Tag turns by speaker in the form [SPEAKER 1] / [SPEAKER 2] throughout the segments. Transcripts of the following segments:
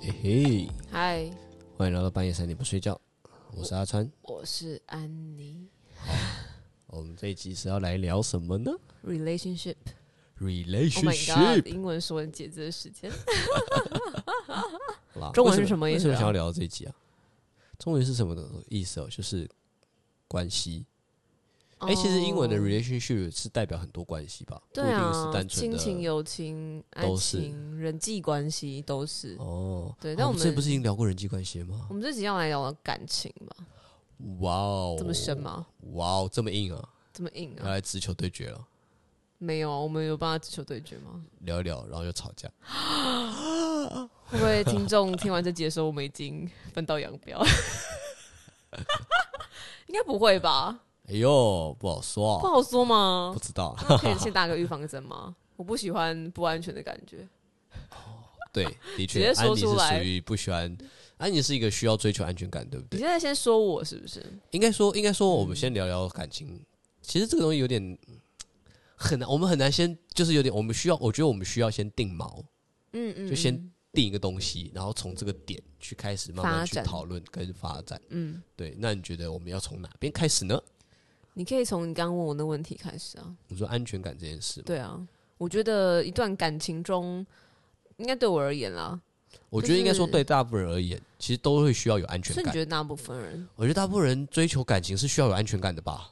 [SPEAKER 1] 嘿嘿，
[SPEAKER 2] 嗨，
[SPEAKER 1] 欢迎来到半夜三点不睡觉，我是阿川。
[SPEAKER 2] 我是安妮。
[SPEAKER 1] 我们这一集是要来聊什么
[SPEAKER 2] Oh
[SPEAKER 1] 呢
[SPEAKER 2] Relationship，Oh Oh my god，
[SPEAKER 1] ？Relationship，
[SPEAKER 2] 英文说文解字的 时间。
[SPEAKER 1] 好吧
[SPEAKER 2] 中文是
[SPEAKER 1] 为
[SPEAKER 2] 什么意思啊
[SPEAKER 1] 为什么想要聊这一集啊？中文是什么的意思哦？就是关系。哎、其实英文的
[SPEAKER 2] 哦
[SPEAKER 1] relationship 是代表很多关系吧，
[SPEAKER 2] 对
[SPEAKER 1] 不一定是
[SPEAKER 2] 啊，
[SPEAKER 1] 单纯
[SPEAKER 2] 亲
[SPEAKER 1] 的
[SPEAKER 2] 情、友情、爱
[SPEAKER 1] 都是
[SPEAKER 2] 情、人际关系都是。
[SPEAKER 1] 哦。
[SPEAKER 2] 对
[SPEAKER 1] 啊
[SPEAKER 2] 但我
[SPEAKER 1] 们之前
[SPEAKER 2] 们
[SPEAKER 1] 不是已经聊过人际关系了吗
[SPEAKER 2] 我？们这集要来聊感情吧？
[SPEAKER 1] 哇哦，
[SPEAKER 2] 这么啊深？吗？
[SPEAKER 1] 哇哦，这么硬啊！
[SPEAKER 2] 这么硬
[SPEAKER 1] 要
[SPEAKER 2] 啊？
[SPEAKER 1] 来直球对决了，
[SPEAKER 2] 没有啊，我们有办法直球对决 吗？
[SPEAKER 1] 聊一聊，然后就吵架。
[SPEAKER 2] 会不会听众听完这集的时候，我们已经分道扬 镳？应该不会吧？
[SPEAKER 1] 哎呦，不好说、
[SPEAKER 2] 不
[SPEAKER 1] 啊，
[SPEAKER 2] 好说 吗
[SPEAKER 1] 不？知道啊。
[SPEAKER 2] 那可以先打个预防针吗？我不喜欢不安全的感觉。
[SPEAKER 1] 对，的
[SPEAKER 2] 直
[SPEAKER 1] 确，
[SPEAKER 2] 接
[SPEAKER 1] 安
[SPEAKER 2] 说
[SPEAKER 1] 妮是
[SPEAKER 2] 出来
[SPEAKER 1] 属于不喜欢，安妮是一个需要追求安全感，对不
[SPEAKER 2] 你
[SPEAKER 1] 对？
[SPEAKER 2] 现在先说我是不是？
[SPEAKER 1] 应该说，应该说，我们先聊聊感情。其实这个东西有点嗯很难，我们很难先就是有点，我们需要，我觉得我们需要先定锚，
[SPEAKER 2] 嗯嗯，
[SPEAKER 1] 就先定一个东西，然后从这个点去开始慢慢
[SPEAKER 2] 发
[SPEAKER 1] 去
[SPEAKER 2] 展
[SPEAKER 1] 讨论跟发展。
[SPEAKER 2] 嗯，
[SPEAKER 1] 对，那你觉得我们要从哪边开始呢？
[SPEAKER 2] 你可以从你刚刚问我的问题开始啊。
[SPEAKER 1] 我说安全感这件事嘛，
[SPEAKER 2] 对啊，我觉得一段感情中，应该对我而言啦，
[SPEAKER 1] 我觉得应该说
[SPEAKER 2] 就是
[SPEAKER 1] 对大部分人而言，其实都会需要有安全
[SPEAKER 2] 所以你
[SPEAKER 1] 感
[SPEAKER 2] 觉。得大部分人
[SPEAKER 1] 我觉得大部分人追求感情是需要有安全感的吧？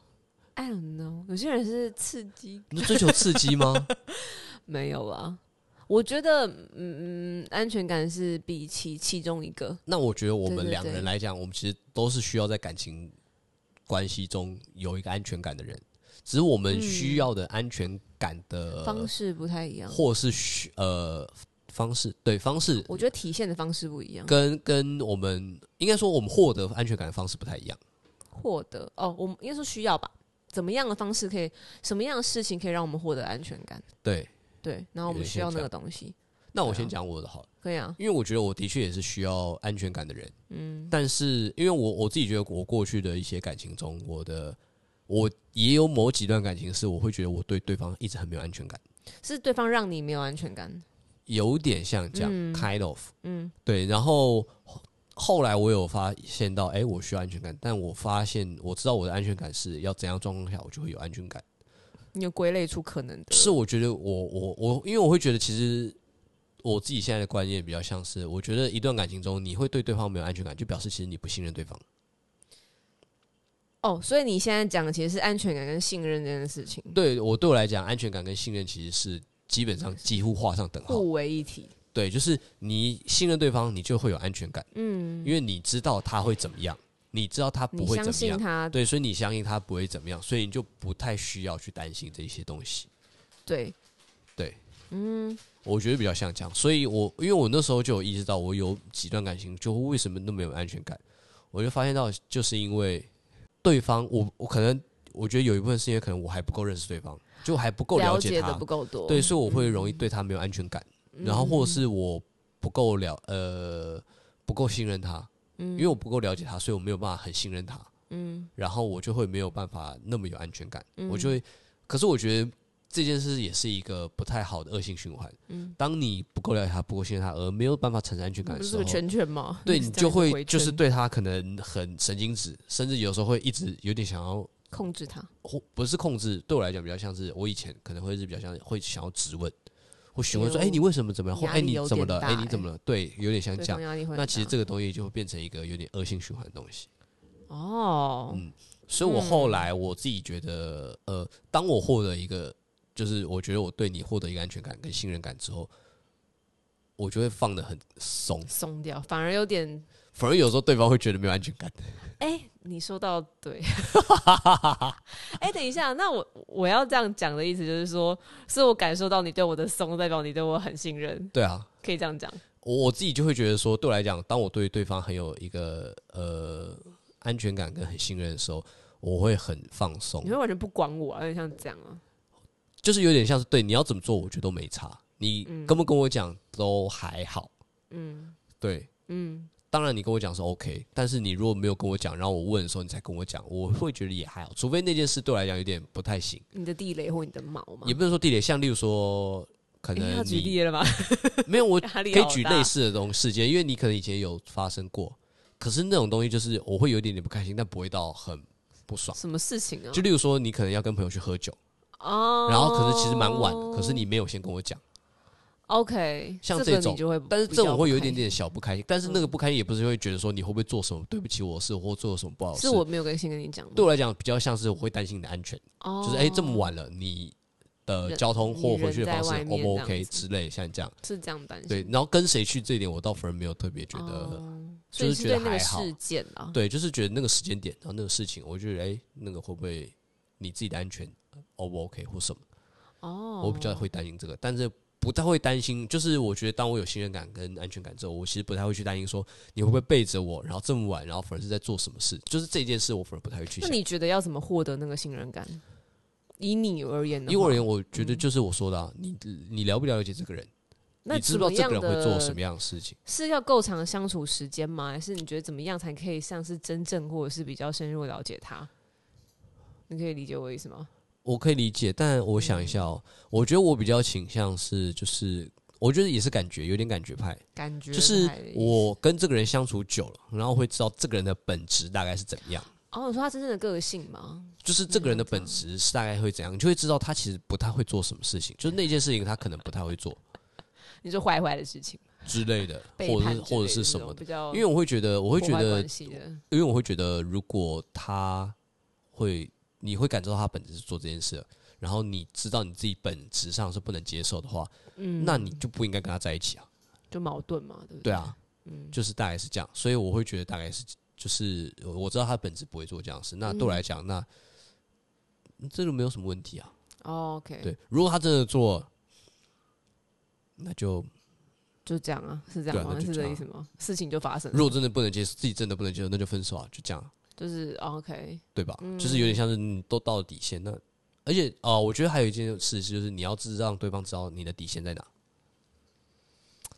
[SPEAKER 2] ，I don't know，有些人是刺激，
[SPEAKER 1] 你说追求刺激吗？
[SPEAKER 2] 没有啦。我觉得，嗯，嗯安全感是比其其中一个，
[SPEAKER 1] 那我觉得我
[SPEAKER 2] 对
[SPEAKER 1] 们
[SPEAKER 2] 对
[SPEAKER 1] 两个
[SPEAKER 2] 对
[SPEAKER 1] 人来讲，我们其实都是需要在感情关系中有一个安全感的人，只是我们需要的安全感的、
[SPEAKER 2] 嗯方式不太一样。
[SPEAKER 1] 或是需呃方式，对方式
[SPEAKER 2] 我觉得体现的方式不一样。
[SPEAKER 1] 跟跟我们应该说我们获得安全感的方式不太一样。
[SPEAKER 2] 获得哦，我们应该说需要吧？怎么样的方式可以？什么样的事情可以让我们获得安全感？
[SPEAKER 1] 对，
[SPEAKER 2] 对，然后我们需要那个东西，
[SPEAKER 1] 那我
[SPEAKER 2] 对啊
[SPEAKER 1] 先讲我的好了，
[SPEAKER 2] 可以啊。
[SPEAKER 1] 因为我觉得我的确也是需要安全感的人。嗯，但是因为我我自己觉得我过去的一些感情中，我的我也有某几段感情是我会觉得我对对方一直很没有安全感。
[SPEAKER 2] 是对方让你没有安全感，
[SPEAKER 1] 有点像这样、k i n d of，
[SPEAKER 2] 嗯，
[SPEAKER 1] 对。然后后后来我有发现到，哎、我需要安全感，但我发现我知道我的安全感是要怎样状况下我就会有安全感。
[SPEAKER 2] 你嗯有归类出可能的。
[SPEAKER 1] 是我觉得我我我，因为我会觉得其实我自己现在的观念比较像是，我觉得一段感情中你会对对方没有安全感，就表示其实你不信任对方。
[SPEAKER 2] 哦，所以你现在讲的其实是安全感跟信任这件事情
[SPEAKER 1] 对我对我来讲，安全感跟信任其实是基本上几乎画上等号。
[SPEAKER 2] 互为一体。
[SPEAKER 1] 对，就是你信任对方，你就会有安全感，
[SPEAKER 2] 嗯，
[SPEAKER 1] 因为你知道他会怎么样，你知道他不
[SPEAKER 2] 你
[SPEAKER 1] 会怎
[SPEAKER 2] 相
[SPEAKER 1] 么样
[SPEAKER 2] 信。他，
[SPEAKER 1] 对，所以你相信他不会怎么样，所以你就不太需要去担心这些东西。
[SPEAKER 2] 对，
[SPEAKER 1] 对，
[SPEAKER 2] 嗯，
[SPEAKER 1] 我觉得比较像这样，所以我因为我那时候就有意识到，我有几段感情就为什么那么有安全感，我就发现到就是因为对方，我我可能我觉得有一部分是因为可能我还不够认识对方，就还不够
[SPEAKER 2] 了
[SPEAKER 1] 解
[SPEAKER 2] 的
[SPEAKER 1] 他
[SPEAKER 2] 不，够嗯多。
[SPEAKER 1] 对，所以我会容易对他没有安全感，
[SPEAKER 2] 嗯
[SPEAKER 1] 然后或是我不够了呃不够信任他，因为我不够了解他，所以我没有办法很信任他。
[SPEAKER 2] 嗯，
[SPEAKER 1] 然后我就会没有办法那么有安全感，
[SPEAKER 2] 嗯
[SPEAKER 1] 我就会。可是我觉得这件事也是一个不太好的恶性循环。
[SPEAKER 2] 嗯
[SPEAKER 1] 当你不够了解他，不够信任他，而没有办法产生安全感
[SPEAKER 2] 不
[SPEAKER 1] 的
[SPEAKER 2] 是
[SPEAKER 1] 时
[SPEAKER 2] 这
[SPEAKER 1] 候
[SPEAKER 2] 个，圈圈吗？
[SPEAKER 1] 对
[SPEAKER 2] 这
[SPEAKER 1] 你
[SPEAKER 2] 样
[SPEAKER 1] 就
[SPEAKER 2] 子
[SPEAKER 1] 会
[SPEAKER 2] 回
[SPEAKER 1] 就是
[SPEAKER 2] 圈
[SPEAKER 1] 对他可能很神经质，甚至有时候会一直有点想要，
[SPEAKER 2] 控制他。
[SPEAKER 1] 或不是控制。对我来讲，比较像是我以前可能会是比较像会想要质问，或询问说：“
[SPEAKER 2] 哎
[SPEAKER 1] 哎，
[SPEAKER 2] 呦
[SPEAKER 1] 你为什么怎么样？”或“
[SPEAKER 2] 压
[SPEAKER 1] 哎，
[SPEAKER 2] 力
[SPEAKER 1] 你
[SPEAKER 2] 有
[SPEAKER 1] 怎么
[SPEAKER 2] 点
[SPEAKER 1] 了？
[SPEAKER 2] 大
[SPEAKER 1] 哎，你怎么了？”对，有点像
[SPEAKER 2] 对
[SPEAKER 1] 这
[SPEAKER 2] 方
[SPEAKER 1] 样。
[SPEAKER 2] 压力会很大。
[SPEAKER 1] 那其实这个东西就会变成一个有点恶性循环的东西。
[SPEAKER 2] 哦，
[SPEAKER 1] 嗯所以我后来我自己觉得，呃，当我获得一个，就是我觉得我对你获得一个安全感跟信任感之后，我就会放的很松，
[SPEAKER 2] 松掉，反而有点
[SPEAKER 1] 反而有时候对方会觉得没有安全感。
[SPEAKER 2] 哎、你说到 对，哎、等一下，那我我要这样讲的意思就是说，是我感受到你对我的松，代表你对我很信任，
[SPEAKER 1] 对啊，
[SPEAKER 2] 可以这样讲。
[SPEAKER 1] 我我自己就会觉得说，对我来讲，当我对对方很有一个呃安全感跟很信任的时候，我会很放松
[SPEAKER 2] 你，会完全不管我、啊，有点像这样啊。
[SPEAKER 1] 就是有点像是对你要怎么做，我觉得都没差，你跟不跟我讲都还好。
[SPEAKER 2] 嗯
[SPEAKER 1] 对，
[SPEAKER 2] 嗯，
[SPEAKER 1] 当然，你跟我讲是 OK，但是你如果没有跟我讲，然后我问的时候你才跟我讲，我会觉得也还好。除非那件事对我来讲有点不太行，
[SPEAKER 2] 你的地雷或你的毛嘛
[SPEAKER 1] 也，不能说地雷，像例如说可
[SPEAKER 2] 诶要
[SPEAKER 1] 能
[SPEAKER 2] 哎举
[SPEAKER 1] 你
[SPEAKER 2] 例了吗？
[SPEAKER 1] 没有我
[SPEAKER 2] 压力
[SPEAKER 1] 可以
[SPEAKER 2] 好
[SPEAKER 1] 举
[SPEAKER 2] 大
[SPEAKER 1] 类似的东事件，因为你可能以前有发生过，可是那种东西就是我会有一点点不开心，但不会到很不爽。
[SPEAKER 2] 什么事情啊？
[SPEAKER 1] 就例如说，你可能要跟朋友去喝酒，
[SPEAKER 2] 哦，
[SPEAKER 1] 然后可是其实蛮晚的，可是你没有先跟我讲，
[SPEAKER 2] OK，
[SPEAKER 1] 像
[SPEAKER 2] 这
[SPEAKER 1] 这
[SPEAKER 2] 个
[SPEAKER 1] 种
[SPEAKER 2] 你就会，
[SPEAKER 1] 但是
[SPEAKER 2] 比
[SPEAKER 1] 这
[SPEAKER 2] 较
[SPEAKER 1] 种会有一
[SPEAKER 2] 不开嗯
[SPEAKER 1] 点点小不开心，但是那个不开心也不是会觉得说你会不会做什么对不起我的事或做什么不好的
[SPEAKER 2] 心，
[SPEAKER 1] 事
[SPEAKER 2] 是，我没有跟先跟你讲吗，
[SPEAKER 1] 对我来讲比较像是我会担心你的安全，
[SPEAKER 2] 哦，
[SPEAKER 1] 就是哎、这么晚了你。的
[SPEAKER 2] 人
[SPEAKER 1] 交通或
[SPEAKER 2] 你
[SPEAKER 1] 回去的
[SPEAKER 2] 人在
[SPEAKER 1] 方式
[SPEAKER 2] 外
[SPEAKER 1] O
[SPEAKER 2] 面
[SPEAKER 1] 不
[SPEAKER 2] 这
[SPEAKER 1] OK
[SPEAKER 2] 样子
[SPEAKER 1] 之类，像这样
[SPEAKER 2] 是这样担心，
[SPEAKER 1] 对，然后跟谁去这一点，我倒反而没有特别觉得
[SPEAKER 2] 哦
[SPEAKER 1] 就
[SPEAKER 2] 所以
[SPEAKER 1] 是
[SPEAKER 2] 是
[SPEAKER 1] 觉得
[SPEAKER 2] 对那个
[SPEAKER 1] 还好
[SPEAKER 2] 事件啊，
[SPEAKER 1] 对，就是觉得那个时间点，然后那个事情，我就觉得哎、那个会不会你自己的安全 O 不 OK 或什么？
[SPEAKER 2] 哦，
[SPEAKER 1] 我比较会担心这个，但是不太会担心。就是我觉得当我有信任感跟安全感之后，我其实不太会去担心说你会不会背着我，然后这么晚，然后反而是在做什么事。就是这件事，我反而不太会去
[SPEAKER 2] 那
[SPEAKER 1] 想。
[SPEAKER 2] 你觉得要怎么获得那个信任感？以你而言呢？
[SPEAKER 1] 以我而言，我觉得就是我说的、啊，你你了不了解这个人，
[SPEAKER 2] 那
[SPEAKER 1] 你知不知道这个人会做什
[SPEAKER 2] 么样
[SPEAKER 1] 么样
[SPEAKER 2] 的？
[SPEAKER 1] 的事情？
[SPEAKER 2] 是要够长的相处时间吗？还是你觉得怎么样才可以像是真正或者是比较深入了解他？你可以理解我的意思吗？
[SPEAKER 1] 我可以理解，但我想一下哦，我觉得我比较倾向是，就是我觉得也是感觉，有点感觉派。
[SPEAKER 2] 感觉
[SPEAKER 1] 就是
[SPEAKER 2] 派的意思
[SPEAKER 1] 我跟这个人相处久了，然后会知道这个人的本质大概是怎么样，
[SPEAKER 2] 哦，你说他真正的个性吗？
[SPEAKER 1] 就是这个
[SPEAKER 2] 嗯
[SPEAKER 1] 人的本质是大概会怎样，你就会知道他其实不太会做什么事情，就是那件事情他可能不太会做
[SPEAKER 2] 你说坏坏的事情，
[SPEAKER 1] 之类的，
[SPEAKER 2] 背
[SPEAKER 1] 或者
[SPEAKER 2] 叛
[SPEAKER 1] 是
[SPEAKER 2] 之类
[SPEAKER 1] 或者是
[SPEAKER 2] 的
[SPEAKER 1] 什
[SPEAKER 2] 这
[SPEAKER 1] 么
[SPEAKER 2] 种
[SPEAKER 1] 的。
[SPEAKER 2] 比较，
[SPEAKER 1] 因为我会觉得，我会觉得
[SPEAKER 2] 关，系的，
[SPEAKER 1] 因为我会觉得，如果他会，你会感受到他本质是做这件事的，然后你知道你自己本质上是不能接受的话，
[SPEAKER 2] 嗯，
[SPEAKER 1] 那你就不应该跟他在一起啊。
[SPEAKER 2] 就矛盾嘛，对不嗯
[SPEAKER 1] 对
[SPEAKER 2] 对？
[SPEAKER 1] 啊，就是大概是这样，所以我会觉得大概是就是我我知道他本质不会做这样的事，那对我来讲，那嗯这个没有什么问题啊。
[SPEAKER 2] 哦，OK，
[SPEAKER 1] 对，如果他真的做了，那就
[SPEAKER 2] 就这样啊，是这
[SPEAKER 1] 对
[SPEAKER 2] 样
[SPEAKER 1] 啊
[SPEAKER 2] 吗？
[SPEAKER 1] 那就是
[SPEAKER 2] 这
[SPEAKER 1] 这
[SPEAKER 2] 个
[SPEAKER 1] 样
[SPEAKER 2] 意思吗？事情就发生了，
[SPEAKER 1] 如果真的不能接受，自己真的不能接受，那就分手啊，就这样啊，
[SPEAKER 2] 就是哦 OK，
[SPEAKER 1] 对吧？就是有点像是你都到了底线，那而且哦、呃我觉得还有一件事就是你要知让对方知道你的底线在哪，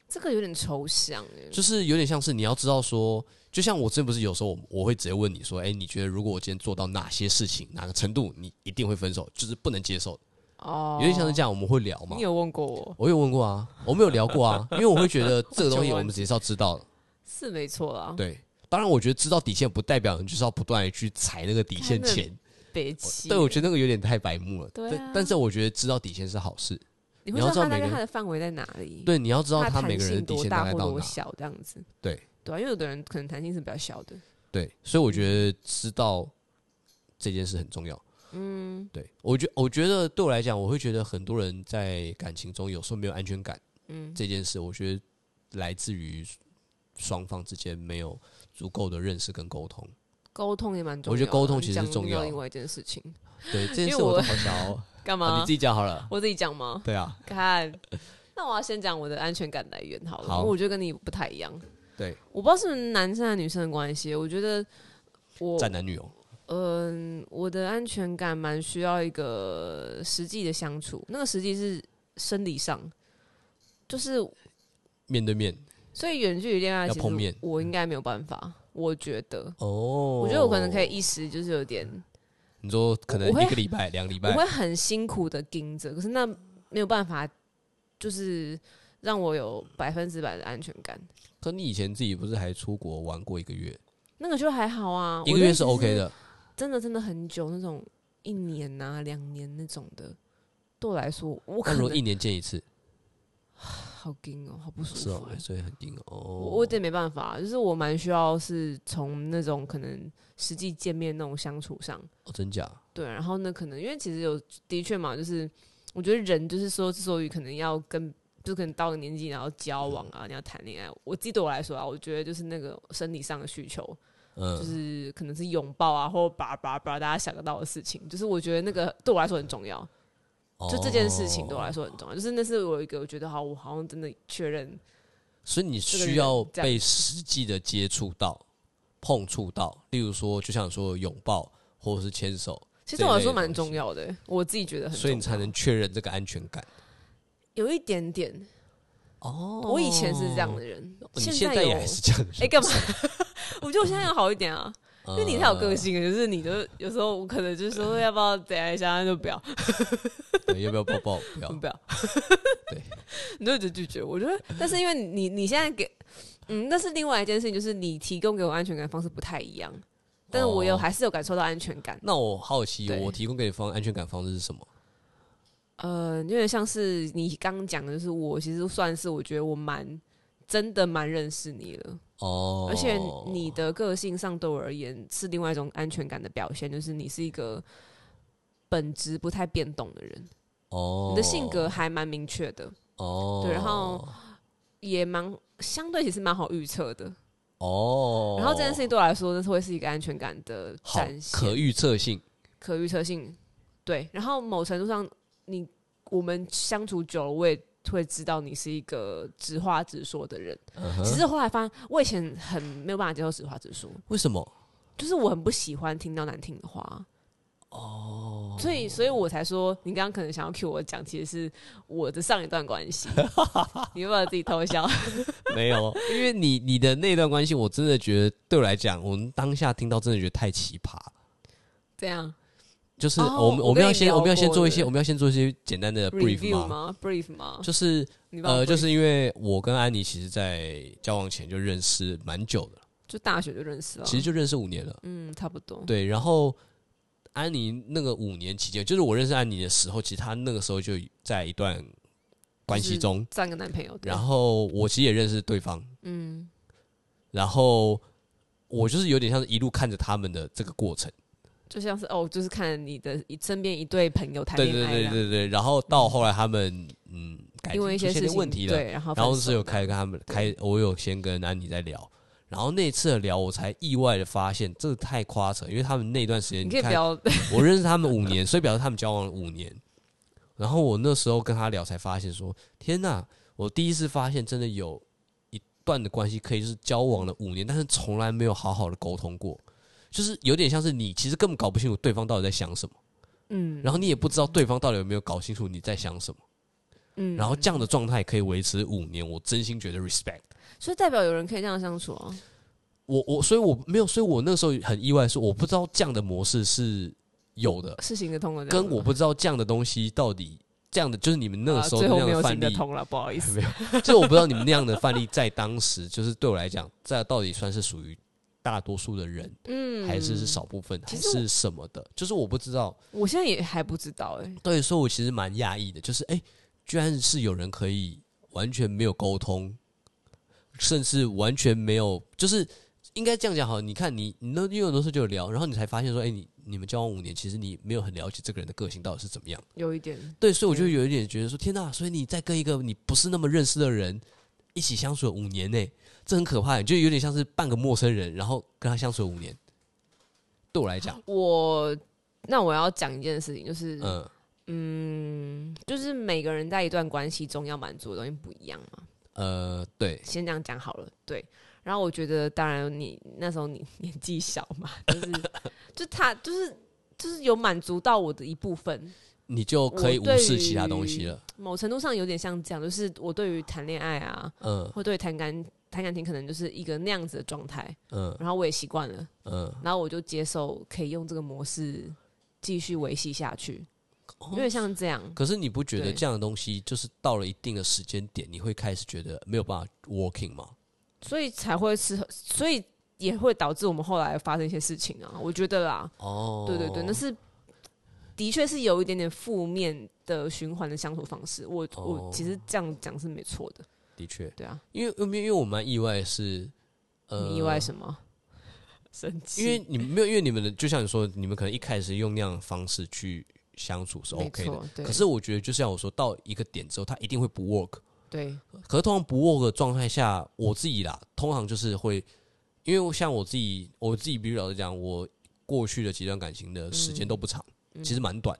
[SPEAKER 2] 这个有点抽象哎，
[SPEAKER 1] 就是有点像是你要知道说，就像我之前不是有时候我我会直接问你说，哎、你觉得如果我今天做到哪些事情，哪个程度，你一定会分手，就是不能接受，
[SPEAKER 2] 哦
[SPEAKER 1] 有，点像是这样，我们会聊嘛
[SPEAKER 2] 你。有问过我，
[SPEAKER 1] 我有问过啊，我们有聊过啊，因为我会觉得这个东西我们只是要知道，
[SPEAKER 2] 是没错啦，
[SPEAKER 1] 对。当然，我觉得知道底线不代表你就是要不断的去踩那个底线
[SPEAKER 2] 看那
[SPEAKER 1] 前，
[SPEAKER 2] 北齐，
[SPEAKER 1] 对我觉得那个有点太白目了。
[SPEAKER 2] 对啊
[SPEAKER 1] 但但是我觉得知道底线是好事，
[SPEAKER 2] 你会
[SPEAKER 1] 你要
[SPEAKER 2] 知
[SPEAKER 1] 知道
[SPEAKER 2] 道他大
[SPEAKER 1] 每个
[SPEAKER 2] 概
[SPEAKER 1] 人
[SPEAKER 2] 他的范围在哪里，
[SPEAKER 1] 对，你要知道
[SPEAKER 2] 的
[SPEAKER 1] 他每
[SPEAKER 2] 弹
[SPEAKER 1] 个人的
[SPEAKER 2] 性
[SPEAKER 1] 底
[SPEAKER 2] 多
[SPEAKER 1] 线大
[SPEAKER 2] 大
[SPEAKER 1] 概
[SPEAKER 2] 或
[SPEAKER 1] 到
[SPEAKER 2] 多
[SPEAKER 1] 哪，
[SPEAKER 2] 小这样子，
[SPEAKER 1] 对
[SPEAKER 2] 对啊，因为有的人可能弹性是比较小的，
[SPEAKER 1] 对，所以
[SPEAKER 2] 嗯
[SPEAKER 1] 我觉得知道这件事很重要。嗯，对我觉我觉得对我来讲，我会觉得很多人在感情中有时候没有安全感，嗯，这件事我觉得来自于双方之间没有足够的认识跟沟通。
[SPEAKER 2] 沟通也蛮重要的，
[SPEAKER 1] 我觉得沟通其实是
[SPEAKER 2] 你讲
[SPEAKER 1] 重要
[SPEAKER 2] 到另外一件事情，
[SPEAKER 1] 对这件
[SPEAKER 2] 因
[SPEAKER 1] 事
[SPEAKER 2] 为
[SPEAKER 1] 我
[SPEAKER 2] 我
[SPEAKER 1] 都好想 要、
[SPEAKER 2] 干
[SPEAKER 1] 啊
[SPEAKER 2] 嘛？
[SPEAKER 1] 你自己讲好了。
[SPEAKER 2] 我自己 讲吗？
[SPEAKER 1] 对啊，
[SPEAKER 2] 看，那我要先讲我的安全感来源好了，
[SPEAKER 1] 好
[SPEAKER 2] 因为我觉得跟你不太一样。
[SPEAKER 1] 对，
[SPEAKER 2] 我不知道是不是男生和女生的关系，我觉得我
[SPEAKER 1] 站男女友，
[SPEAKER 2] 嗯、我的安全感蛮需要一个实际的相处，那个实际是生理上，就是
[SPEAKER 1] 面对面
[SPEAKER 2] 所以远距离恋爱
[SPEAKER 1] 要
[SPEAKER 2] 其
[SPEAKER 1] 碰
[SPEAKER 2] 实
[SPEAKER 1] 面
[SPEAKER 2] 我应该没有办法，我觉得。
[SPEAKER 1] 哦。
[SPEAKER 2] 我
[SPEAKER 1] 我
[SPEAKER 2] 觉得我可能可以，一时就是有点，
[SPEAKER 1] 你说可能
[SPEAKER 2] 我会
[SPEAKER 1] 一个礼 拜、两个礼
[SPEAKER 2] 我
[SPEAKER 1] 拜
[SPEAKER 2] 会，很辛苦的盯着，可是那没有办法，就是让我有百分之百的安全感。
[SPEAKER 1] 可你以前自己不是还出国玩过一个月？
[SPEAKER 2] 那个就还好啊，
[SPEAKER 1] 一
[SPEAKER 2] 我
[SPEAKER 1] 个
[SPEAKER 2] 的
[SPEAKER 1] 月
[SPEAKER 2] 意思
[SPEAKER 1] 是 OK，的，
[SPEAKER 2] 真的真的很久那种一年呐、两年那种的，对我来说，我可
[SPEAKER 1] 那如果
[SPEAKER 2] 能
[SPEAKER 1] 一年见一次，
[SPEAKER 2] 好硬哦，好不舒
[SPEAKER 1] 是
[SPEAKER 2] 服
[SPEAKER 1] 哦
[SPEAKER 2] 哦、，
[SPEAKER 1] 所以很硬哦。
[SPEAKER 2] 我我有点没办法，就是我蛮需要是从那种可能实际见面那种相处上，
[SPEAKER 1] 哦，真假？
[SPEAKER 2] 对，然后呢，可能因为其实有的确嘛，就是我觉得人就是说，之所以可能要跟，就可能到了年纪，然后交往啊，你要谈恋爱，我自己对我来说啊，我觉得就是那个生理上的需求，
[SPEAKER 1] 嗯，
[SPEAKER 2] 就是可能是拥抱啊，或者叭叭叭，大家想得到的事情，就是我觉得那个对我来说很重要，就这件事情对我来
[SPEAKER 1] 哦
[SPEAKER 2] 说很重要，就是那是我一个我觉得好，我好像真的确认，
[SPEAKER 1] 所以你
[SPEAKER 2] 个
[SPEAKER 1] 需
[SPEAKER 2] 人
[SPEAKER 1] 要
[SPEAKER 2] 这样
[SPEAKER 1] 被实际的接触到、碰触到，例如说，就像说拥抱或者是牵手，
[SPEAKER 2] 其实
[SPEAKER 1] 这
[SPEAKER 2] 对我来
[SPEAKER 1] 类
[SPEAKER 2] 说
[SPEAKER 1] 的
[SPEAKER 2] 蛮
[SPEAKER 1] 东
[SPEAKER 2] 重
[SPEAKER 1] 西
[SPEAKER 2] 要的、我自己觉得很重要，
[SPEAKER 1] 所以你才能确认这个安全感。
[SPEAKER 2] 有一点点。
[SPEAKER 1] 哦
[SPEAKER 2] 我以前是这样的人，
[SPEAKER 1] 你
[SPEAKER 2] 在
[SPEAKER 1] 在也
[SPEAKER 2] 有哎
[SPEAKER 1] 还是这样的人？
[SPEAKER 2] 哎，干嘛？我觉得我现在要好一点啊。
[SPEAKER 1] 嗯
[SPEAKER 2] 因为你太有个性了，就是你就有时候我可能就说要不要等一下，就不要
[SPEAKER 1] 对，要不要抱抱？不要，
[SPEAKER 2] 不要，
[SPEAKER 1] 对，
[SPEAKER 2] 你就一直拒绝。我觉得，但是因为你你现在给，嗯，但是另外一件事情就是你提供给我安全感的方式不太一样，但是我有、
[SPEAKER 1] 哦
[SPEAKER 2] 还是有感受到安全感。
[SPEAKER 1] 那我好奇，
[SPEAKER 2] 对
[SPEAKER 1] 我提供给你方安全感方式是什么？
[SPEAKER 2] 呃，有点像是你刚刚讲的，就是我其实算是我觉得我蛮真的蛮认识你了，
[SPEAKER 1] 哦，
[SPEAKER 2] 而且你的个性上对我而言是另外一种安全感的表现，就是你是一个本质不太变动的人，
[SPEAKER 1] 哦，
[SPEAKER 2] 你的性格还蛮明确的，
[SPEAKER 1] 哦，
[SPEAKER 2] 对然后也蛮相对其实蛮好预测的。
[SPEAKER 1] 哦，
[SPEAKER 2] 然后这件事情对我来说，那是会是一个安全感的
[SPEAKER 1] 好
[SPEAKER 2] 展现，
[SPEAKER 1] 可预测性
[SPEAKER 2] 可预测性。对，然后某程度上，你我们相处久了，我也会知道你是一个直话直说的人。
[SPEAKER 1] 嗯
[SPEAKER 2] 只是后来发现，我以前很没有办法接受直话直说，
[SPEAKER 1] 为什么？
[SPEAKER 2] 就是我很不喜欢听到难听的话。哦，所以，所以我才说，你刚刚可能想要 cue 我讲，其实是我的上一段关 系，你要不要自己偷笑？
[SPEAKER 1] 没有，因为你你的那段关系，我真的觉得对我来讲，我们当下听到真的觉得太奇葩。
[SPEAKER 2] 这样
[SPEAKER 1] 就是
[SPEAKER 2] 哦
[SPEAKER 1] 我们、
[SPEAKER 2] 我
[SPEAKER 1] 我们要
[SPEAKER 2] 跟你
[SPEAKER 1] 先
[SPEAKER 2] 聊
[SPEAKER 1] 我们要先
[SPEAKER 2] 过
[SPEAKER 1] 做一
[SPEAKER 2] 对
[SPEAKER 1] 些我们要先做一些简单的呃 brief
[SPEAKER 2] review
[SPEAKER 1] 嘛，
[SPEAKER 2] 吗？brief 吗？
[SPEAKER 1] 就是
[SPEAKER 2] 你帮我
[SPEAKER 1] 呃，就
[SPEAKER 2] brief
[SPEAKER 1] 是因为我跟安妮其实，在交往前就认识蛮久的了，
[SPEAKER 2] 就大学就认识了，
[SPEAKER 1] 其实就认识五年了。
[SPEAKER 2] 嗯，差不多。
[SPEAKER 1] 对，然后安妮那个五年期间，就是我认识安妮的时候，其实她那个时候就在一段关系中，
[SPEAKER 2] 占个男朋友，对
[SPEAKER 1] 然后我其实也认识对方，
[SPEAKER 2] 嗯，
[SPEAKER 1] 然后我就是有点像是一路看着他们的这个过程。
[SPEAKER 2] 就像是哦，就是看你的一身边一对朋友谈
[SPEAKER 1] 对
[SPEAKER 2] 恋
[SPEAKER 1] 对
[SPEAKER 2] 爱啊，
[SPEAKER 1] 对对对，然后到后来他们嗯，感
[SPEAKER 2] 因
[SPEAKER 1] 情
[SPEAKER 2] 为一
[SPEAKER 1] 出
[SPEAKER 2] 些
[SPEAKER 1] 现
[SPEAKER 2] 事
[SPEAKER 1] 点
[SPEAKER 2] 情
[SPEAKER 1] 问题了，
[SPEAKER 2] 对，然后
[SPEAKER 1] 然后
[SPEAKER 2] 分手
[SPEAKER 1] 是有开跟他们开，我有先跟安妮在聊，然后那次的聊，我才意外的发现，这个太夸张，因为他们那段时间
[SPEAKER 2] 你可以不
[SPEAKER 1] 看，
[SPEAKER 2] 要
[SPEAKER 1] 我认识他们五年，所以表示他们交往了五年，然后我那时候跟他聊，才发现说，天哪，我第一次发现真的有一段的关系可以就是交往了五年，但是从来没有好好的沟通过。就是有点像是你其实根本搞不清楚对方到底在想什么，
[SPEAKER 2] 嗯
[SPEAKER 1] 然后你也不知道对方到底有没有搞清楚你在想什么，
[SPEAKER 2] 嗯，
[SPEAKER 1] 然后这样的状态可以维持五年，我真心觉得 respect。
[SPEAKER 2] 所以代表有人可以这样相处啊，
[SPEAKER 1] 我我所以我没有，所以我那时候很意外，说我不知道这样的模式是有的，
[SPEAKER 2] 是行得通的这样
[SPEAKER 1] 跟
[SPEAKER 2] 吗，
[SPEAKER 1] 我不知道这样的东西到底这样的就是你们那个
[SPEAKER 2] 啊
[SPEAKER 1] 时候
[SPEAKER 2] 最
[SPEAKER 1] 那
[SPEAKER 2] 后
[SPEAKER 1] 样
[SPEAKER 2] 没有
[SPEAKER 1] 的范
[SPEAKER 2] 行得
[SPEAKER 1] 例，
[SPEAKER 2] 通了，不好意思，
[SPEAKER 1] 没有，就我不知道你们那样的范例在当时就是对我来讲，在到底算是属于大多数的人，
[SPEAKER 2] 嗯，
[SPEAKER 1] 还是是，少部分，还
[SPEAKER 2] 其实我
[SPEAKER 1] 是什么的，就是我不知道。
[SPEAKER 2] 我现在也还不知道哎，
[SPEAKER 1] 对，所以我其实蛮讶异的，就是哎、诶居然是有人可以完全没有沟通，甚至完全没有，就是应该这样讲好了。你看你，你那因为很多时候就有聊，然后你才发现说，哎、你你们交往五年，其实你没有很了解这个人的个性到底是怎么样。
[SPEAKER 2] 有一点，
[SPEAKER 1] 对，所以我就有一点觉得说，天呐，所以你在跟一个你不是那么认识的人一起相处了五年呢，这很可怕，欸就有点像是半个陌生人，然后跟他相处了五年。对我来讲，
[SPEAKER 2] 我那我要讲一件事情，就是
[SPEAKER 1] 嗯，
[SPEAKER 2] 嗯，就是每个人在一段关系中要满足的东西不一样嘛。
[SPEAKER 1] 呃，对，
[SPEAKER 2] 先这样讲好了，对。然后我觉得，当然你那时候你年纪小嘛， 就是就他就是就是有满足到我的一部分，
[SPEAKER 1] 你就可以
[SPEAKER 2] 我
[SPEAKER 1] 无
[SPEAKER 2] 对
[SPEAKER 1] 视其他东
[SPEAKER 2] 于
[SPEAKER 1] 西了。
[SPEAKER 2] 某程度上有点像这样，就是我对于谈恋爱啊，
[SPEAKER 1] 嗯
[SPEAKER 2] 或对谈感谈感情，可能就是一个那样子的状态，
[SPEAKER 1] 嗯
[SPEAKER 2] 然后我也习惯了，
[SPEAKER 1] 嗯，
[SPEAKER 2] 然后我就接受可以用这个模式继续维系下去，
[SPEAKER 1] 哦
[SPEAKER 2] 有点像这样。
[SPEAKER 1] 可是你不觉得
[SPEAKER 2] 对
[SPEAKER 1] 这样的东西，就是到了一定的时间点，你会开始觉得没有办法 working 吗？
[SPEAKER 2] 所以才会吃，所以也会导致我们后来发生一些事情啊。我觉得啦，
[SPEAKER 1] 哦，
[SPEAKER 2] 对对对，那是的确是有一点点负面的循环的相处方式。我、
[SPEAKER 1] 哦
[SPEAKER 2] 我其实这样讲是没错的，
[SPEAKER 1] 的确，
[SPEAKER 2] 对啊。
[SPEAKER 1] 因为因为因为我蛮意外的是，呃，
[SPEAKER 2] 你意外什么？ 生气？
[SPEAKER 1] 因为你们没有，因为你们的就像你说，你们可能一开始用那样的方式去相处是
[SPEAKER 2] 没
[SPEAKER 1] OK 的，
[SPEAKER 2] 错，对，
[SPEAKER 1] 可是我觉得就像我说到一个点之后，它一定会不 work。
[SPEAKER 2] 对
[SPEAKER 1] 可是通常不 work 的状态下，我自己啦，通常就是会，因为我像我自己，我自己比如老实讲，我过去的几段感情的时间都不长，
[SPEAKER 2] 嗯
[SPEAKER 1] 其实蛮短。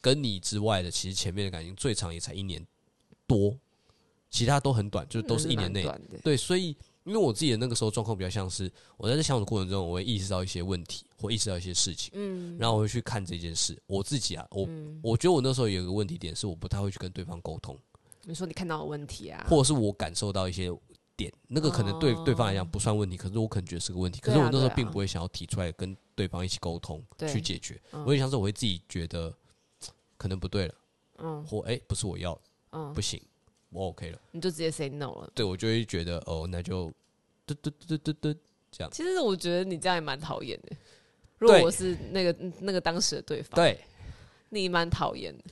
[SPEAKER 1] 跟你之外的，其实前面的感情最长也才一年多，其他都很短，就是都是一年内
[SPEAKER 2] 那嗯蛮。短的。
[SPEAKER 1] 对，所以因为我自己的那个时候状况比较像是我在这相处过程中，我会意识到一些问题，或意识到一些事情，
[SPEAKER 2] 嗯
[SPEAKER 1] 然后我会去看这件事。我自己啊，我、
[SPEAKER 2] 嗯，
[SPEAKER 1] 我觉得我那时候有一个问题点是我不太会去跟对方沟通，
[SPEAKER 2] 你说你看到的问题啊，
[SPEAKER 1] 或者是我感受到一些点，那个可能对
[SPEAKER 2] 哦
[SPEAKER 1] 对方来讲不算问题，可是我可能觉得是个问题。可是
[SPEAKER 2] 对啊
[SPEAKER 1] 我那时候
[SPEAKER 2] 对啊
[SPEAKER 1] 并不会想要提出来跟对方一起沟通
[SPEAKER 2] 对
[SPEAKER 1] 去解决，
[SPEAKER 2] 嗯
[SPEAKER 1] 我也想说我会自己觉得可能不对了，
[SPEAKER 2] 嗯
[SPEAKER 1] 或哎、不是我要的，
[SPEAKER 2] 嗯，
[SPEAKER 1] 不行，我 OK 了。
[SPEAKER 2] 你就直接 say no 了。
[SPEAKER 1] 对我就会觉得哦，那就嘟嘟嘟嘟嘟嘟这样。
[SPEAKER 2] 其实我觉得你这样也蛮讨厌的。如果
[SPEAKER 1] 对
[SPEAKER 2] 我是那个那个当时的对方，
[SPEAKER 1] 对
[SPEAKER 2] 你蛮讨厌的。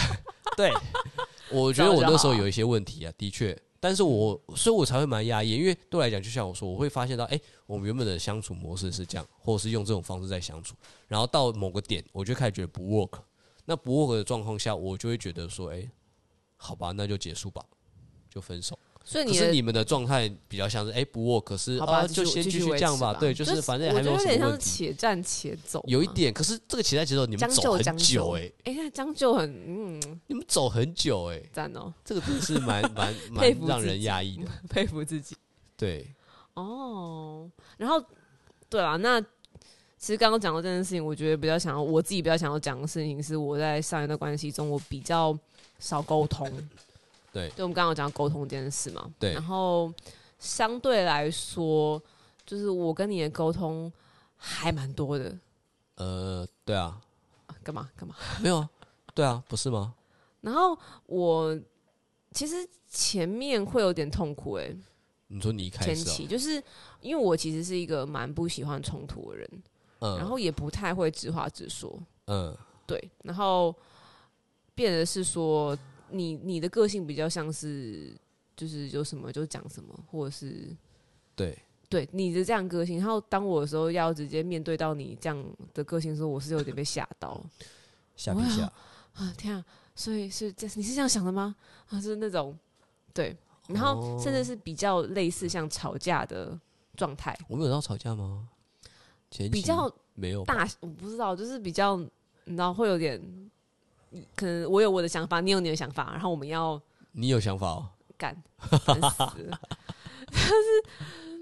[SPEAKER 1] 对，我觉得
[SPEAKER 2] 这样
[SPEAKER 1] 我
[SPEAKER 2] 就
[SPEAKER 1] 那时候
[SPEAKER 2] 好
[SPEAKER 1] 有一些问题啊，的确。但是我，所以我才会蛮压抑，因为对我来讲，就像我说，我会发现到，哎、我们原本的相处模式是这样，或者是用这种方式在相处，然后到某个点，我就开始觉得不 work。那不 work 的状况下，我就会觉得说，哎、好吧，那就结束吧，就分手。
[SPEAKER 2] 所以
[SPEAKER 1] 可
[SPEAKER 2] 你
[SPEAKER 1] 是
[SPEAKER 2] 的
[SPEAKER 1] 你们的状态比较像是，哎、不 work，可是
[SPEAKER 2] 好吧，
[SPEAKER 1] 啊，就先
[SPEAKER 2] 继
[SPEAKER 1] 继续
[SPEAKER 2] 续维
[SPEAKER 1] 这
[SPEAKER 2] 持
[SPEAKER 1] 样吧，对，就
[SPEAKER 2] 就是
[SPEAKER 1] 反正也
[SPEAKER 2] 我
[SPEAKER 1] 还
[SPEAKER 2] 觉
[SPEAKER 1] 没
[SPEAKER 2] 得有
[SPEAKER 1] 什
[SPEAKER 2] 点
[SPEAKER 1] 么
[SPEAKER 2] 像
[SPEAKER 1] 问
[SPEAKER 2] 是
[SPEAKER 1] 题。
[SPEAKER 2] 且战且走嘛，
[SPEAKER 1] 有一点，可是这个期待节奏你们
[SPEAKER 2] 将
[SPEAKER 1] 走
[SPEAKER 2] 就
[SPEAKER 1] 很
[SPEAKER 2] 将
[SPEAKER 1] 久
[SPEAKER 2] 就
[SPEAKER 1] 哎、
[SPEAKER 2] 哎呀，将就很嗯
[SPEAKER 1] 你们走很久哎、
[SPEAKER 2] 赞 哦，
[SPEAKER 1] 这个真的是 蛮蛮
[SPEAKER 2] 佩
[SPEAKER 1] 蛮
[SPEAKER 2] 服
[SPEAKER 1] 让
[SPEAKER 2] 自
[SPEAKER 1] 人
[SPEAKER 2] 己
[SPEAKER 1] 压 抑的。
[SPEAKER 2] 佩服自己
[SPEAKER 1] 对，
[SPEAKER 2] 哦。然后对啦，那其实刚刚讲到这件事情，我觉得比较想要我自己比较想要讲的事情是，我在上一段关系中我比较少沟通。
[SPEAKER 1] 对
[SPEAKER 2] 就我们刚刚有讲到沟通这件事嘛，
[SPEAKER 1] 对
[SPEAKER 2] 然后相对来说，就是我跟你的沟通还蛮多的，
[SPEAKER 1] 呃，对啊，
[SPEAKER 2] 啊干嘛干嘛。
[SPEAKER 1] 没有啊，对啊，不是吗？
[SPEAKER 2] 然后我其实前面会有点痛苦、欸，
[SPEAKER 1] 你说你一
[SPEAKER 2] 前
[SPEAKER 1] 开始、哦
[SPEAKER 2] 期就是因为我其实是一个蛮不喜欢冲突的人，
[SPEAKER 1] 哦，
[SPEAKER 2] 然后也不太会直话直说，
[SPEAKER 1] 嗯嗯，
[SPEAKER 2] 对，然后变得是说你你的个性比较像是就是有什么就讲什么，或者是
[SPEAKER 1] 对，
[SPEAKER 2] 对你的这样个性，然后当我的时候要直接面对到你这样的个性的时候，我是有点被吓到。
[SPEAKER 1] 下
[SPEAKER 2] 我
[SPEAKER 1] 比
[SPEAKER 2] 有
[SPEAKER 1] 下，
[SPEAKER 2] 啊，天啊！所以是这你是这样想的吗？啊，是那种对，哦然后甚至是比较类似像吵架的状态，
[SPEAKER 1] 我们有到吵架吗？前
[SPEAKER 2] 比
[SPEAKER 1] 期
[SPEAKER 2] 较
[SPEAKER 1] 没有吧，
[SPEAKER 2] 大，我不知道，就是比较，你知道会有点，可能我有我的想法，你有你的想法，然后我们要
[SPEAKER 1] 你有想法哦？
[SPEAKER 2] 干，烦死了就是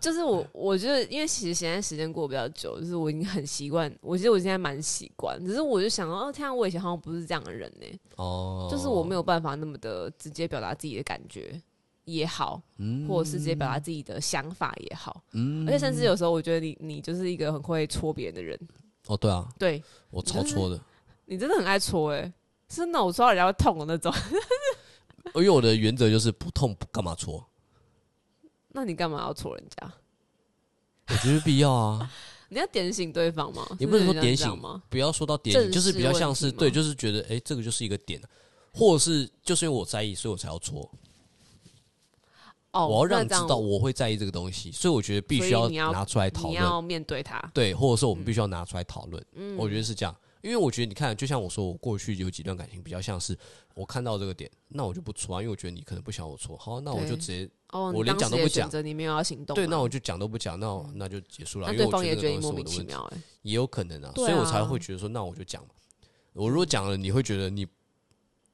[SPEAKER 2] 就是我，我觉得，因为其实现在时间过得比较久，就是我已经很习惯，我觉得我现在蛮习惯，只是我就想到，哦，天啊，我以前好像不是这样的人呢、
[SPEAKER 1] 哦，
[SPEAKER 2] 就是我没有办法那么的直接表达自己的感觉也好，
[SPEAKER 1] 嗯，
[SPEAKER 2] 或者是直接表达自己的想法也好，
[SPEAKER 1] 嗯
[SPEAKER 2] 而且甚至有时候我觉得你你就是一个很会戳别人的人，
[SPEAKER 1] 哦，对啊，
[SPEAKER 2] 对
[SPEAKER 1] 我超
[SPEAKER 2] 就是
[SPEAKER 1] 错的，
[SPEAKER 2] 你真的很爱戳哎、是那种戳到人家会痛的那种。
[SPEAKER 1] 因为我的原则就是不痛不干嘛错，
[SPEAKER 2] 那你干嘛要戳人家？
[SPEAKER 1] 我觉得必要啊。
[SPEAKER 2] 你要点醒对方吗？
[SPEAKER 1] 也不能
[SPEAKER 2] 是
[SPEAKER 1] 说
[SPEAKER 2] 人家
[SPEAKER 1] 点
[SPEAKER 2] 这样
[SPEAKER 1] 醒
[SPEAKER 2] 吗？？
[SPEAKER 1] 不要说到点
[SPEAKER 2] 正
[SPEAKER 1] 醒，就是
[SPEAKER 2] 视
[SPEAKER 1] 比较
[SPEAKER 2] 问
[SPEAKER 1] 像
[SPEAKER 2] 题
[SPEAKER 1] 是
[SPEAKER 2] 吗
[SPEAKER 1] 对，就是觉得哎、诶这个就是一个点，啊或者是就是因为我在意，所以我才要戳，
[SPEAKER 2] 哦，
[SPEAKER 1] 我要让
[SPEAKER 2] 那
[SPEAKER 1] 你
[SPEAKER 2] 这
[SPEAKER 1] 知
[SPEAKER 2] 样
[SPEAKER 1] 道我会在意这个东西，所以我觉得必
[SPEAKER 2] 所
[SPEAKER 1] 须
[SPEAKER 2] 以你要
[SPEAKER 1] 拿出来讨
[SPEAKER 2] 你
[SPEAKER 1] 论，
[SPEAKER 2] 要面对他。
[SPEAKER 1] 对，或者是我们必须要拿出来讨论。
[SPEAKER 2] 嗯，
[SPEAKER 1] 我觉得是这样，因为我觉得你看，就像我说，我过去有几段感情比较像是我看到这个点，那我就不戳啊，因为我觉得你可能不想我戳，好，那我就
[SPEAKER 2] 对
[SPEAKER 1] 直接
[SPEAKER 2] 哦，
[SPEAKER 1] 我连讲都不讲
[SPEAKER 2] 选择你没有要行动嘛，
[SPEAKER 1] 对，那我就讲都不讲，那我那就结束了，
[SPEAKER 2] 那
[SPEAKER 1] 因为
[SPEAKER 2] 对
[SPEAKER 1] 我
[SPEAKER 2] 方
[SPEAKER 1] 觉
[SPEAKER 2] 也
[SPEAKER 1] 得
[SPEAKER 2] 觉得
[SPEAKER 1] 这
[SPEAKER 2] 你
[SPEAKER 1] 个
[SPEAKER 2] 莫
[SPEAKER 1] 东西是我
[SPEAKER 2] 名
[SPEAKER 1] 的
[SPEAKER 2] 其
[SPEAKER 1] 问题。
[SPEAKER 2] 妙哎、
[SPEAKER 1] 也有可能啊，
[SPEAKER 2] 对啊
[SPEAKER 1] 所以我才会觉得说，那我就讲嘛。我如果讲了，你会觉得你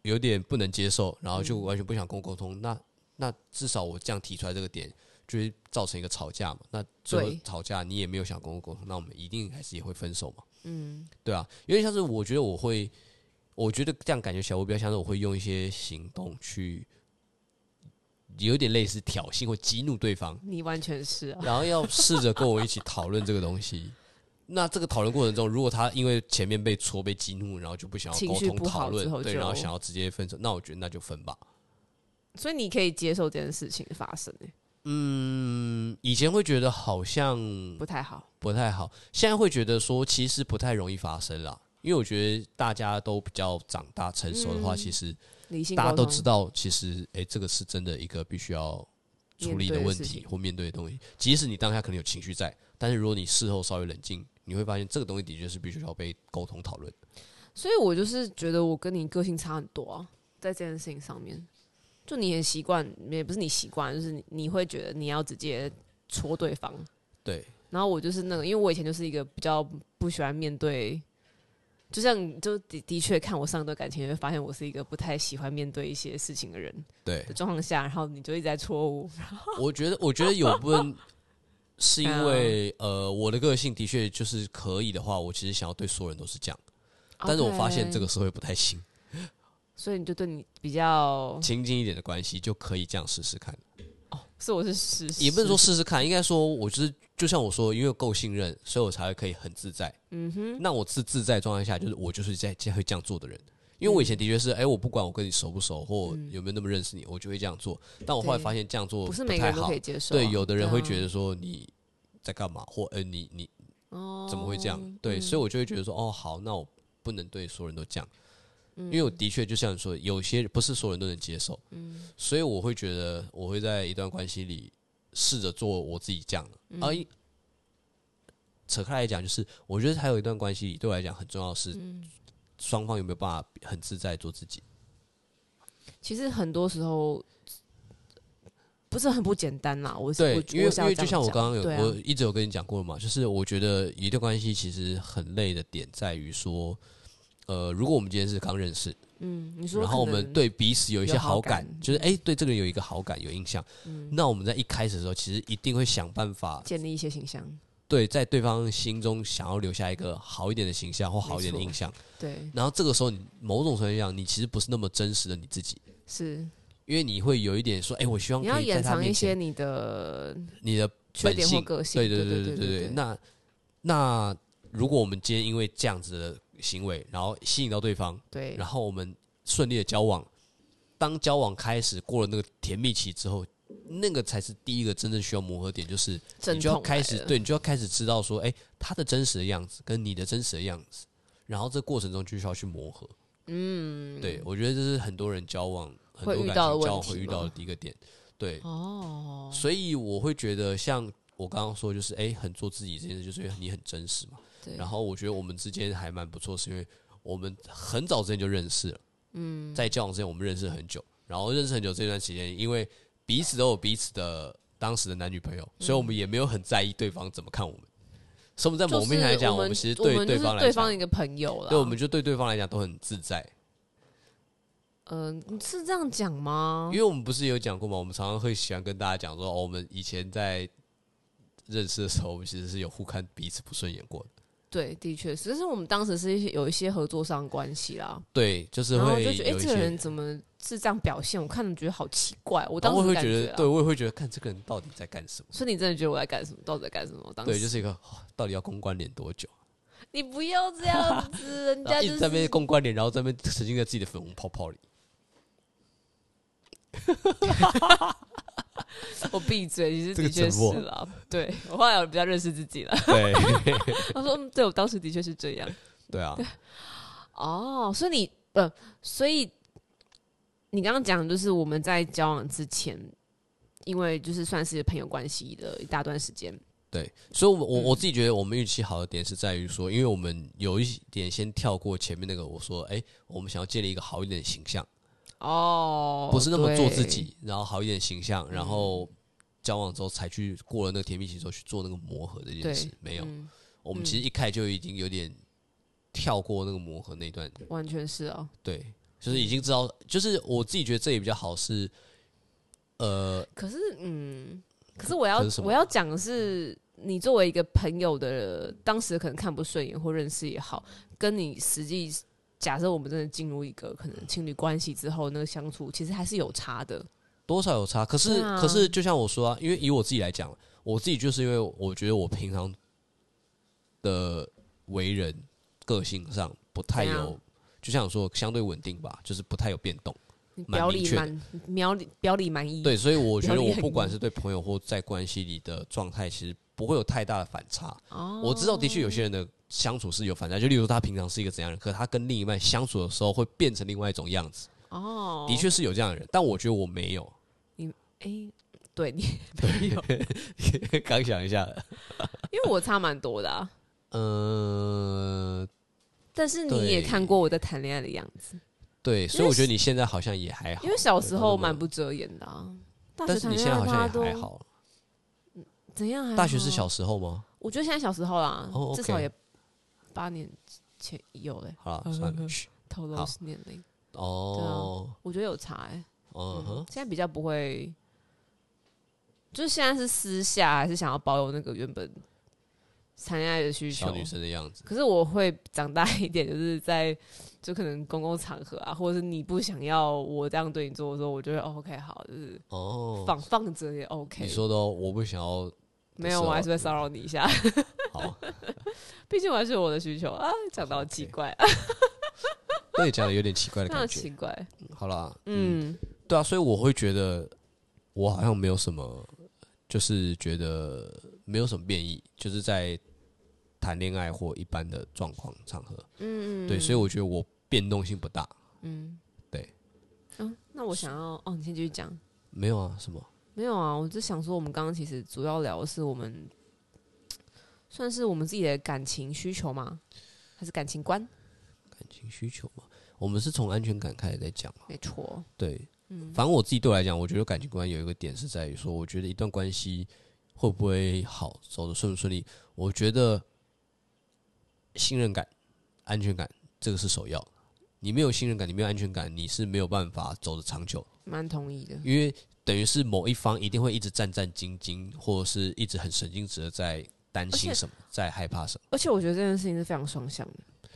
[SPEAKER 1] 有点不能接受，然后就完全不想跟我沟通，那那至少我这样提出来这个点，就会造成一个吵架嘛。那最后
[SPEAKER 2] 对
[SPEAKER 1] 吵架你也没有想跟我沟通，那我们一定还是也会分手嘛，
[SPEAKER 2] 嗯，
[SPEAKER 1] 对啊。有点像是我觉得我会，我觉得这样感觉起来，我比较像是我会用一些行动去，有点类似挑衅或激怒对方，
[SPEAKER 2] 你完全是 啊，
[SPEAKER 1] 然后要试着跟我一起讨论这个东西。 那这个讨论过程中，如果他因为前面被戳、被激怒，然后就不想要
[SPEAKER 2] 情
[SPEAKER 1] 沟
[SPEAKER 2] 绪
[SPEAKER 1] 通
[SPEAKER 2] 不好
[SPEAKER 1] 讨论
[SPEAKER 2] 之后，
[SPEAKER 1] 对，
[SPEAKER 2] 就
[SPEAKER 1] 然后想要直接分手，那我觉得那就分吧。
[SPEAKER 2] 所以你可以接受这件事情的发生哎、
[SPEAKER 1] 嗯，以前会觉得好像
[SPEAKER 2] 不太好。
[SPEAKER 1] 不太好，现在会觉得说其实不太容易发生啦。因为我觉得大家都比较长大成熟的话，
[SPEAKER 2] 嗯
[SPEAKER 1] 其实
[SPEAKER 2] 理性
[SPEAKER 1] 大家都知
[SPEAKER 2] 道，
[SPEAKER 1] 道，其实诶、这个是真的一个必须要处理的问
[SPEAKER 2] 面对的事
[SPEAKER 1] 题
[SPEAKER 2] 情
[SPEAKER 1] 或面对的东西。即使你当下可能有情绪在，但是如果你事后稍微冷静，你会发现这个东西的确是必须要被沟通讨论。
[SPEAKER 2] 所以我就是觉得我跟你个性差很多啊，在这件事情上面，就你很习惯，也不是你习惯，就是你你会觉得你要直接戳对方，
[SPEAKER 1] 对，
[SPEAKER 2] 然后我就是那个，因为我以前就是一个比较不喜欢面对，就像就的的确看我上一段感情，你会发现我是一个不太喜欢面对一些事情的人
[SPEAKER 1] 对
[SPEAKER 2] 的，状况下，然后你就一直在戳我，
[SPEAKER 1] 我觉得，我觉得有部 分是因
[SPEAKER 2] 嗯
[SPEAKER 1] 为呃，我的个性的确就是可以的话，我其实想要对所有人都是这样，
[SPEAKER 2] 哦
[SPEAKER 1] 但是我发现这
[SPEAKER 2] OK，
[SPEAKER 1] 个社会不太 行，
[SPEAKER 2] 所以你就对你比较哦
[SPEAKER 1] 亲近一点的关系就可以这样试试看。
[SPEAKER 2] 是我是实，
[SPEAKER 1] 也不是说试试看，应该说我就是就像我说，因为够信任，所以我才会可以很自在。
[SPEAKER 2] 嗯哼，
[SPEAKER 1] 那我自自在状态下，就是我就是在会这样做的人。因为我以前的确是，哎、我不管我跟你熟不熟，或有没有那么认识你，我就会这样做。但我后来
[SPEAKER 2] 嗯对
[SPEAKER 1] 发现这样做
[SPEAKER 2] 不是每个
[SPEAKER 1] 太
[SPEAKER 2] 人都
[SPEAKER 1] 好
[SPEAKER 2] 可以。接受啊、
[SPEAKER 1] 对，有的人会
[SPEAKER 2] 得
[SPEAKER 1] 觉得说你在干嘛，或呃，你你
[SPEAKER 2] 哦，嗯
[SPEAKER 1] 怎么会这样？对，所以我就会觉得说，哦，好，那我不能对所有人都这样，
[SPEAKER 2] 嗯
[SPEAKER 1] 因为我的确就像你说，有些不是所有人都能接受，
[SPEAKER 2] 嗯
[SPEAKER 1] 所以我会觉得我会在一段关系里试着做我自己这样的，
[SPEAKER 2] 嗯
[SPEAKER 1] 而、一扯开来讲，就是我觉得还有一段关系里对我来讲很重要的是，
[SPEAKER 2] 嗯
[SPEAKER 1] 双方有没有办法很自在地做自己。
[SPEAKER 2] 其实很多时候呃不是很不简单啦。我是
[SPEAKER 1] 对
[SPEAKER 2] 我，
[SPEAKER 1] 因为
[SPEAKER 2] 我
[SPEAKER 1] 因
[SPEAKER 2] 想要
[SPEAKER 1] 为
[SPEAKER 2] 这
[SPEAKER 1] 就
[SPEAKER 2] 样
[SPEAKER 1] 像我
[SPEAKER 2] 讲
[SPEAKER 1] 刚刚有、
[SPEAKER 2] 对啊
[SPEAKER 1] 我一直有跟你讲过嘛，就是我觉得一段关系其实很累的点在于说，呃，如果我们今天是刚认识，
[SPEAKER 2] 嗯，你说
[SPEAKER 1] 然后我
[SPEAKER 2] 可
[SPEAKER 1] 们
[SPEAKER 2] 能
[SPEAKER 1] 对彼此有一些
[SPEAKER 2] 有好
[SPEAKER 1] 好感，
[SPEAKER 2] 感嗯
[SPEAKER 1] 就是哎、诶对这个人有一个好感有印象，那我们在一开始的时候，其实一定会想办法
[SPEAKER 2] 建立一些形象，
[SPEAKER 1] 对在对方心中想要留下一个好一点的形象或好一点的
[SPEAKER 2] 没错
[SPEAKER 1] 印象，
[SPEAKER 2] 对，
[SPEAKER 1] 然后这个时候你某种程度上，你其实不是那么真实的你自己。
[SPEAKER 2] 是
[SPEAKER 1] 因为你会有一点说，哎、我希望
[SPEAKER 2] 你要
[SPEAKER 1] 可以在
[SPEAKER 2] 掩
[SPEAKER 1] 他
[SPEAKER 2] 藏
[SPEAKER 1] 面
[SPEAKER 2] 一
[SPEAKER 1] 前
[SPEAKER 2] 些你的
[SPEAKER 1] 你的
[SPEAKER 2] 缺
[SPEAKER 1] 本
[SPEAKER 2] 点或
[SPEAKER 1] 性
[SPEAKER 2] 个性，
[SPEAKER 1] 对
[SPEAKER 2] 对
[SPEAKER 1] 对
[SPEAKER 2] 对
[SPEAKER 1] 对对。那那如果我们今天因为这样子的行为，然后吸引到对方，
[SPEAKER 2] 对
[SPEAKER 1] 然后我们顺利的交往，当交往开始过了那个甜蜜期之后，那个才是第一个真正需要磨合点，就是
[SPEAKER 2] 阵
[SPEAKER 1] 你就要
[SPEAKER 2] 痛
[SPEAKER 1] 开
[SPEAKER 2] 来
[SPEAKER 1] 始
[SPEAKER 2] 了
[SPEAKER 1] 对，你就要开始知道说，哎、他的真实的样子跟你的真实的样子，然后这过程中就需要去磨合。嗯，对，我觉得这是很多人交往很多
[SPEAKER 2] 会遇
[SPEAKER 1] 感情
[SPEAKER 2] 到的问
[SPEAKER 1] 交往会
[SPEAKER 2] 题
[SPEAKER 1] 遇到的
[SPEAKER 2] 吗
[SPEAKER 1] 第一个点。对，
[SPEAKER 2] 哦，
[SPEAKER 1] 所以我会觉得，像我刚刚说，就是哎、诶很做自己这件事，就是因为你很真实嘛。
[SPEAKER 2] 对，
[SPEAKER 1] 然后我觉得我们之间还蛮不错，是因为我们很早之前就认识了，嗯，在交往之前我们认识很久，然后认识很久这段期间，因为彼此都有彼此的当时的男女朋友，
[SPEAKER 2] 嗯
[SPEAKER 1] 所以我们也没有很在意对方怎么看我们。所以我们在
[SPEAKER 2] 就
[SPEAKER 1] 某
[SPEAKER 2] 是
[SPEAKER 1] 面来讲，
[SPEAKER 2] 我
[SPEAKER 1] 我
[SPEAKER 2] 们
[SPEAKER 1] 其实
[SPEAKER 2] 我
[SPEAKER 1] 对
[SPEAKER 2] 们就是
[SPEAKER 1] 方来
[SPEAKER 2] 对方一
[SPEAKER 1] 讲，
[SPEAKER 2] 个朋友啦。
[SPEAKER 1] 对我们就对对方来讲都很自在，
[SPEAKER 2] 嗯、是这样讲吗
[SPEAKER 1] 因？为我们不是有讲过嘛，我们常常会喜欢跟大家讲说，哦，我们以前在认识的时候，我们其实是有互看彼此不顺眼过的。
[SPEAKER 2] 对，的确是，但是我们当时是有一些合作上的关系啦，
[SPEAKER 1] 对，就是
[SPEAKER 2] 然后
[SPEAKER 1] 会
[SPEAKER 2] 就觉得哎、
[SPEAKER 1] 有一
[SPEAKER 2] 这个
[SPEAKER 1] 些，
[SPEAKER 2] 人怎么是这样表现？我看了觉得好奇怪，我
[SPEAKER 1] 然
[SPEAKER 2] 当
[SPEAKER 1] 后我
[SPEAKER 2] 时
[SPEAKER 1] 会
[SPEAKER 2] 感
[SPEAKER 1] 觉得，
[SPEAKER 2] 啊
[SPEAKER 1] 对，我也会觉得，看这个人到底在干什么？
[SPEAKER 2] 所以你真的觉得我在干什么？到底在干什么？当时
[SPEAKER 1] 对，就是一个、哦到底要公关脸多久？
[SPEAKER 2] 你不要这样 子，
[SPEAKER 1] 然
[SPEAKER 2] 人家
[SPEAKER 1] 后一
[SPEAKER 2] 就
[SPEAKER 1] 直在那边
[SPEAKER 2] 是
[SPEAKER 1] 公关脸，然后在那边沉浸在自己的粉红泡泡 里。
[SPEAKER 2] 我闭嘴，其实
[SPEAKER 1] 这个
[SPEAKER 2] 的确
[SPEAKER 1] 沉
[SPEAKER 2] 是
[SPEAKER 1] 默
[SPEAKER 2] 啦。对我后来有比较认识自己了，
[SPEAKER 1] 对， 啊
[SPEAKER 2] 他说嗯，对我当时的确是这样。
[SPEAKER 1] 对啊，
[SPEAKER 2] 哦，所以你呃，所以你刚刚讲的就是我们在交往之前，因为就是算是朋友关系的一大段时间，
[SPEAKER 1] 对，所以我，
[SPEAKER 2] 嗯
[SPEAKER 1] 我我自己觉得我们运气好的点是在于说，因为我们有一点先跳过前面那个，我说，哎、我们想要建立一个好一点的形象。
[SPEAKER 2] 哦，
[SPEAKER 1] 不是那么做自
[SPEAKER 2] 对，嗯
[SPEAKER 1] 己，然后好一点形象，然后交往之后才去过了那个甜蜜期之后去做那个磨合的这件
[SPEAKER 2] 对
[SPEAKER 1] 事，没有。
[SPEAKER 2] 嗯
[SPEAKER 1] 我们其实一开始就已经有点跳过那个磨合那一段，
[SPEAKER 2] 完全是哦，
[SPEAKER 1] 对，就是已经知道，就是我自己觉得这也比较好是，呃，
[SPEAKER 2] 可是嗯，可是我要
[SPEAKER 1] 可是什么
[SPEAKER 2] 我要讲的是，你作为一个朋友的，当时可能看不顺眼或认识也好，跟你实际假设我们真的进入一个可能情侣关系之后，那个相处其实还是有差的，
[SPEAKER 1] 多少有差。可是、
[SPEAKER 2] 对啊
[SPEAKER 1] 可是就像我说啊，因为以我自己来讲，我自己就是因为我觉得我平常的为人个性上不太
[SPEAKER 2] 怎样
[SPEAKER 1] 有，就像我说相对稳定吧，就是不太有变动。
[SPEAKER 2] 你
[SPEAKER 1] 蛮
[SPEAKER 2] 表
[SPEAKER 1] 明
[SPEAKER 2] 里
[SPEAKER 1] 确的
[SPEAKER 2] 蛮表里表里蛮一，
[SPEAKER 1] 对，所以我觉得
[SPEAKER 2] 表里
[SPEAKER 1] 我
[SPEAKER 2] 很
[SPEAKER 1] 不管
[SPEAKER 2] 硬
[SPEAKER 1] 是对朋友或在关系里的状态，其实不会有太大的反差。
[SPEAKER 2] 哦，
[SPEAKER 1] 我知道的确有些人的相处是有反差，就例如说他平常是一个怎样的人，可他跟另一半相处的时候会变成另外一种样子，
[SPEAKER 2] 哦，
[SPEAKER 1] 的确是有这样的人，但我觉得我没有。
[SPEAKER 2] 哎、对你，
[SPEAKER 1] 刚想一下，
[SPEAKER 2] 因为我差蛮多的、啊，
[SPEAKER 1] 呃，
[SPEAKER 2] 但是你
[SPEAKER 1] 对
[SPEAKER 2] 也看过我在谈恋爱的样子，
[SPEAKER 1] 对，所以我觉得你现在好像也还好
[SPEAKER 2] 因，为小时候蛮不遮掩的啊。大
[SPEAKER 1] 但是
[SPEAKER 2] 学谈
[SPEAKER 1] 你现
[SPEAKER 2] 恋
[SPEAKER 1] 在好
[SPEAKER 2] 爱大
[SPEAKER 1] 像
[SPEAKER 2] 家都嗯
[SPEAKER 1] 也还，好。
[SPEAKER 2] 怎样还好啊
[SPEAKER 1] 大学是小，时候吗？
[SPEAKER 2] 我觉得现在小时候啦，
[SPEAKER 1] 哦，OK
[SPEAKER 2] 至少也八年前有嘞、
[SPEAKER 1] 好了，算
[SPEAKER 2] 嗯
[SPEAKER 1] 了。嘘
[SPEAKER 2] 透露
[SPEAKER 1] 好
[SPEAKER 2] 年龄，
[SPEAKER 1] 哦，
[SPEAKER 2] 我觉得有差哎、
[SPEAKER 1] 嗯哼，
[SPEAKER 2] 现在比较不会，就是现在是私下还是想要保有那个原本谈恋爱的需求
[SPEAKER 1] 小。女生的样子。
[SPEAKER 2] 可是我会长大一点，就是在就可能公共场合啊，或者是你不想要我这样对你做的时候，我就会、哦、OK 好，就是
[SPEAKER 1] 哦，
[SPEAKER 2] 放放着也 OK。
[SPEAKER 1] 你说的哦，我不想要
[SPEAKER 2] 没有，我还是会骚扰你一 下，
[SPEAKER 1] 好，
[SPEAKER 2] 毕竟我还是有我的需求啊。讲到
[SPEAKER 1] OK
[SPEAKER 2] 奇怪，
[SPEAKER 1] 那你讲的有点奇怪的
[SPEAKER 2] 非常
[SPEAKER 1] 感觉。
[SPEAKER 2] 奇怪。
[SPEAKER 1] 好啦，嗯，
[SPEAKER 2] 嗯，
[SPEAKER 1] 对啊，所以我会觉得我好像没有什么，就是觉得没有什么变异，就是在谈恋爱或一般的状况场合，嗯，对，所以我觉得我变动性不大。
[SPEAKER 2] 嗯，那我想要哦，你先继续讲。
[SPEAKER 1] 没有啊，什么？
[SPEAKER 2] 没有啊，我就想说，我们刚刚其实主要聊的是我们算是我们自己的感情需求吗？还是感情观？
[SPEAKER 1] 感情需求嘛，我们是从安全感开始在讲嘛。
[SPEAKER 2] 没错，
[SPEAKER 1] 对，
[SPEAKER 2] 嗯
[SPEAKER 1] 反正我自己对我来讲，我觉得感情观有一个点是在于说，我觉得一段关系会不会好，走的顺不顺利，我觉得信任感、安全感这个是首要的。你没有信任感，你没有安全感，你是没有办法走得长久，
[SPEAKER 2] 蛮同意的。
[SPEAKER 1] 因为等于是某一方一定会一直战战兢兢，或者是一直很神经质的在担
[SPEAKER 2] 而且
[SPEAKER 1] 心什么，在害怕什么。
[SPEAKER 2] 而且我觉得这件事情是非常双向的。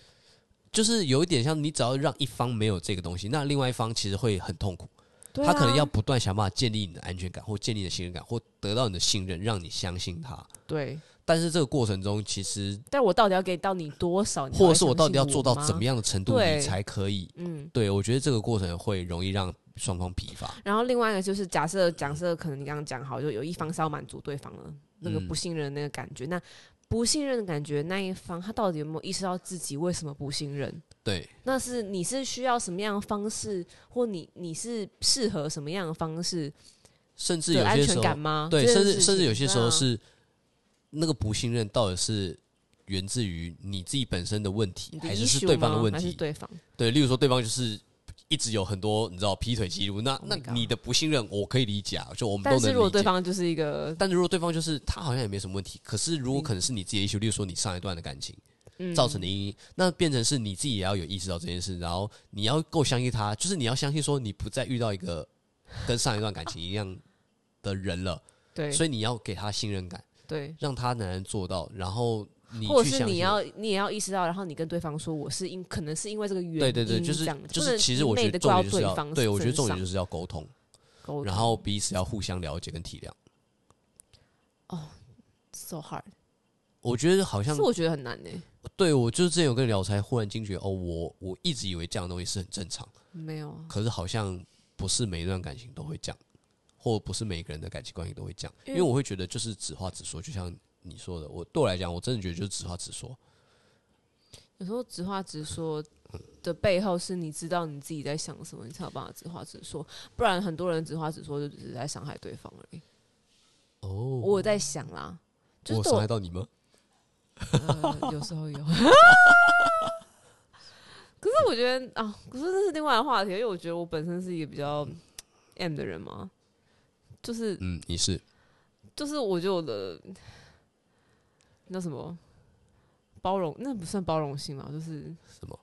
[SPEAKER 1] 就是有一点像，你只要让一方没有这个东西，那另外一方其实会很痛苦。
[SPEAKER 2] 对啊
[SPEAKER 1] 他可能要不断想办法建立你的安全感，或建立你的信任感，或得到你的信任，让你相信他。
[SPEAKER 2] 对，
[SPEAKER 1] 但是这个过程中，其实
[SPEAKER 2] 但我到底要给到你多少？
[SPEAKER 1] 或者是我到底要做到怎么
[SPEAKER 2] 样？
[SPEAKER 1] 样的程度，
[SPEAKER 2] 对
[SPEAKER 1] 你才可以？
[SPEAKER 2] 嗯。
[SPEAKER 1] 对我觉得这个过程会容易让双方疲乏。
[SPEAKER 2] 然后另外一个就是假设，假设可能你刚刚讲好，就有一方是要满足对方的那个
[SPEAKER 1] 嗯
[SPEAKER 2] 不信任的那个感觉，那不信任的感觉那一方，他到底有没有意识到自己为什么不信任？
[SPEAKER 1] 对，
[SPEAKER 2] 那是你是需要什么样的方式，或你你是适合什么样的方式
[SPEAKER 1] 甚至
[SPEAKER 2] 的
[SPEAKER 1] 有
[SPEAKER 2] 安
[SPEAKER 1] 些
[SPEAKER 2] 全
[SPEAKER 1] 时
[SPEAKER 2] 感
[SPEAKER 1] 候，
[SPEAKER 2] 吗？
[SPEAKER 1] 对，
[SPEAKER 2] 这件
[SPEAKER 1] 甚至
[SPEAKER 2] 事
[SPEAKER 1] 甚至
[SPEAKER 2] 情
[SPEAKER 1] 有些时候
[SPEAKER 2] 对啊
[SPEAKER 1] 是那个不信任到底是源自于你自己本身的问题
[SPEAKER 2] 你，的
[SPEAKER 1] 还是是
[SPEAKER 2] issue
[SPEAKER 1] 对方的
[SPEAKER 2] 吗
[SPEAKER 1] 问
[SPEAKER 2] 还是
[SPEAKER 1] 题？
[SPEAKER 2] 对方
[SPEAKER 1] 对，例如说对方就是一直有很多你知道劈腿记录，那
[SPEAKER 2] Oh
[SPEAKER 1] 那
[SPEAKER 2] my god
[SPEAKER 1] 你的不信任我可以理解啊，就我们都
[SPEAKER 2] 但
[SPEAKER 1] 能理
[SPEAKER 2] 是
[SPEAKER 1] 解。
[SPEAKER 2] 如果对方就是一个
[SPEAKER 1] 但如果对方就是他好像也没什么问题，可是如果可能是你自己的 issue，例如说你上一段的感情
[SPEAKER 2] 嗯
[SPEAKER 1] 造成的阴影，那变成是你自己也要有意识到这件事，然后你要够相信他，就是你要相信说你不再遇到一个跟上一段感情一样的人了，
[SPEAKER 2] 对
[SPEAKER 1] 所以你要给他信任感，
[SPEAKER 2] 对，
[SPEAKER 1] 让他能做到，然后你
[SPEAKER 2] 或
[SPEAKER 1] 去
[SPEAKER 2] 者是
[SPEAKER 1] 相
[SPEAKER 2] 你
[SPEAKER 1] 信。
[SPEAKER 2] 要你也要意识到，然后你跟对方说我是因可能是因为这个原因这
[SPEAKER 1] 对
[SPEAKER 2] 样，
[SPEAKER 1] 对对，就是就
[SPEAKER 2] 不
[SPEAKER 1] 是，
[SPEAKER 2] 能
[SPEAKER 1] 其实
[SPEAKER 2] 一
[SPEAKER 1] 我
[SPEAKER 2] 昧
[SPEAKER 1] 觉
[SPEAKER 2] 地
[SPEAKER 1] 得
[SPEAKER 2] 怪
[SPEAKER 1] 重点
[SPEAKER 2] 到
[SPEAKER 1] 就是
[SPEAKER 2] 对
[SPEAKER 1] 要
[SPEAKER 2] 方，
[SPEAKER 1] 对我觉得重点就是是要沟通，然后彼此要互相了解跟体谅。
[SPEAKER 2] so hard，
[SPEAKER 1] 我觉得好像
[SPEAKER 2] 是我觉得很难呢、
[SPEAKER 1] 对我就是之前有跟你聊，我才忽然惊觉哦，我我一直以为这样的东西是很正常，
[SPEAKER 2] 没有啊，
[SPEAKER 1] 可是好像不是每一段感情都会这样，或不是每一个人的感情关系都会这样，
[SPEAKER 2] 因
[SPEAKER 1] 因
[SPEAKER 2] 为
[SPEAKER 1] 为我会觉得就是直话直说，就像你说的，我对我来讲，我真的觉得就是直话直说，
[SPEAKER 2] 有时候直话直说的背后是你知道你自己在想什么，你才有办法直话直说，不然很多人直话直说就只是在伤害对方而已。
[SPEAKER 1] 哦，
[SPEAKER 2] 我有在想啦，就是
[SPEAKER 1] 我
[SPEAKER 2] 对
[SPEAKER 1] 伤
[SPEAKER 2] 我
[SPEAKER 1] 害到你吗？
[SPEAKER 2] 呃、 有时候有。可是我觉得啊，可是这是另外的话题，因为我觉得我本身是一个比较 M 的人嘛，就是
[SPEAKER 1] 嗯，你是
[SPEAKER 2] 就是我觉得我的那什么包容，那不算包容性嘛，就是
[SPEAKER 1] 什么？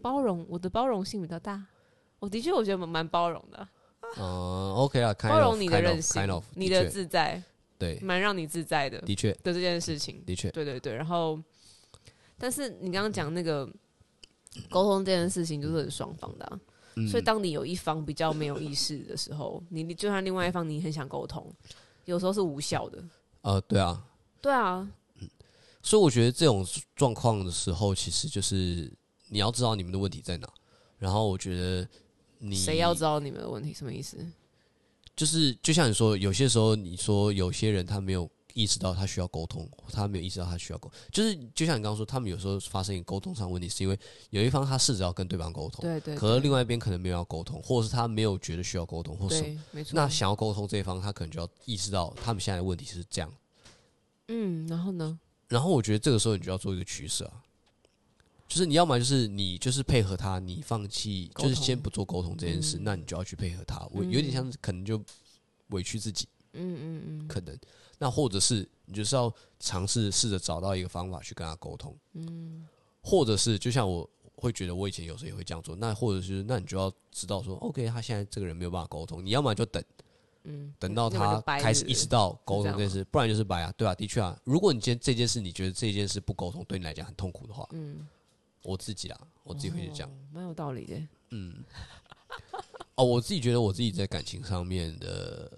[SPEAKER 2] 包容，我的包容性比较大。我的确，我觉得蛮包容的，
[SPEAKER 1] 嗯，OK 啊，
[SPEAKER 2] 包容你的任性
[SPEAKER 1] kind of，
[SPEAKER 2] 你的
[SPEAKER 1] 确
[SPEAKER 2] 自嗯在，
[SPEAKER 1] 对，
[SPEAKER 2] 蛮让你自在的的
[SPEAKER 1] 的确，
[SPEAKER 2] 这件事情。
[SPEAKER 1] 的确，
[SPEAKER 2] 对对对，然后，但是你刚刚讲那个沟通这件事情，就是很双方的啊、
[SPEAKER 1] 嗯
[SPEAKER 2] 所以当你有一方比较没有意识的时候，你就算另外一方你很想沟通，有时候是无效的。
[SPEAKER 1] 呃，对啊，
[SPEAKER 2] 对啊，
[SPEAKER 1] 所以我觉得这种状况的时候，其实就是你要知道你们的问题在哪。然后我觉得你哦
[SPEAKER 2] 谁要知道你们的问题什么意思？
[SPEAKER 1] 就是就像你说，有些时候你说有些人他没有意识到他需要沟通，他没有意识到他需要沟，就是就像你刚刚说，他们有时候发生沟通上的问题，是因为有一方他试着要跟对方沟通，
[SPEAKER 2] 对对
[SPEAKER 1] 可是
[SPEAKER 2] 对
[SPEAKER 1] 另外一边可能没有要沟通，或者是他没有觉得需要沟通或什么。
[SPEAKER 2] 对，没错。
[SPEAKER 1] 那想要沟通这一方，他可能就要意识到他们现在的问题是这样。
[SPEAKER 2] 嗯，然后呢？
[SPEAKER 1] 然后我觉得这个时候你就要做一个取舍啊，就是你要么就是你就是配合他，你放弃
[SPEAKER 2] 沟
[SPEAKER 1] 就
[SPEAKER 2] 通
[SPEAKER 1] 是先不做沟通这件事，
[SPEAKER 2] 嗯
[SPEAKER 1] 那你就要去配合他。我
[SPEAKER 2] 嗯
[SPEAKER 1] 有点像是可能就委屈自己，
[SPEAKER 2] 嗯嗯嗯，
[SPEAKER 1] 可能那或者是你就是要尝试试着找到一个方法去跟他沟通，嗯，或者是就像我会觉得我以前有时候也会这样做，那或者是那你就要知道说，OK，他现在这个人没有办法沟通，你要么就等，
[SPEAKER 2] 嗯，
[SPEAKER 1] 等到
[SPEAKER 2] 要不然
[SPEAKER 1] 他
[SPEAKER 2] 就掰
[SPEAKER 1] 开始
[SPEAKER 2] 日
[SPEAKER 1] 意识到沟
[SPEAKER 2] 这
[SPEAKER 1] 通
[SPEAKER 2] 样
[SPEAKER 1] 这件事，不然就是白啊，对啊，的确啊。如果你今天这件事，你觉得这件事不沟通对你来讲很痛苦的话，嗯，我自己啦，我自己会去讲。
[SPEAKER 2] 哦蛮有道理的。
[SPEAKER 1] 哦，我自己觉得我自己在感情上面的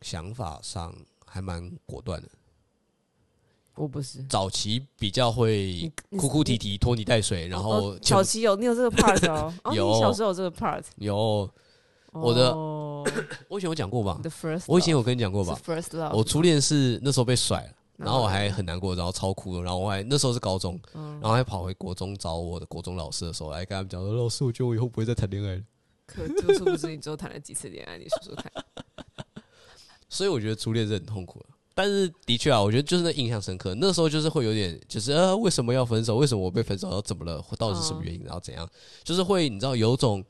[SPEAKER 1] 想法上还蛮果断的，
[SPEAKER 2] 我不是，
[SPEAKER 1] 早期比较会
[SPEAKER 2] 你
[SPEAKER 1] 哭哭啼啼、拖泥带水，然
[SPEAKER 2] 哦
[SPEAKER 1] 后
[SPEAKER 2] 哦小琪有你有这个 part 哦，哦，
[SPEAKER 1] 有
[SPEAKER 2] 你小时候有这个 part。
[SPEAKER 1] 有我的
[SPEAKER 2] 哦，
[SPEAKER 1] 我以前有讲过吧
[SPEAKER 2] the first，
[SPEAKER 1] 我以前
[SPEAKER 2] love
[SPEAKER 1] 有跟你讲过吧
[SPEAKER 2] 是，first love，
[SPEAKER 1] 我初恋是那时候被甩了，然后我还
[SPEAKER 2] 嗯
[SPEAKER 1] 很难过，然后超哭的，然后我还那时候是高中，然后还跑回国中找我的国中老师的时候，来跟他们讲说，老师，我觉得我以后不会再谈恋爱了。
[SPEAKER 2] 可就是不知你之后谈了几次恋爱，你说说 看。
[SPEAKER 1] 所以我觉得初恋是很痛苦的，但是的确啊，我觉得就是那印象深刻，那时候就是会有点，就是呃，为什么要分手？为什么我被分手？然后怎么了？到底是什么原
[SPEAKER 2] 啊
[SPEAKER 1] 因？然后怎样？就是会你知道有种。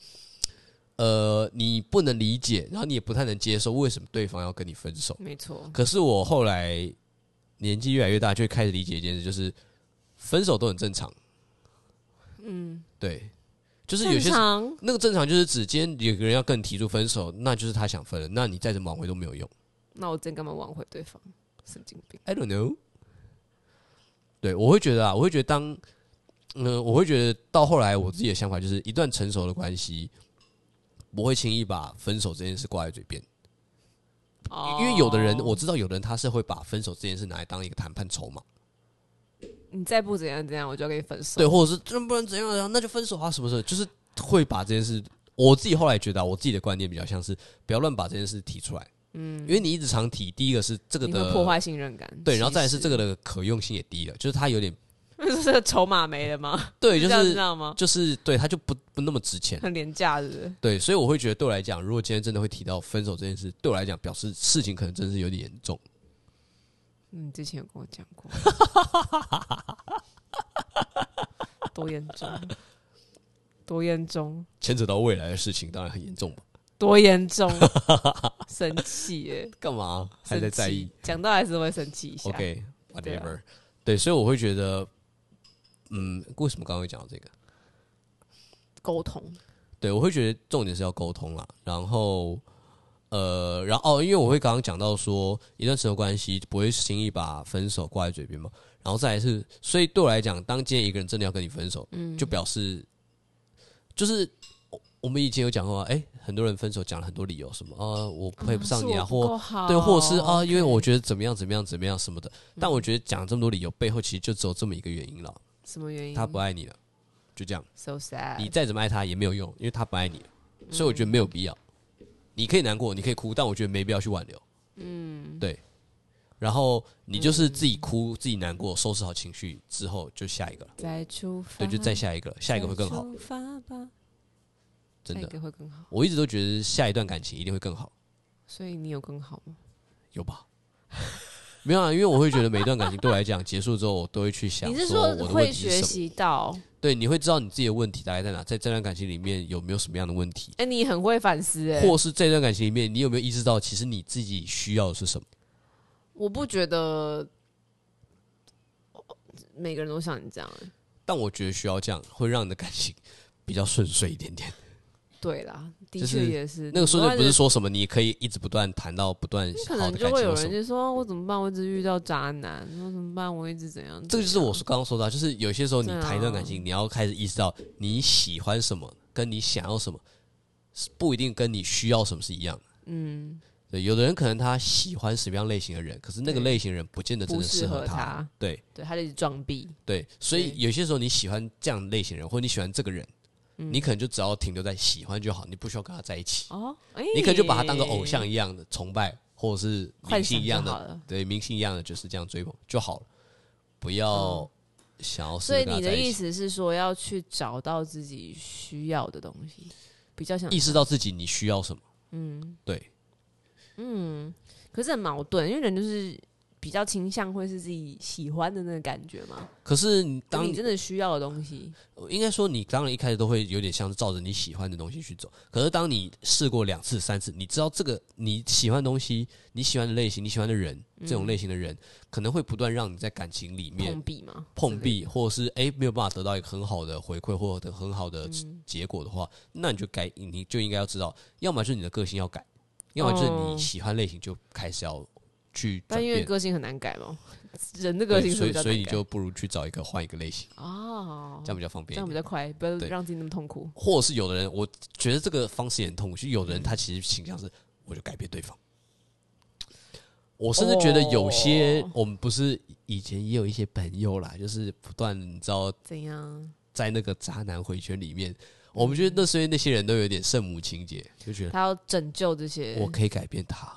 [SPEAKER 1] 呃，你不能理解，然后你也不太能接受为什么对方要跟你分手。
[SPEAKER 2] 没错，
[SPEAKER 1] 可是我后来年纪越来越大，就会开始理解一件事，就是分手都很正常。嗯，对，就是有些
[SPEAKER 2] 正常
[SPEAKER 1] 那个正常就是指今天有个人要跟你提出分手，那就是他想分了，那你再怎么挽回都没有用。
[SPEAKER 2] 那我真干嘛挽回对方？神经病！
[SPEAKER 1] I don't know。对，我会觉得啊，我会觉得当，嗯、我会觉得到后来我自己的想法就是，一段成熟的关系不会轻易把分手这件事挂在嘴边。因为有的人
[SPEAKER 2] 哦
[SPEAKER 1] 我知道，有的人他是会把分手这件事拿来当一个谈判筹码，
[SPEAKER 2] 你再不怎样怎样，我就要跟你分手。
[SPEAKER 1] 对，或者是这不然怎样怎样，那就分手啊，什么什么，就是会把这件事。我自己后来觉得、啊，我自己的观念比较像是不要乱把这件事提出来，嗯，因为你一直常提，第一个是这个
[SPEAKER 2] 你会
[SPEAKER 1] 的
[SPEAKER 2] 破坏信任感。
[SPEAKER 1] 对，然后再来是
[SPEAKER 2] 其
[SPEAKER 1] 这
[SPEAKER 2] 实
[SPEAKER 1] 个的可用性也低了，就是它有点
[SPEAKER 2] 这个筹码没了吗？
[SPEAKER 1] 对，就
[SPEAKER 2] 这样知
[SPEAKER 1] 是
[SPEAKER 2] 道吗？
[SPEAKER 1] 就是对，它就不不那么值钱，
[SPEAKER 2] 很廉价，是不是？
[SPEAKER 1] 对，所以我会觉得对我来讲，如果今天真的会提到分手这件事，对我来讲表示事情可能真是有点严重。
[SPEAKER 2] 嗯，之前有跟我讲过， 多严重，多严重，
[SPEAKER 1] 牵扯到未来的事情，当然很严重吧？
[SPEAKER 2] 多严重，生气耶！
[SPEAKER 1] 干嘛还
[SPEAKER 2] 生
[SPEAKER 1] 在
[SPEAKER 2] 气
[SPEAKER 1] 在意，
[SPEAKER 2] 讲到还是会生气一下。
[SPEAKER 1] ？OK，whatever、
[SPEAKER 2] 对啊
[SPEAKER 1] 对，所以我会觉得，嗯，为什么刚刚会讲到这个？
[SPEAKER 2] 沟通，
[SPEAKER 1] 对，我会觉得重点是要沟通啦。然后，呃，然后、哦、因为我会刚刚讲到说，一段成熟关系不会轻易把分手挂在嘴边嘛。然后再来是，所以对我来讲，当今天一个人真的要跟你分手，
[SPEAKER 2] 嗯
[SPEAKER 1] 就表示就是。我我们以前有讲过啊，哎、很多人分手讲了很多理由，什么呃，我配不上你啊，
[SPEAKER 2] 哦是我不
[SPEAKER 1] 或
[SPEAKER 2] 够好
[SPEAKER 1] 对，或者是啊，因为
[SPEAKER 2] OK 嗯
[SPEAKER 1] 我觉得怎么样怎么样怎么样什么的。但我觉得讲这么多理由背后，其实就只有这么一个原因了，
[SPEAKER 2] 什么原因？
[SPEAKER 1] 他不爱你了，就这样。
[SPEAKER 2] so sad，
[SPEAKER 1] 你再怎么爱他也没有用，因为他不爱你，
[SPEAKER 2] 嗯
[SPEAKER 1] 所以我觉得没有必要。你可以难过，你可以哭，但我觉得没必要去挽留。嗯，对。然后你就是自己哭，自己难过，收拾好情绪之后，就下一个了。
[SPEAKER 2] 再出发，
[SPEAKER 1] 对，就再下一个了，下一个会更好，
[SPEAKER 2] 啊再出发吧，
[SPEAKER 1] 真
[SPEAKER 2] 下一
[SPEAKER 1] 的。
[SPEAKER 2] 个会更好。
[SPEAKER 1] 我一直都觉得下一段感情一定会更好，
[SPEAKER 2] 所以你有更好吗？
[SPEAKER 1] 有吧？ 没有啊，因为我会觉得每一段感情对我来讲结束之后，我都会去想，
[SPEAKER 2] 你是
[SPEAKER 1] 说我的问
[SPEAKER 2] 会
[SPEAKER 1] 题是
[SPEAKER 2] 学
[SPEAKER 1] 什么？
[SPEAKER 2] 习到？
[SPEAKER 1] 对，你会知道你自己的问题大概在哪，在这段感情里面有没有什么样的问题，
[SPEAKER 2] 哎、你很会反思哎、
[SPEAKER 1] 或是这段感情里面你有没有意识到，其实你自己需要的是什么？
[SPEAKER 2] 我不觉得每个人都像你这样、欸。
[SPEAKER 1] 但我觉得需要这样，会让你的感情比较顺遂一点 点。
[SPEAKER 2] 对啦，的
[SPEAKER 1] 就是
[SPEAKER 2] 确也是。
[SPEAKER 1] 那个顺遂不是
[SPEAKER 2] 顶多
[SPEAKER 1] 说什么你可以一直不断谈到不断
[SPEAKER 2] 就是，可
[SPEAKER 1] 好
[SPEAKER 2] 能
[SPEAKER 1] 的
[SPEAKER 2] 就
[SPEAKER 1] 感
[SPEAKER 2] 会
[SPEAKER 1] 情
[SPEAKER 2] 有
[SPEAKER 1] 或什
[SPEAKER 2] 人
[SPEAKER 1] 么。
[SPEAKER 2] 就说：“我怎么办？我一直遇到渣男，我怎么办？我一直怎样？”
[SPEAKER 1] 这个就是我说刚刚说到，就是有些时候你
[SPEAKER 2] 对啊
[SPEAKER 1] 谈一段感情，你要开始意识到你喜欢什么，跟你想要什么，是不一定跟你需要什么是一样的。
[SPEAKER 2] 嗯，
[SPEAKER 1] 对，有的人可能他喜欢什么样类型的人，可是那个
[SPEAKER 2] 对
[SPEAKER 1] 类型的人不见得真
[SPEAKER 2] 不
[SPEAKER 1] 的适
[SPEAKER 2] 适合
[SPEAKER 1] 合他。
[SPEAKER 2] 他，
[SPEAKER 1] 对
[SPEAKER 2] 对他就一直装逼。
[SPEAKER 1] 对，所以
[SPEAKER 2] 对
[SPEAKER 1] 有些时候你喜欢这样类型的人，或者你喜欢这个人，
[SPEAKER 2] 嗯
[SPEAKER 1] 你可能就只要停留在喜欢就好，你不需要跟他在一起。
[SPEAKER 2] 哦，哎、
[SPEAKER 1] 你可能就把他当做偶像一样的崇拜，或者是明
[SPEAKER 2] 幻
[SPEAKER 1] 星
[SPEAKER 2] 想
[SPEAKER 1] 一样
[SPEAKER 2] 就好
[SPEAKER 1] 的，
[SPEAKER 2] 了。
[SPEAKER 1] 对明星一样的就是这样追捧就好了，不要想要试
[SPEAKER 2] 哦所
[SPEAKER 1] 着
[SPEAKER 2] 以
[SPEAKER 1] 跟他
[SPEAKER 2] 你
[SPEAKER 1] 在
[SPEAKER 2] 的
[SPEAKER 1] 一
[SPEAKER 2] 意
[SPEAKER 1] 起。
[SPEAKER 2] 思是说，要去找到自己需要的东西，比较想
[SPEAKER 1] 意识到自己你需要什么，嗯，对，
[SPEAKER 2] 可是很矛盾，因为人就是比较倾向会是自己喜欢的那个感觉嘛。
[SPEAKER 1] 可是你
[SPEAKER 2] 当
[SPEAKER 1] 当
[SPEAKER 2] 你真的需要的东西，
[SPEAKER 1] 应该说你当然一开始都会有点像是照着你喜欢的东西去走，可是当你试过两次、三次，你知道这个你喜欢的东西、你喜欢的类型、你喜欢的人，这种类型的人、可能会不断让你在感情里面
[SPEAKER 2] 碰壁嘛，
[SPEAKER 1] 碰壁，或者是诶没有办法得到一个很好的回馈或者
[SPEAKER 2] 嗯
[SPEAKER 1] 很好的结果的话，那你就该你就应该要知道，要么就是你的个性要改，要么就是
[SPEAKER 2] 哦
[SPEAKER 1] 你喜欢类型就开始要去转
[SPEAKER 2] 但因为
[SPEAKER 1] 变，
[SPEAKER 2] 个性很难改嘛， 人的个
[SPEAKER 1] 对，
[SPEAKER 2] 性是
[SPEAKER 1] 所
[SPEAKER 2] 不
[SPEAKER 1] 以
[SPEAKER 2] 是比较
[SPEAKER 1] 所以你
[SPEAKER 2] 难改
[SPEAKER 1] 就不如去找一个换一个类型，
[SPEAKER 2] 哦，
[SPEAKER 1] 这样比较方便
[SPEAKER 2] 这样
[SPEAKER 1] 一
[SPEAKER 2] 比
[SPEAKER 1] 点。
[SPEAKER 2] 较快，不要
[SPEAKER 1] 对
[SPEAKER 2] 让自己那么痛苦。
[SPEAKER 1] 或者是有的人，我觉得这个方式也很痛苦，就有的人他其实倾向
[SPEAKER 2] 嗯
[SPEAKER 1] 是我就改变对方。我甚至觉得有些、
[SPEAKER 2] 哦
[SPEAKER 1] 我们不是以前也有一些朋友啦，就是不断你知道
[SPEAKER 2] 怎样？
[SPEAKER 1] 在那个渣男回圈里面，我们觉得那些那些人都有点圣母情节，就觉得
[SPEAKER 2] 他要拯救这些，
[SPEAKER 1] 我可以改变他。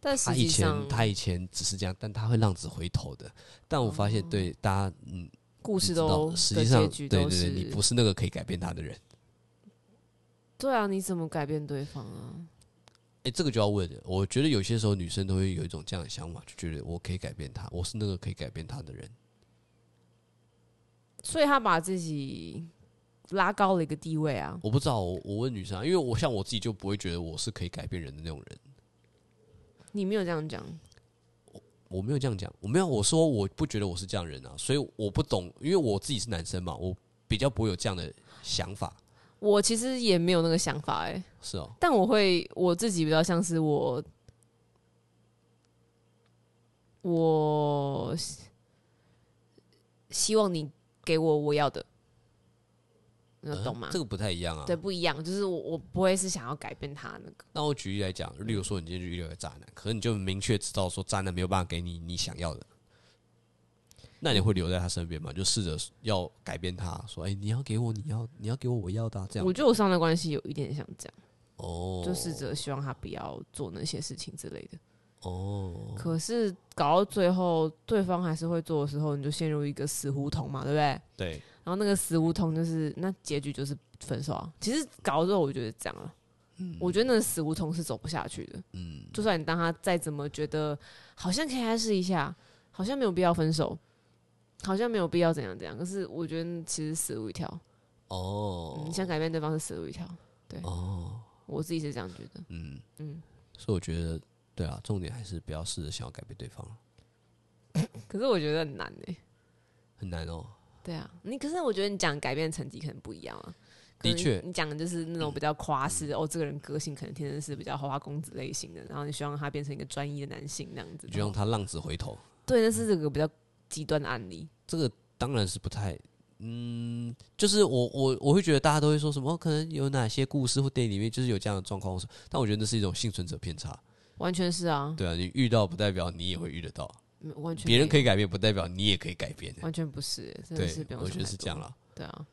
[SPEAKER 2] 但
[SPEAKER 1] 他
[SPEAKER 2] 实
[SPEAKER 1] 以
[SPEAKER 2] 际上
[SPEAKER 1] 前他以前只是这样，但他会浪子回头的。但我发现，对大家，嗯，
[SPEAKER 2] 哦故事
[SPEAKER 1] 知道
[SPEAKER 2] 都
[SPEAKER 1] 实
[SPEAKER 2] 的
[SPEAKER 1] 际上
[SPEAKER 2] 结，局
[SPEAKER 1] 对
[SPEAKER 2] 都
[SPEAKER 1] 对对，
[SPEAKER 2] 是
[SPEAKER 1] 你不是那个可以改变他的人。
[SPEAKER 2] 对啊？你怎么改变对方啊？
[SPEAKER 1] 哎、这个就要问了。我觉得有些时候女生都会有一种这样的想法，就觉得我可以改变他，我是那个可以改变他的人。
[SPEAKER 2] 所以他把自己拉高了一个地位啊。
[SPEAKER 1] 我不知道，我我问女生、啊，因为我像我自己就不会觉得我是可以改变人的那种人。
[SPEAKER 2] 你没有这样讲，
[SPEAKER 1] 我没有这样讲，我没有，我说我不觉得我是这样的人啊，所以我不懂，因为我自己是男生嘛，我比较不会有这样的想法。
[SPEAKER 2] 我其实也没有那个想法哎、
[SPEAKER 1] 是哦，
[SPEAKER 2] 但我会我自己比较像是我，我希希望你给我我要的，你
[SPEAKER 1] 嗯
[SPEAKER 2] 懂吗？
[SPEAKER 1] 这个不太一样啊。
[SPEAKER 2] 对，不一样，就是我我不会是想要改变他那个，
[SPEAKER 1] 那我举例来讲，例如说你今天遇到一个渣男，可是你就明确知道说渣男没有办法给你你想要的，那你会留在他身边吗？就试着要改变他，说：“哎、你要给我，你要你要给我我要的啊、这样。
[SPEAKER 2] 我觉得我上段关系有一点像这样，
[SPEAKER 1] 哦，
[SPEAKER 2] 就试着希望他不要做那些事情之类的。
[SPEAKER 1] 哦，
[SPEAKER 2] 可是搞到最后，对方还是会做的时候，你就陷入一个死胡同嘛，对不对？
[SPEAKER 1] 对，
[SPEAKER 2] 然后那个死胡同就是，那结局就是分手啊。其实搞到最后，我觉得这样啊，我觉得那个死胡同是走不下去的。
[SPEAKER 1] 嗯，
[SPEAKER 2] 就算你当他再怎么觉得好像可以还试一下，好像没有必要分手，好像没有必要怎样怎样，可是我觉得其实死路一条。
[SPEAKER 1] 哦，
[SPEAKER 2] 你想改变对方是死路一条，
[SPEAKER 1] 哦，
[SPEAKER 2] 我自己是这样觉得。
[SPEAKER 1] 嗯嗯
[SPEAKER 2] 嗯，
[SPEAKER 1] 所以我觉得，对啊，重点还是不要试着想要改变对方了，
[SPEAKER 2] 可是我觉得很难哎、
[SPEAKER 1] 很难哦。
[SPEAKER 2] 对啊，你可是我觉得你讲改变成绩可能不一样啊。可
[SPEAKER 1] 的
[SPEAKER 2] 能
[SPEAKER 1] 确嗯
[SPEAKER 2] 你讲的就是那种比较夸式的、哦，这个人个性可能天生是比较花花公子类型的，然后你希望他变成一个专一的男性那样子
[SPEAKER 1] 你
[SPEAKER 2] 的话。
[SPEAKER 1] 就让他浪子回头，
[SPEAKER 2] 对，那是这个比较极端的案例。
[SPEAKER 1] 这个当然是不太，嗯，就是我我我会觉得大家都会说什么，哦可能有哪些故事或电影里面就是有这样的状况，我说但我觉得那是一种幸存者偏差，
[SPEAKER 2] 完全是啊，
[SPEAKER 1] 对啊，你遇到不代表你也会遇得到，
[SPEAKER 2] 嗯完全
[SPEAKER 1] 别人可
[SPEAKER 2] 以，
[SPEAKER 1] 以改变不代表你也可以改变，
[SPEAKER 2] 完全不是、欸真的
[SPEAKER 1] 对
[SPEAKER 2] 是不，用
[SPEAKER 1] 我
[SPEAKER 2] 想
[SPEAKER 1] 觉得
[SPEAKER 2] 太
[SPEAKER 1] 是这
[SPEAKER 2] 多嗯
[SPEAKER 1] 样。啦。
[SPEAKER 2] 对啊，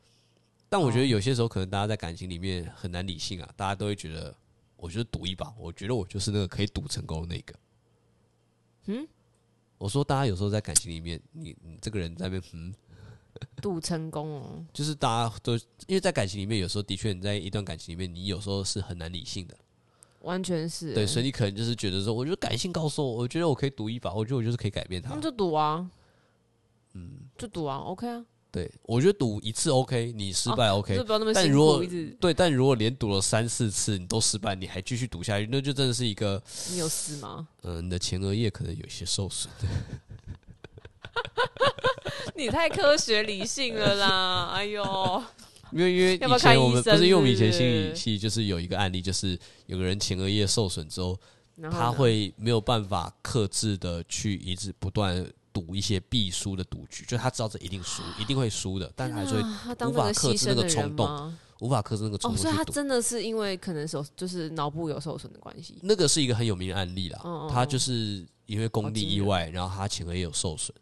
[SPEAKER 1] 但我觉得有些时候可能大家在感情里面很难理性啊，大家都会觉得，我觉得赌一把，我觉得我就是那个可以赌成功的那个。
[SPEAKER 2] 嗯，
[SPEAKER 1] 我说大家有时候在感情里面，你你这个人在那边嗯
[SPEAKER 2] 赌成功哦，
[SPEAKER 1] 就是大家都因为在感情里面，有时候的确你在一段感情里面，你有时候是很难理性的，
[SPEAKER 2] 完全是、欸
[SPEAKER 1] 对，所以你可能就是觉得说，我就感性告诉我，我觉得我可以赌一把，我觉得我就是可以改变
[SPEAKER 2] 他
[SPEAKER 1] 他
[SPEAKER 2] 们。就赌啊，嗯，就赌啊，OK 啊，
[SPEAKER 1] 对，我觉得赌一次 OK，你失败 OK，、
[SPEAKER 2] 就不要那么
[SPEAKER 1] 但
[SPEAKER 2] 辛
[SPEAKER 1] 如
[SPEAKER 2] 苦，
[SPEAKER 1] 果
[SPEAKER 2] 一直
[SPEAKER 1] 对，但如果连赌了三四次你都失败，你还继续赌下去，那就真的是一个，
[SPEAKER 2] 你有事吗？
[SPEAKER 1] 嗯、你的前额叶可能有些受损。
[SPEAKER 2] 你太科学理性了啦！哎呦，
[SPEAKER 1] 因为因为
[SPEAKER 2] 要不要
[SPEAKER 1] 以前
[SPEAKER 2] 看
[SPEAKER 1] 我
[SPEAKER 2] 医
[SPEAKER 1] 们不
[SPEAKER 2] 生
[SPEAKER 1] 是因为我们以前
[SPEAKER 2] 是
[SPEAKER 1] 心
[SPEAKER 2] 不
[SPEAKER 1] 理
[SPEAKER 2] 是
[SPEAKER 1] 系就是有一个案例，就是有个人前额叶受损之后，
[SPEAKER 2] 然后
[SPEAKER 1] 他
[SPEAKER 2] 呢
[SPEAKER 1] 会没有办法克制的去一直不断赌一些必输的赌局，就他知道这一定输，
[SPEAKER 2] 啊
[SPEAKER 1] 一定会输的，但他还是会
[SPEAKER 2] 天哪他当
[SPEAKER 1] 无法
[SPEAKER 2] 那个
[SPEAKER 1] 克
[SPEAKER 2] 牺
[SPEAKER 1] 制
[SPEAKER 2] 牲
[SPEAKER 1] 那个
[SPEAKER 2] 的人
[SPEAKER 1] 冲动
[SPEAKER 2] 吗
[SPEAKER 1] 无法克制那个冲
[SPEAKER 2] 哦，所
[SPEAKER 1] 动
[SPEAKER 2] 以
[SPEAKER 1] 去
[SPEAKER 2] 他
[SPEAKER 1] 赌。
[SPEAKER 2] 真的是因为可能手就是脑部有受损的关系，
[SPEAKER 1] 那个是一个很有名的案例啦
[SPEAKER 2] 嗯，嗯
[SPEAKER 1] 他
[SPEAKER 2] 嗯
[SPEAKER 1] 就是因为工
[SPEAKER 2] 好
[SPEAKER 1] 地
[SPEAKER 2] 惊
[SPEAKER 1] 意
[SPEAKER 2] 人
[SPEAKER 1] 外，然后他前额也有受损，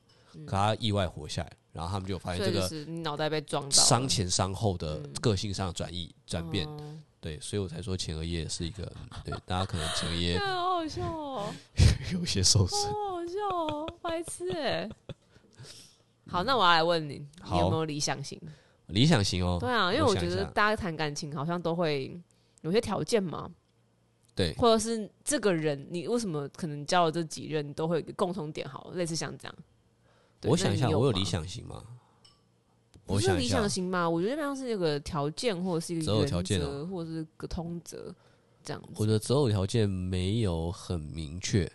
[SPEAKER 1] 可他意外活下来，然后他们就发现
[SPEAKER 2] 嗯所
[SPEAKER 1] 这
[SPEAKER 2] 以就
[SPEAKER 1] 个
[SPEAKER 2] 是你脑袋被撞到了嗯
[SPEAKER 1] 伤前伤后的个性上的转移转变，
[SPEAKER 2] 哦
[SPEAKER 1] 对，所以我才说前额叶是一个，嗯对，大家可能前额叶
[SPEAKER 2] 天啊好好笑哦，
[SPEAKER 1] 有些受
[SPEAKER 2] 好
[SPEAKER 1] 损。
[SPEAKER 2] 好笑哦，白痴哎！好，那我要来问你，你
[SPEAKER 1] 好
[SPEAKER 2] 有没有理想型？
[SPEAKER 1] 理想型哦，
[SPEAKER 2] 对啊，因为
[SPEAKER 1] 我
[SPEAKER 2] 我
[SPEAKER 1] 想
[SPEAKER 2] 觉
[SPEAKER 1] 一
[SPEAKER 2] 得
[SPEAKER 1] 下
[SPEAKER 2] 大家谈感情好像都会有些条件嘛，
[SPEAKER 1] 对，
[SPEAKER 2] 或者是这个人，你为什么可能交了这几任都会有一个共同点？好，类似像这样。对
[SPEAKER 1] 我
[SPEAKER 2] 那
[SPEAKER 1] 想一
[SPEAKER 2] 你
[SPEAKER 1] 下，
[SPEAKER 2] 有
[SPEAKER 1] 我有
[SPEAKER 2] 吗
[SPEAKER 1] 理想型吗？
[SPEAKER 2] 不
[SPEAKER 1] 我
[SPEAKER 2] 是
[SPEAKER 1] 想一
[SPEAKER 2] 理
[SPEAKER 1] 下
[SPEAKER 2] 想，型吧？我觉得那样是一个条件，或者是一
[SPEAKER 1] 择
[SPEAKER 2] 个
[SPEAKER 1] 偶
[SPEAKER 2] 原则，
[SPEAKER 1] 条件哦
[SPEAKER 2] 或者是个通则这样
[SPEAKER 1] 我
[SPEAKER 2] 子。
[SPEAKER 1] 的择偶条件没有很明确，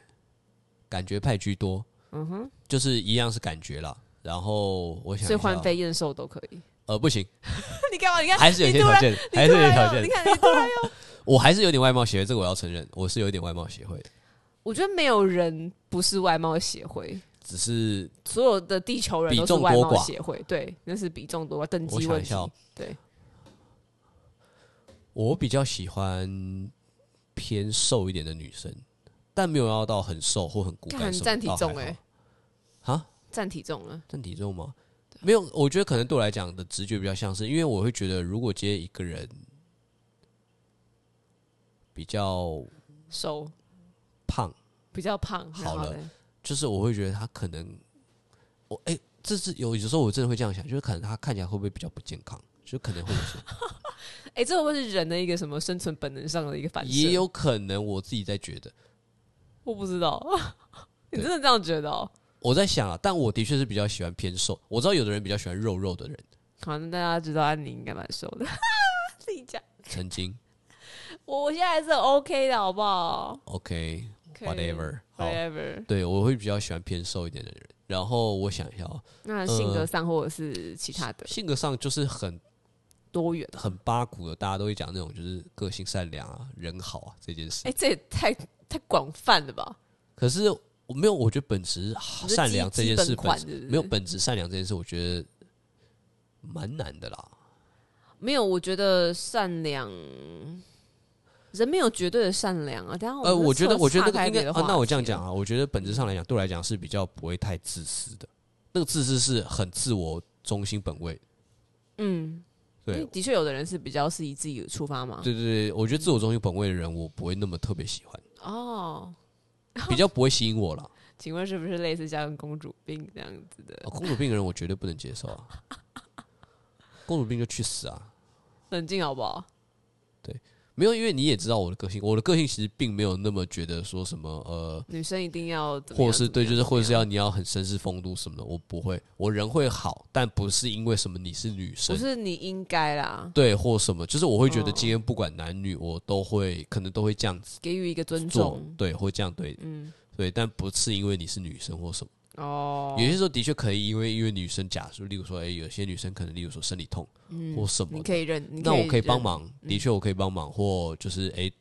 [SPEAKER 1] 感觉派居多，
[SPEAKER 2] 嗯哼，
[SPEAKER 1] 就是一样是感觉啦。然后我想一下，哦
[SPEAKER 2] 所以换飞燕瘦都可以。
[SPEAKER 1] 呃不行，
[SPEAKER 2] 你干嘛？你看
[SPEAKER 1] 还是有
[SPEAKER 2] 你
[SPEAKER 1] 些
[SPEAKER 2] 突
[SPEAKER 1] 条
[SPEAKER 2] 然
[SPEAKER 1] 件，
[SPEAKER 2] 你
[SPEAKER 1] 还
[SPEAKER 2] 突
[SPEAKER 1] 是有些
[SPEAKER 2] 然
[SPEAKER 1] 条
[SPEAKER 2] 又你
[SPEAKER 1] 件。
[SPEAKER 2] 看你突然又
[SPEAKER 1] 我还是有点外貌协会，这个我要承认，我是有点外貌协会的，
[SPEAKER 2] 我觉得没有人不是外貌协会，
[SPEAKER 1] 只是
[SPEAKER 2] 所有的地球人
[SPEAKER 1] 比
[SPEAKER 2] 都是
[SPEAKER 1] 重
[SPEAKER 2] 外
[SPEAKER 1] 多
[SPEAKER 2] 貌
[SPEAKER 1] 寡
[SPEAKER 2] 协会，对，那是比重多寡等
[SPEAKER 1] 我
[SPEAKER 2] 级
[SPEAKER 1] 想
[SPEAKER 2] 问
[SPEAKER 1] 一
[SPEAKER 2] 题
[SPEAKER 1] 下哦。
[SPEAKER 2] 对，
[SPEAKER 1] 我比较喜欢偏瘦一点的女生，但没有要到很瘦或很骨
[SPEAKER 2] 干
[SPEAKER 1] 感什么。
[SPEAKER 2] 占体重
[SPEAKER 1] 哎、
[SPEAKER 2] 欸
[SPEAKER 1] 啊，
[SPEAKER 2] 占体重了。
[SPEAKER 1] 占体重吗？没有，我觉得可能对我来讲的直觉比较像是，因为我会觉得，如果今天一个人比较
[SPEAKER 2] 瘦
[SPEAKER 1] 胖，
[SPEAKER 2] 比较胖，
[SPEAKER 1] 好
[SPEAKER 2] 然后
[SPEAKER 1] 了
[SPEAKER 2] 嘞，
[SPEAKER 1] 就是我会觉得他可能，我哎、这是有有时候我真的会这样想，就是可能他看起来会不会比较不健康，就可能会有些
[SPEAKER 2] 哎、这会不会是人的一个什么生存本能上的一个反射？
[SPEAKER 1] 也，有可能我自己在觉得，
[SPEAKER 2] 我不知道。 你
[SPEAKER 1] 对
[SPEAKER 2] 真的这样觉得哦？
[SPEAKER 1] 我在想啊，但我的确是比较喜欢偏瘦，我知道有的人比较喜欢肉肉的人，
[SPEAKER 2] 好，那大家知道安妮应该蛮瘦的， 自己讲。
[SPEAKER 1] 曾经
[SPEAKER 2] 我我现在还是很 OK 的，好不好
[SPEAKER 1] OK
[SPEAKER 2] 可以
[SPEAKER 1] whatever 好，
[SPEAKER 2] ？Whatever。
[SPEAKER 1] 对我会比较喜欢偏瘦一点的人。然后我想一下、哦，
[SPEAKER 2] 那性格上或者呃是其他的
[SPEAKER 1] 性格上就是很
[SPEAKER 2] 多元，
[SPEAKER 1] 很八股的，大家都会讲那种就是个性善良啊、人好啊这件事。
[SPEAKER 2] 哎、这也太太广泛了吧？
[SPEAKER 1] 可是我没有，我觉得本质啊
[SPEAKER 2] 你是
[SPEAKER 1] 善
[SPEAKER 2] 基
[SPEAKER 1] 良这
[SPEAKER 2] 基
[SPEAKER 1] 件
[SPEAKER 2] 本
[SPEAKER 1] 事本
[SPEAKER 2] 款
[SPEAKER 1] 质
[SPEAKER 2] 是不是
[SPEAKER 1] 没有本质善良这件事，我觉得蛮难的啦。
[SPEAKER 2] 没有，我觉得善良，人没有绝对的善良啊。等一下
[SPEAKER 1] 呃，
[SPEAKER 2] 们
[SPEAKER 1] 我觉得，
[SPEAKER 2] 岔
[SPEAKER 1] 我觉得那
[SPEAKER 2] 岔
[SPEAKER 1] 个
[SPEAKER 2] 开
[SPEAKER 1] 应该
[SPEAKER 2] 别的
[SPEAKER 1] 啊，那我这样
[SPEAKER 2] 话题了
[SPEAKER 1] 讲啊，我觉得本质上来讲，对我来讲是比较不会太自私的。那个自私是很自我中心本位，
[SPEAKER 2] 嗯，因
[SPEAKER 1] 对
[SPEAKER 2] 为的确有的人是比较是以自己的出发嘛。
[SPEAKER 1] 对对对，我觉得自我中心本位的人，我不会那么特别喜欢，
[SPEAKER 2] 哦，
[SPEAKER 1] 比较不会吸引我啦。
[SPEAKER 2] 请问是不是类似像公主病这样子的？
[SPEAKER 1] 啊公主病的人，我绝对不能接受啊！ 公主病就去死啊！
[SPEAKER 2] 冷静好不好？
[SPEAKER 1] 没有，因为你也知道我的个性，我的个性其实并没有那么觉得说什么呃，
[SPEAKER 2] 女生一定要怎么
[SPEAKER 1] 或
[SPEAKER 2] 样
[SPEAKER 1] 者是对，
[SPEAKER 2] 怎
[SPEAKER 1] 就是
[SPEAKER 2] 么样
[SPEAKER 1] 或者是
[SPEAKER 2] 怎么样
[SPEAKER 1] 要你要很绅士风度什么的，我不会，我人会好，但不是因为什么你是女生
[SPEAKER 2] 不，是你应该啦，
[SPEAKER 1] 对，或什么，就是我会觉得
[SPEAKER 2] 哦
[SPEAKER 1] 今天不管男女，我都会可能都会这样子
[SPEAKER 2] 给予一个尊
[SPEAKER 1] 做
[SPEAKER 2] 重，。
[SPEAKER 1] 对，或这样对，
[SPEAKER 2] 嗯，
[SPEAKER 1] 对，但不是因为你是女生或什么。
[SPEAKER 2] 哦，
[SPEAKER 1] 有些时候的确可以，因为因为女生，假如例如说，哎、有些女生可能，例如说生理痛
[SPEAKER 2] 嗯
[SPEAKER 1] 或什么
[SPEAKER 2] 你
[SPEAKER 1] 的，
[SPEAKER 2] 可以认，你
[SPEAKER 1] 那我可以
[SPEAKER 2] 认
[SPEAKER 1] 帮。忙，
[SPEAKER 2] 嗯
[SPEAKER 1] 的确我可以帮忙，或就是哎、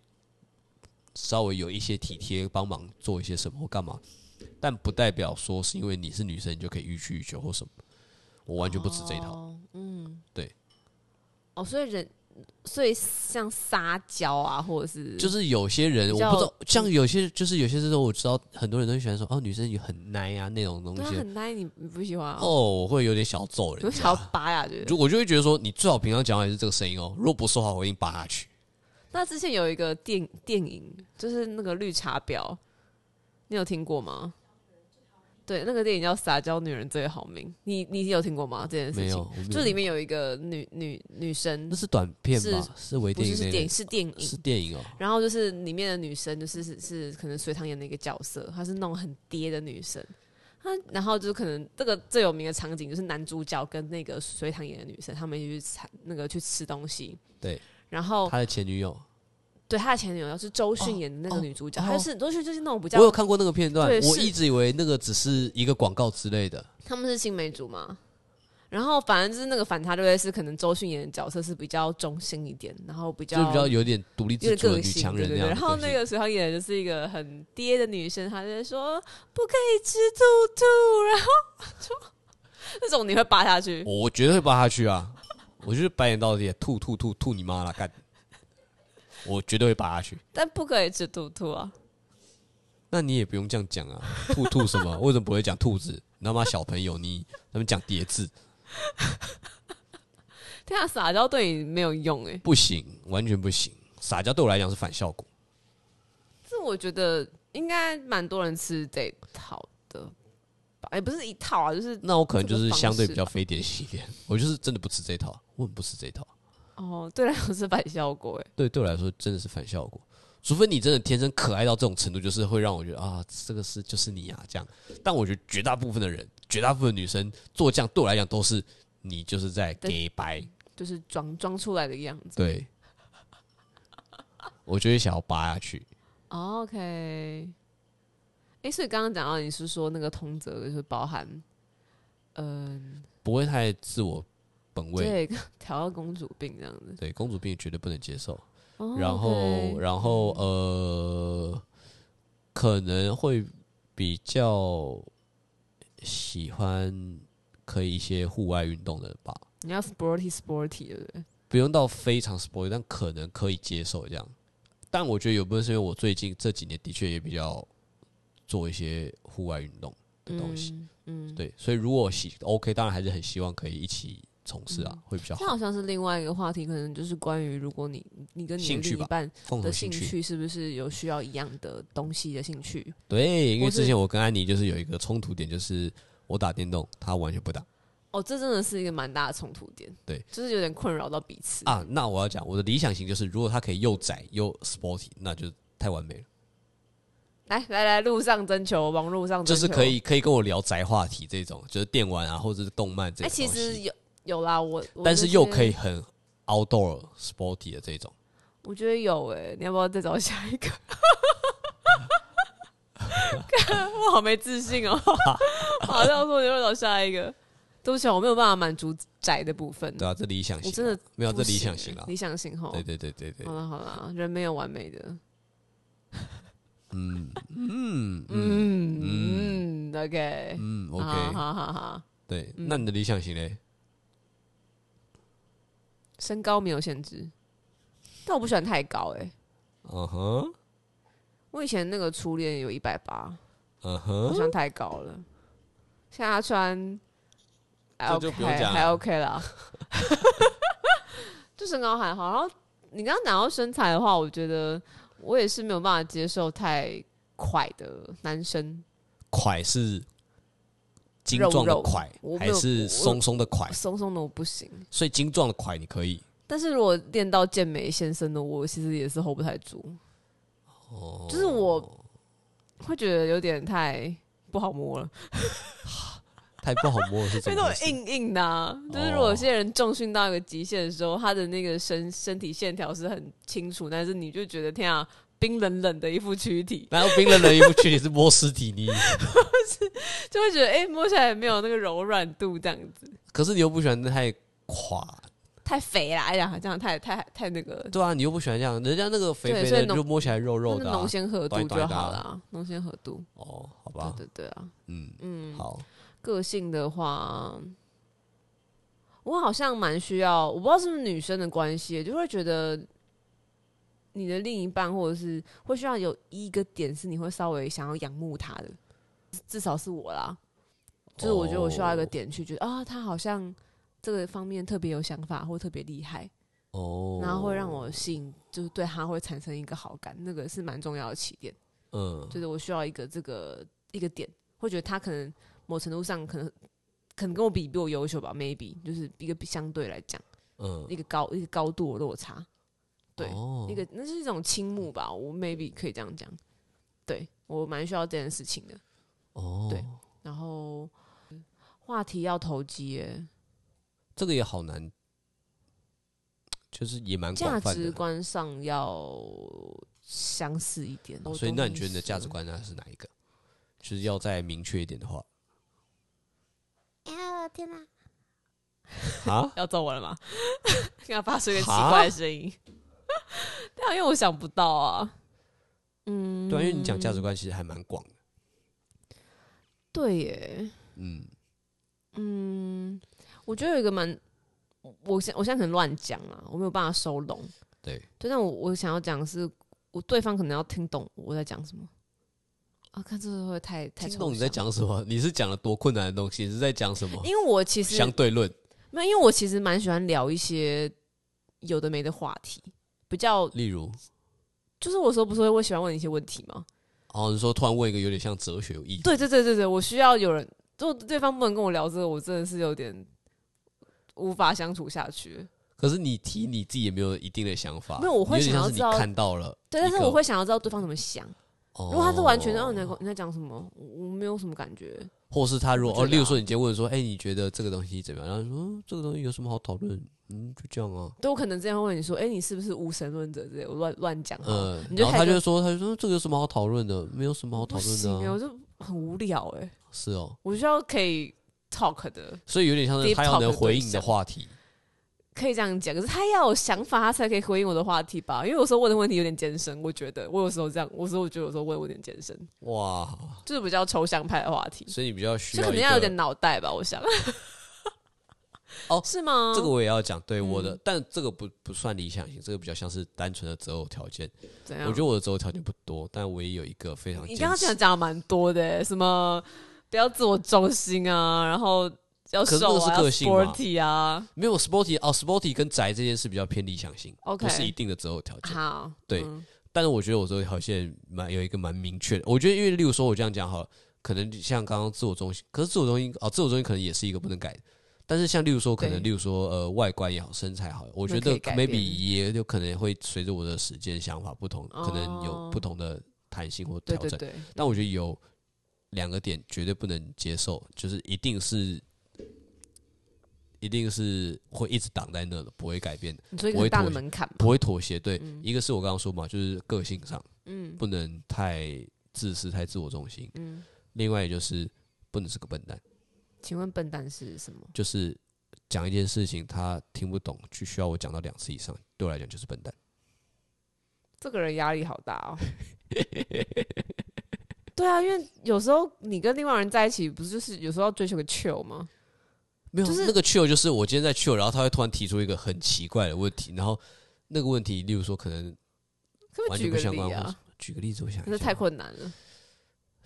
[SPEAKER 1] 稍微有一些体贴，帮忙做一些什么或干嘛，但不代表说是因为你是女生，你就可以予取予求或什么，我完全不吃这一套。
[SPEAKER 2] 哦，嗯，
[SPEAKER 1] 对。
[SPEAKER 2] 哦，所以人，所以像撒娇啊，或者是
[SPEAKER 1] 就是是有些人
[SPEAKER 2] 比
[SPEAKER 1] 我
[SPEAKER 2] 较
[SPEAKER 1] 不知道，像有些就是有些时候我知道很多人都喜欢说哦，女生也很奶啊那种东
[SPEAKER 2] 对啊，
[SPEAKER 1] 西，
[SPEAKER 2] 很 nice，你你不喜欢啊？
[SPEAKER 1] 哦，我会有点小揍人
[SPEAKER 2] 有
[SPEAKER 1] 家
[SPEAKER 2] 想 要拔呀，觉得。
[SPEAKER 1] 如果就会觉得说，你最好平常讲话也是这个声音哦。如果不说话，我一定扒下去。
[SPEAKER 2] 那之前有一个电电影，就是那个绿茶婊，你有听过吗？对，那个电影叫《撒娇女人最好命》，你你有听过吗？这件事
[SPEAKER 1] 没有
[SPEAKER 2] 情，
[SPEAKER 1] 我没有
[SPEAKER 2] 就里面有一个女女女生
[SPEAKER 1] 那，是短片吧？是微
[SPEAKER 2] 不
[SPEAKER 1] 电
[SPEAKER 2] 是
[SPEAKER 1] 影
[SPEAKER 2] 是
[SPEAKER 1] 那
[SPEAKER 2] 电
[SPEAKER 1] 类
[SPEAKER 2] 影是电
[SPEAKER 1] 的，是
[SPEAKER 2] 影，
[SPEAKER 1] 电影哦。
[SPEAKER 2] 然后就是里面的女生，就是是是可能隋唐演的一个角色，她是那种很爹的女生。她然后就是可能这个最有名的场景就是男主角跟那个隋唐演的女生，他们一起去餐那个去吃东西，
[SPEAKER 1] 对，
[SPEAKER 2] 然后
[SPEAKER 1] 他的前女友，
[SPEAKER 2] 对，她的前女友是周迅演的那个
[SPEAKER 1] 哦
[SPEAKER 2] 女主角，
[SPEAKER 1] 哦
[SPEAKER 2] 她就是周迅就是那种比
[SPEAKER 1] 我有
[SPEAKER 2] 较，
[SPEAKER 1] 看过那个片段
[SPEAKER 2] 对，
[SPEAKER 1] 我
[SPEAKER 2] 是
[SPEAKER 1] 一直以为那个只是一个广告之类的。
[SPEAKER 2] 他们是青梅竹马。然后反正就是那个反差就会是，可能周迅演的角色是比较中性一点，然后比
[SPEAKER 1] 就
[SPEAKER 2] 较
[SPEAKER 1] 比较有点独立
[SPEAKER 2] 有
[SPEAKER 1] 自
[SPEAKER 2] 点
[SPEAKER 1] 主的
[SPEAKER 2] 个
[SPEAKER 1] 女
[SPEAKER 2] 性，
[SPEAKER 1] 强
[SPEAKER 2] 对
[SPEAKER 1] 人
[SPEAKER 2] 对
[SPEAKER 1] 那样
[SPEAKER 2] 对。
[SPEAKER 1] 的
[SPEAKER 2] 然后
[SPEAKER 1] 个性
[SPEAKER 2] 那个时候演的就是一个很爹的女生，她就 在说不可以吃兔兔，然后就那种你会扒下去。
[SPEAKER 1] 我我绝对会扒下去啊！ 我就是白眼到底，吐吐吐吐你妈啦！干，我绝对会扒下去。
[SPEAKER 2] 但不可以吃兔兔啊！
[SPEAKER 1] 那你也不用这样讲啊，兔兔什 么？为什么不会讲兔子？你他妈小朋友，你他们讲叠字
[SPEAKER 2] 天啊，撒娇对你没有用哎、
[SPEAKER 1] 不行，完全不行。撒娇对我来讲是反效果。
[SPEAKER 2] 这我觉得应该蛮多人吃这一套的吧，也、不是一套啊，就是
[SPEAKER 1] 那我可能
[SPEAKER 2] 这
[SPEAKER 1] 就
[SPEAKER 2] 个
[SPEAKER 1] 是
[SPEAKER 2] 方
[SPEAKER 1] 相对
[SPEAKER 2] 式
[SPEAKER 1] 比较非典型一点，我就是真的不吃这一套，我很不吃这一套。
[SPEAKER 2] 哦，对来说是反效果哎、
[SPEAKER 1] 对，对我来说真的是反效果。除非你真的天生可爱到这种程度，就是会让我觉得啊，这个是就是你啊这样。但我觉得绝大部分的人，绝大部分的女生做这样对我来讲都是你就是在
[SPEAKER 2] 对
[SPEAKER 1] gay 白，
[SPEAKER 2] 就是装装出来的样子。
[SPEAKER 1] 对，我就会想要扒下去。
[SPEAKER 2] 哦 OK，哎、诶所以刚刚讲到你是说那个通则就是包含，嗯、
[SPEAKER 1] 不会太自我本位。
[SPEAKER 2] 对，调到公主病这样子。
[SPEAKER 1] 对，公主病绝对不能接受。
[SPEAKER 2] 哦
[SPEAKER 1] 然后
[SPEAKER 2] OK 嗯
[SPEAKER 1] 然后呃，可能会比较喜欢可以一些户外运动的吧，
[SPEAKER 2] 你要 sporty sporty 对不对？
[SPEAKER 1] 不用到非常 sport，但可能可以接受这样。但我觉得有部分是因为我最近这几年的确也比较做一些户外运动的东西，
[SPEAKER 2] 嗯，嗯，
[SPEAKER 1] 对，所以如果喜 OK，当然还是很希望可以一起从事啊，会比较
[SPEAKER 2] 嗯这
[SPEAKER 1] 好。
[SPEAKER 2] 好像是另外一个话题，可能就是关于如果你你跟你的
[SPEAKER 1] 兴趣
[SPEAKER 2] 另一
[SPEAKER 1] 吧
[SPEAKER 2] 半
[SPEAKER 1] 共
[SPEAKER 2] 的
[SPEAKER 1] 同
[SPEAKER 2] 兴
[SPEAKER 1] 兴趣，
[SPEAKER 2] 趣是不是有需要一样的东西的兴趣？
[SPEAKER 1] 对，因
[SPEAKER 2] 或
[SPEAKER 1] 为
[SPEAKER 2] 是
[SPEAKER 1] 之前我跟安妮就是有一个冲突点，就是我打电动，她完全不打
[SPEAKER 2] 哦，这真的是一个蛮大的冲突点，
[SPEAKER 1] 对，
[SPEAKER 2] 就是有点困扰到彼此。
[SPEAKER 1] 啊。那我要讲我的理想型就是，如果她可以又窄又 sporty，那就太完美了，
[SPEAKER 2] 来来来，路上征求，网络上征求哎
[SPEAKER 1] 就是可。以可以跟我聊宅话题这种，就是电玩啊或者是动漫这
[SPEAKER 2] 哎、
[SPEAKER 1] 种
[SPEAKER 2] 其
[SPEAKER 1] 东
[SPEAKER 2] 实
[SPEAKER 1] 西，
[SPEAKER 2] 有有啦，我我
[SPEAKER 1] 但是又可
[SPEAKER 2] 以，
[SPEAKER 1] 以很 outdoor sporty 的这种。
[SPEAKER 2] 我觉得有哎、你要不要再找下一个？ 看我好没自 信哦、好，那我说你要不要找下一个。对不起啊，我没有办法满足宅的部分。
[SPEAKER 1] 对啊，这理想型啊，
[SPEAKER 2] 我真的
[SPEAKER 1] 没有这
[SPEAKER 2] 不
[SPEAKER 1] 理
[SPEAKER 2] 行
[SPEAKER 1] 想
[SPEAKER 2] 欸
[SPEAKER 1] 型了
[SPEAKER 2] 理。想哦型吼。
[SPEAKER 1] 对对对对对
[SPEAKER 2] 好，了好了，人没有完美的。
[SPEAKER 1] 嗯嗯嗯
[SPEAKER 2] 嗯嗯，OK，
[SPEAKER 1] 嗯
[SPEAKER 2] 好嗯
[SPEAKER 1] ，OK，
[SPEAKER 2] 好好好，
[SPEAKER 1] 对。那你的理想型嘞？
[SPEAKER 2] 身高没有限制，但我不喜欢太高哎、
[SPEAKER 1] 嗯哼，
[SPEAKER 2] 我以前那个初恋有一百八，
[SPEAKER 1] 嗯
[SPEAKER 2] 我
[SPEAKER 1] 哼，
[SPEAKER 2] 想太高了。现在他穿还
[SPEAKER 1] 这就
[SPEAKER 2] OK，
[SPEAKER 1] 不用讲了
[SPEAKER 2] 还 OK 啦， 就身高还好。然后你刚刚讲到身材的话，我觉得我也是没有办法接受太快的男生，
[SPEAKER 1] 块是精
[SPEAKER 2] 肉
[SPEAKER 1] 壮的
[SPEAKER 2] 肉
[SPEAKER 1] 块，
[SPEAKER 2] 我没
[SPEAKER 1] 还
[SPEAKER 2] 有
[SPEAKER 1] 是
[SPEAKER 2] 我
[SPEAKER 1] 松松的块？
[SPEAKER 2] 松松的我不行。
[SPEAKER 1] 所以精壮的块你可以
[SPEAKER 2] 但是如果练到健美先生的，我其实也是 hold 不太住。
[SPEAKER 1] 哦，
[SPEAKER 2] 就是我会觉得有点太不好摸了，
[SPEAKER 1] 太不好摸了是怎
[SPEAKER 2] 所以
[SPEAKER 1] 么哦回
[SPEAKER 2] 那 种
[SPEAKER 1] 事？
[SPEAKER 2] 硬硬的、啊。就是如果有些人重训到一个极限的时候，他的那个身身体线条是很清楚，但是你就觉得天啊，冰冷冷的一副躯体，
[SPEAKER 1] 然后冰冷的一部剧也是摸尸体你，
[SPEAKER 2] 就会觉得哎、诶摸起来没有那个柔软度，这样子
[SPEAKER 1] 可是你又不喜欢太垮，
[SPEAKER 2] 太肥啦，哎呀，这样太太太那个，
[SPEAKER 1] 对啊，你又不喜欢这样，人家那个肥
[SPEAKER 2] 对
[SPEAKER 1] 肥
[SPEAKER 2] 所以
[SPEAKER 1] 的
[SPEAKER 2] 浓
[SPEAKER 1] 就摸起来肉肉
[SPEAKER 2] 那
[SPEAKER 1] 的啊
[SPEAKER 2] 浓鲜合度
[SPEAKER 1] 短短
[SPEAKER 2] 就
[SPEAKER 1] 的
[SPEAKER 2] 好
[SPEAKER 1] 啊
[SPEAKER 2] 啦，浓鲜合度，
[SPEAKER 1] 哦，好
[SPEAKER 2] 对
[SPEAKER 1] 吧，
[SPEAKER 2] 对对啊。
[SPEAKER 1] 嗯嗯，好，
[SPEAKER 2] 个性的话，我好像蛮需要，我不知道是不是女生的关系，就会觉得你的另一半或者是会需要有一个点是你会稍微想要仰慕他的，至少是我啦。就是我觉得我需要
[SPEAKER 1] 哦
[SPEAKER 2] 一个点去觉得啊，他好像这个方面特别有想法或特别厉害，
[SPEAKER 1] 哦，
[SPEAKER 2] 然后会让我吸引，就是对他会产生一个好感，那个是蛮重要的起点。
[SPEAKER 1] 嗯
[SPEAKER 2] 就是我需要一个这个一个点，会觉得他可能某程度上可能可能跟我比比我优秀吧，maybe 就是一个比相对来讲
[SPEAKER 1] 嗯
[SPEAKER 2] 一个高一个高度的落差，对，
[SPEAKER 1] 哦
[SPEAKER 2] 一个那是一种倾慕吧，我 maybe 可以这样讲，对我蛮需要这件事情的。
[SPEAKER 1] 哦，
[SPEAKER 2] 对然后嗯话题要投机耶，
[SPEAKER 1] 这个也好难，就是也蛮
[SPEAKER 2] 价
[SPEAKER 1] 广泛
[SPEAKER 2] 值
[SPEAKER 1] 的。
[SPEAKER 2] 观上要相似一点。
[SPEAKER 1] 哦所以，那你觉得你的价值
[SPEAKER 2] 观？，
[SPEAKER 1] 观啊呢是哪一个？就是要再明确一点的话
[SPEAKER 3] 啊！天哪！
[SPEAKER 1] 啊
[SPEAKER 2] 要揍我了吗？跟他发出一个奇怪的声音。但因为我想不到啊。嗯，
[SPEAKER 1] 对啊，因为你讲价值观其实还蛮广的。
[SPEAKER 2] 对耶，
[SPEAKER 1] 嗯，
[SPEAKER 2] 嗯，我觉得有一个蛮，我现我现在可能乱讲啊，我没有办法收拢。
[SPEAKER 1] 对，
[SPEAKER 2] 对，但我我想要讲的是，我对方可能要听懂我在讲什么。啊，看这个会不会太太
[SPEAKER 1] 听
[SPEAKER 2] 抽
[SPEAKER 1] 懂你在
[SPEAKER 2] 象，
[SPEAKER 1] 讲什么？你是讲了多困难的东西？你是在讲什么？
[SPEAKER 2] 因为我其实
[SPEAKER 1] 相对论
[SPEAKER 2] 没有，因为我其实蛮喜欢聊一些有的没的话题，比较
[SPEAKER 1] 例如，
[SPEAKER 2] 就是我说不是会喜欢问你一些问题吗？
[SPEAKER 1] 哦，你说突然问一个有点像哲学意义，
[SPEAKER 2] 对对对对对，我需要有人，就对方不能跟我聊这个，我真的是有点无法相处下去。
[SPEAKER 1] 可是你提你自己也没有一定的想法，
[SPEAKER 2] 没有我会
[SPEAKER 1] 你有点
[SPEAKER 2] 想要
[SPEAKER 1] 像是
[SPEAKER 2] 知道
[SPEAKER 1] 你看到了一个，
[SPEAKER 2] 对，但是我会想要知道对方怎么想。
[SPEAKER 1] 哦，
[SPEAKER 2] 如果他是完全让你在你在讲什么，我我没有什么感觉。
[SPEAKER 1] 或是他如果
[SPEAKER 2] 我啊
[SPEAKER 1] 哦，
[SPEAKER 2] 不知道
[SPEAKER 1] 例如说你今天问说，哎、你觉得这个东西怎么样？然后你说、嗯这个东西有什么好讨论？嗯，就这样啊。
[SPEAKER 2] 对我可能之前会问你说：“哎、你是不是无神论者？”之类，我乱乱讲。嗯，
[SPEAKER 1] 嗯，
[SPEAKER 2] 你就
[SPEAKER 1] 然后他
[SPEAKER 2] 开始
[SPEAKER 1] 就说，他就说嗯这个有什么好讨论的？没有什么好讨
[SPEAKER 2] 不
[SPEAKER 1] 论
[SPEAKER 2] 行、欸，
[SPEAKER 1] 的
[SPEAKER 2] 我
[SPEAKER 1] 啊、
[SPEAKER 2] 就很无聊哎、
[SPEAKER 1] 是哦，
[SPEAKER 2] 我需要可以 talk 的，
[SPEAKER 1] 所以有点像是
[SPEAKER 2] Deep
[SPEAKER 1] 他要
[SPEAKER 2] talk 的
[SPEAKER 1] 能
[SPEAKER 2] 对
[SPEAKER 1] 回应你的
[SPEAKER 2] 象
[SPEAKER 1] 话题。
[SPEAKER 2] 可以这样讲，可是他要有想法，他才可以回应我的话题吧？因为有时候问的问题有点艰深，我觉得我有时候这样，我说我觉得有时候问我有点艰深，
[SPEAKER 1] 哇，
[SPEAKER 2] 就是比较抽象派的话题，
[SPEAKER 1] 所以你比较需
[SPEAKER 2] 所以
[SPEAKER 1] 要
[SPEAKER 2] 可
[SPEAKER 1] 一
[SPEAKER 2] 能要有点
[SPEAKER 1] 个。
[SPEAKER 2] 脑袋吧，我想。
[SPEAKER 1] 哦
[SPEAKER 2] 是吗？
[SPEAKER 1] 这个我也要讲，对我
[SPEAKER 2] 嗯
[SPEAKER 1] 的，但这个不不算理想型，这个比较像是单纯的择偶条件。
[SPEAKER 2] 怎样？
[SPEAKER 1] 我觉得我的择偶条件不多，但我也有一个非常
[SPEAKER 2] 你
[SPEAKER 1] 坚
[SPEAKER 2] 刚刚
[SPEAKER 1] 持
[SPEAKER 2] 讲讲的蛮多的、什么不要自我中心啊，然后要
[SPEAKER 1] 可是
[SPEAKER 2] 瘦
[SPEAKER 1] 那个
[SPEAKER 2] 啊，
[SPEAKER 1] 是
[SPEAKER 2] 要
[SPEAKER 1] 个性嘛
[SPEAKER 2] sporty 啊，
[SPEAKER 1] 没有 sporty 哦，sporty 跟宅这件事比较偏理想型
[SPEAKER 2] OK
[SPEAKER 1] 不是一定的择偶条件。
[SPEAKER 2] 好，
[SPEAKER 1] 对
[SPEAKER 2] 嗯
[SPEAKER 1] 但是我觉得我择偶条件蛮有一个蛮明确的。我觉得因为例如说我这样讲好了，可能像刚刚自我中心，可是自我中心哦，自我中心可能也是一个不能改的。但是像例如说，可能例
[SPEAKER 2] 对
[SPEAKER 1] 如说，呃，外观也好，身材好，我觉
[SPEAKER 2] 那可
[SPEAKER 1] 得
[SPEAKER 2] 以改
[SPEAKER 1] maybe
[SPEAKER 2] 变
[SPEAKER 1] 也有可能会随着我的时间想法不同，
[SPEAKER 2] 哦
[SPEAKER 1] 可能有不同的弹性或调
[SPEAKER 2] 对
[SPEAKER 1] 整。
[SPEAKER 2] 对对，
[SPEAKER 1] 但我觉得有两个点绝对不能接受，就是一定是一定是会一直挡在那的，不会改变的，
[SPEAKER 2] 你说一个
[SPEAKER 1] 我会
[SPEAKER 2] 很大的
[SPEAKER 1] 妥协
[SPEAKER 2] 门槛吧，
[SPEAKER 1] 不会妥协。对，一个是我刚刚说嘛，就是个性上
[SPEAKER 2] 嗯
[SPEAKER 1] 不能太自私、太自我中心；
[SPEAKER 2] 嗯，
[SPEAKER 1] 另外也就是不能是个笨蛋，
[SPEAKER 2] 请问笨蛋是什么？
[SPEAKER 1] 就是讲一件事情他听不懂，就需要我讲到两次以上，对我来讲就是笨蛋。
[SPEAKER 2] 这个人压力好大 哦。对啊，因为有时候你跟另外人在一起，不是就是有时候要追求个 chill 吗？
[SPEAKER 1] 没有，
[SPEAKER 2] 就是
[SPEAKER 1] 那个 chill 就是我今天在 chill，然后他会突然提出一个很奇怪的问题，然后那个问题，例如说可能
[SPEAKER 2] 可不可
[SPEAKER 1] 完
[SPEAKER 2] 以
[SPEAKER 1] 全
[SPEAKER 2] 举
[SPEAKER 1] 不
[SPEAKER 2] 个
[SPEAKER 1] 相关
[SPEAKER 2] 例
[SPEAKER 1] 或
[SPEAKER 2] 啊
[SPEAKER 1] 是？举个例子，我想一
[SPEAKER 2] 可是
[SPEAKER 1] 下啊
[SPEAKER 2] 太困难了。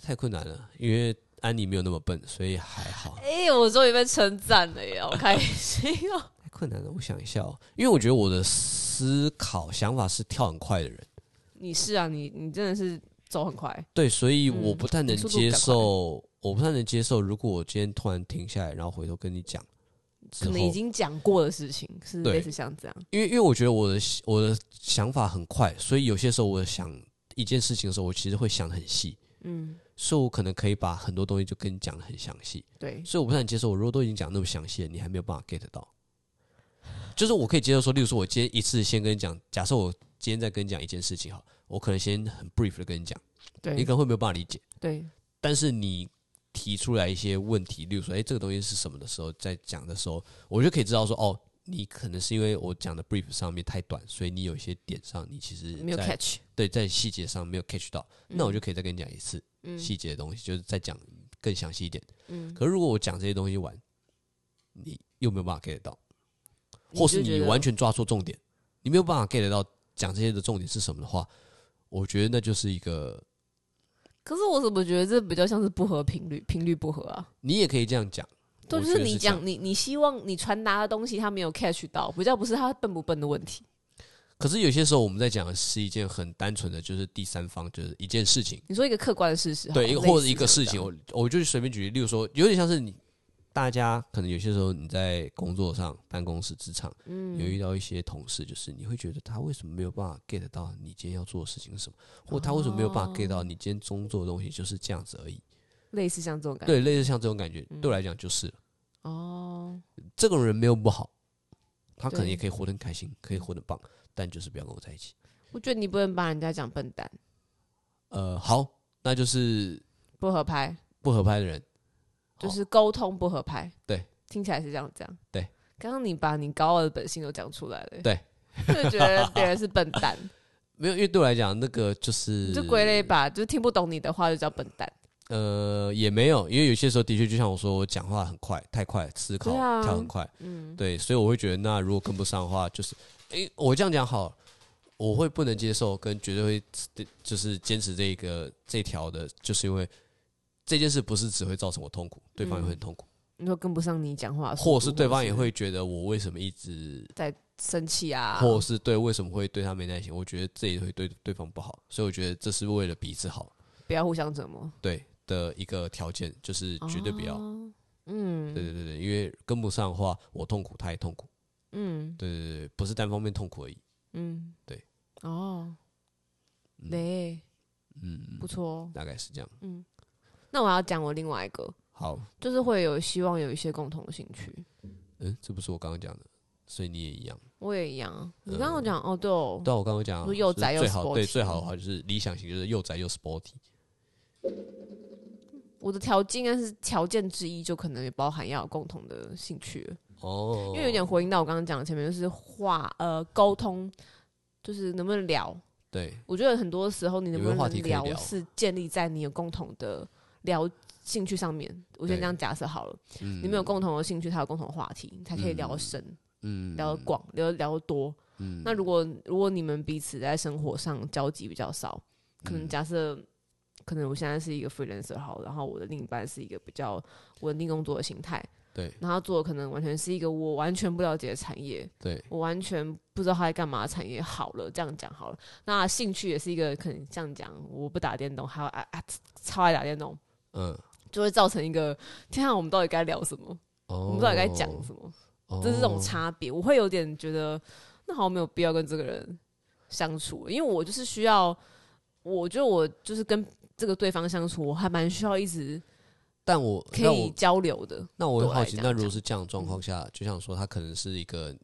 [SPEAKER 1] 太困难了，因为安妮没有那么笨，所以还好。
[SPEAKER 2] 哎、我终于被称赞了耶，好开心哦！
[SPEAKER 1] 太困难了，我想一下哦，因为我觉得我的思考想法是跳很快的人，
[SPEAKER 2] 你是啊，你你真的是走很快，
[SPEAKER 1] 对，所以
[SPEAKER 2] 嗯
[SPEAKER 1] 我不太能
[SPEAKER 2] 速度
[SPEAKER 1] 接
[SPEAKER 2] 比较快
[SPEAKER 1] 受，我不太能接受，如果我今天突然停下来，然后回头跟你讲之
[SPEAKER 2] 可
[SPEAKER 1] 后，
[SPEAKER 2] 能已经讲过的事情是
[SPEAKER 1] 对
[SPEAKER 2] 类似像这样。
[SPEAKER 1] 因为因为我觉得我的我的想法很快，所以有些时候我想一件事情的时候，我其实会想得很细，
[SPEAKER 2] 嗯，
[SPEAKER 1] 所以我可能可以把很多东西就跟你讲的很详细，
[SPEAKER 2] 对，
[SPEAKER 1] 所以我不太能接受，我如果都已经讲那么详细了，你还没有办法 get 到。就是我可以接受说，例如说，我今天一次先跟你讲，假设我今天再跟你讲一件事情好，我可能先很 brief 的跟你讲，你
[SPEAKER 2] 对
[SPEAKER 1] 可，能会没有办法理解，
[SPEAKER 2] 对，
[SPEAKER 1] 但是你提出来一些问题，例如说，哎、这个东西是什么的时候，在讲的时候，我就可以知道说，哦，你可能是因为我讲的 brief 上面太短，所以你有一些点上你其实
[SPEAKER 2] 没有
[SPEAKER 1] 在
[SPEAKER 2] catch。
[SPEAKER 1] 对在细节上没有 catch 到，那我就可以再跟你讲一次
[SPEAKER 2] 嗯
[SPEAKER 1] 细节的东西，就是再讲更详细一点。
[SPEAKER 2] 嗯，
[SPEAKER 1] 可是如果我讲这些东西完，你又没有办法 get 得到，
[SPEAKER 2] 你
[SPEAKER 1] 或是
[SPEAKER 2] 就觉
[SPEAKER 1] 你
[SPEAKER 2] 得
[SPEAKER 1] 完全抓错重点，你没有办法 get 得到讲这些的重点是什么的话，我觉得那就是一个，
[SPEAKER 2] 可是我怎么觉得这比较像是不合频率，频率不合啊？
[SPEAKER 1] 你也可以这样讲，
[SPEAKER 2] 对，
[SPEAKER 1] 我
[SPEAKER 2] 就
[SPEAKER 1] 觉得
[SPEAKER 2] 你
[SPEAKER 1] 这样
[SPEAKER 2] 讲，你你希望你传达的东西他没有 catch 到，比较不是他笨不笨的问题。
[SPEAKER 1] 可是有些时候我们在讲的是一件很单纯的，就是第三方，就是一件事情，
[SPEAKER 2] 你说一个客观的事实好了，
[SPEAKER 1] 对，一个
[SPEAKER 2] 类似
[SPEAKER 1] 或者一个
[SPEAKER 2] 像
[SPEAKER 1] 事
[SPEAKER 2] 这
[SPEAKER 1] 情，
[SPEAKER 2] 样
[SPEAKER 1] 我我就随便举例，例如说，有点像是你大家可能有些时候你在工作上、办公室、职场，有
[SPEAKER 2] 嗯
[SPEAKER 1] 遇到一些同事，就是你会觉得他为什么没有办法 get 到你今天要做的事情是什么，或他为什么没有办
[SPEAKER 2] 哦
[SPEAKER 1] 法 get 到你今天中做的东西就是这样子而已。
[SPEAKER 2] 类似像这种感觉。嗯
[SPEAKER 1] 对，类似像这种感觉，对我来讲就是了
[SPEAKER 2] 哦，
[SPEAKER 1] 这种人没有不好，他可能
[SPEAKER 2] 对
[SPEAKER 1] 也可以活得很开心，可以活得很棒，但就是不要跟我在一起。
[SPEAKER 2] 我觉得你不能把人家讲笨蛋，
[SPEAKER 1] 呃，好，那就是
[SPEAKER 2] 不合拍。
[SPEAKER 1] 不合拍的人。
[SPEAKER 2] 就
[SPEAKER 1] 好
[SPEAKER 2] 是沟通不合拍。
[SPEAKER 1] 对，
[SPEAKER 2] 听起来是这样这样。
[SPEAKER 1] 对，
[SPEAKER 2] 刚刚你把你高傲的本性都讲出来了。
[SPEAKER 1] 对，
[SPEAKER 2] 就觉得别人是笨蛋，
[SPEAKER 1] 没有，因为对我来讲，那个 就是
[SPEAKER 2] 你就归类吧，就听不懂你的话就叫笨蛋。
[SPEAKER 1] 呃，也没有，因为有些时候的确就像我说，我讲话很快，太快，思考、
[SPEAKER 2] 对啊
[SPEAKER 1] 跳很快，
[SPEAKER 2] 嗯，
[SPEAKER 1] 对，所以我会觉得，那如果跟不上的话，就是，诶、我这样讲好了，我会不能接受，跟绝对会就是坚持这个这条的，就是因为这件事不是只会造成我痛苦，对方也会很
[SPEAKER 2] 嗯
[SPEAKER 1] 痛苦，
[SPEAKER 2] 你说跟不上你讲话的速度，
[SPEAKER 1] 或是对方也会觉得我为什么一直，
[SPEAKER 2] 生气啊，
[SPEAKER 1] 或是对为什么会对他没耐心，我觉得这也会对对方不好，所以我觉得这是为了彼此好。
[SPEAKER 2] 不要互相折磨，
[SPEAKER 1] 对的一个条件，就是绝对不要。
[SPEAKER 2] 哦嗯，
[SPEAKER 1] 对对对对，因为跟不上的话，我痛苦，他也痛苦。
[SPEAKER 2] 嗯
[SPEAKER 1] 对对对，不是单方面痛苦而已。
[SPEAKER 2] 嗯，
[SPEAKER 1] 对，
[SPEAKER 2] 哦，
[SPEAKER 1] 嗯
[SPEAKER 2] 嘞，
[SPEAKER 1] 嗯，
[SPEAKER 2] 不错哦。
[SPEAKER 1] 大概是这样。
[SPEAKER 2] 那我要讲我另外一个，
[SPEAKER 1] 好，
[SPEAKER 2] 就是会有希望有一些共同的兴趣。
[SPEAKER 1] 嗯，这不是我刚刚讲的，所以你也一样。
[SPEAKER 2] 我也一样啊，你刚刚讲哦，对哦，
[SPEAKER 1] 对啊，我刚刚讲啊
[SPEAKER 2] 说又宅
[SPEAKER 1] 就是最
[SPEAKER 2] 又
[SPEAKER 1] 好，对
[SPEAKER 2] sporty 嗯
[SPEAKER 1] 最好的话就是理想型，就是又宅又 sporty。
[SPEAKER 2] 我的条件应该是条件之一，就可能也包含要有共同的兴趣了。
[SPEAKER 1] 哦，
[SPEAKER 2] 因为有点回应到我刚刚讲的前面，就是话呃沟通，就是能不能聊。
[SPEAKER 1] 对
[SPEAKER 2] 我觉得很多时候你能不
[SPEAKER 1] 有一个话
[SPEAKER 2] 能
[SPEAKER 1] 题可以聊
[SPEAKER 2] 是建立在你有共同的聊兴趣上面。我先
[SPEAKER 1] 对
[SPEAKER 2] 这样假设好了，
[SPEAKER 1] 嗯
[SPEAKER 2] 你们有共同的兴趣，才有共同的话题，你才可以聊得深、
[SPEAKER 1] 嗯
[SPEAKER 2] 聊得广、聊得聊得多。
[SPEAKER 1] 嗯
[SPEAKER 2] 那如果如果你们彼此在生活上交集比较少，可能
[SPEAKER 1] 嗯
[SPEAKER 2] 假设，可能我现在是一个 freelancer 好，然后我的另一半是一个比较稳定工作的形态，
[SPEAKER 1] 对
[SPEAKER 2] 然后他做的可能完全是一个我完全不了解的产业，
[SPEAKER 1] 对
[SPEAKER 2] 我完全不知道他在干嘛的产业。好了，这样讲好了。那兴趣也是一个可能这样讲，我不打电动，还有啊啊超爱打电动，
[SPEAKER 1] 嗯
[SPEAKER 2] 就会造成一个天啊，我们到底该聊什么？
[SPEAKER 1] 哦，
[SPEAKER 2] 我们到底该讲什么？
[SPEAKER 1] 哦，
[SPEAKER 2] 就是这种差别，我会有点觉得，那好像没有必要跟这个人相处，因为我就是需要，我觉得我就是跟这个对方相处，我还蛮需要一直
[SPEAKER 1] 但我
[SPEAKER 2] 可
[SPEAKER 1] 哦那
[SPEAKER 2] 以
[SPEAKER 1] 我
[SPEAKER 2] 交流的。
[SPEAKER 1] 那我
[SPEAKER 2] 对
[SPEAKER 1] 会
[SPEAKER 2] 我
[SPEAKER 1] 好
[SPEAKER 2] 来
[SPEAKER 1] 奇，
[SPEAKER 2] 讲
[SPEAKER 1] 那如果
[SPEAKER 2] 讲
[SPEAKER 1] 是这样的状况下，
[SPEAKER 2] 嗯
[SPEAKER 1] 就像说他可能是一个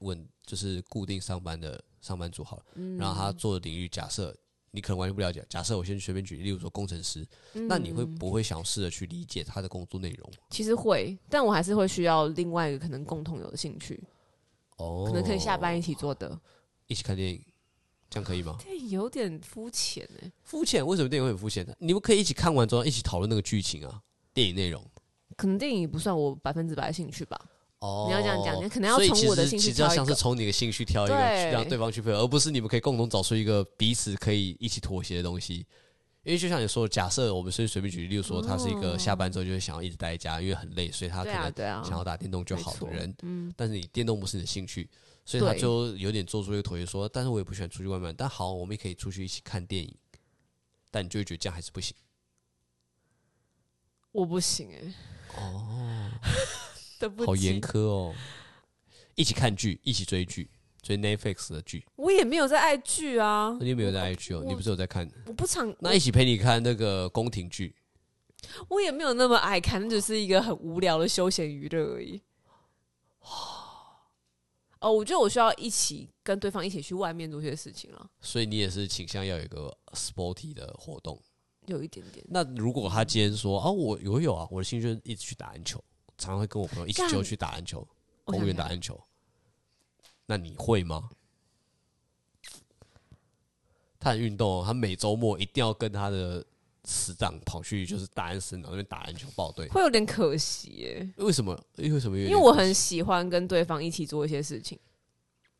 [SPEAKER 1] 稳，就是固定上班的上班族好了，
[SPEAKER 2] 嗯
[SPEAKER 1] 然后他做的领域假设。你可能完全不了解。假设我先随便举例，例如说工程师，
[SPEAKER 2] 嗯
[SPEAKER 1] 那你会不会想试着去理解他的工作内容？
[SPEAKER 2] 其实会，但我还是会需要另外一个可能共同有的兴趣，
[SPEAKER 1] 哦，
[SPEAKER 2] 可能可以下班一起做的。
[SPEAKER 1] 一起看电影，这样可以吗？
[SPEAKER 2] 这有点肤浅哎，
[SPEAKER 1] 肤浅？为什么电影会很肤浅呢？你们可以一起看完之后一起讨论那个剧情啊，电影内容。
[SPEAKER 2] 可能电影不算我百分之百的兴趣吧。
[SPEAKER 1] 哦
[SPEAKER 2] 你要这样讲你可能要
[SPEAKER 1] 所以
[SPEAKER 2] 从
[SPEAKER 1] 其
[SPEAKER 2] 我的
[SPEAKER 1] 实
[SPEAKER 2] 兴趣
[SPEAKER 1] 其实要
[SPEAKER 2] 挑一
[SPEAKER 1] 像是
[SPEAKER 2] 个
[SPEAKER 1] 从你的兴趣挑一个，
[SPEAKER 2] 对
[SPEAKER 1] 去让对方去配合，而不是你们可以共同找出一个彼此可以一起妥协的东西。因为就像你说的，假设我们随随便举例，例如说他是一个下班之后就会想要一直待在家，因为很累，所以他可
[SPEAKER 2] 对啊，
[SPEAKER 1] 能
[SPEAKER 2] 对啊，
[SPEAKER 1] 想要打电动就好的人
[SPEAKER 2] 没错，嗯，
[SPEAKER 1] 但是你电动不是你的兴趣，所以他
[SPEAKER 2] 对
[SPEAKER 1] 就有点做出一个妥协，说，但是我也不喜欢出去外面，但好，我们也可以出去一起看电影，但你就会觉得哎这样还是不行。
[SPEAKER 2] 我不行哎，
[SPEAKER 1] 哦，
[SPEAKER 2] 对不起，
[SPEAKER 1] 好严苛哦！一起看剧，一起追剧，追 Netflix 的剧。
[SPEAKER 2] 我也没有在爱剧啊，
[SPEAKER 1] 你有没有在 i 剧哦？
[SPEAKER 2] 我
[SPEAKER 1] 你不是有在看？
[SPEAKER 2] 我不常
[SPEAKER 1] 那一起陪你看那个宫廷剧
[SPEAKER 2] 我也没有那么爱看，那只是一个很无聊的休闲娱乐而已。哦，我觉得我需要一起跟对方一起去外面做些事情啊了，
[SPEAKER 1] 所以你也是倾向要有一个 sporty 的活动。
[SPEAKER 2] 有一点点。
[SPEAKER 1] 那如果他今天说啊，我游泳啊，我的兴趣就是一直去打篮球，常常会跟我朋友一起
[SPEAKER 2] 干
[SPEAKER 1] 就去打篮球，
[SPEAKER 2] 我想
[SPEAKER 1] 公园打
[SPEAKER 2] 想
[SPEAKER 1] 篮球，那你会吗？他很运动、哦，他每周末一定要跟他的死党跑去就是大安森林那边打篮球报队。
[SPEAKER 2] 会有点可惜耶，
[SPEAKER 1] 为什么？因为什么？因
[SPEAKER 2] 因为我很喜欢跟对方一起做一些事情。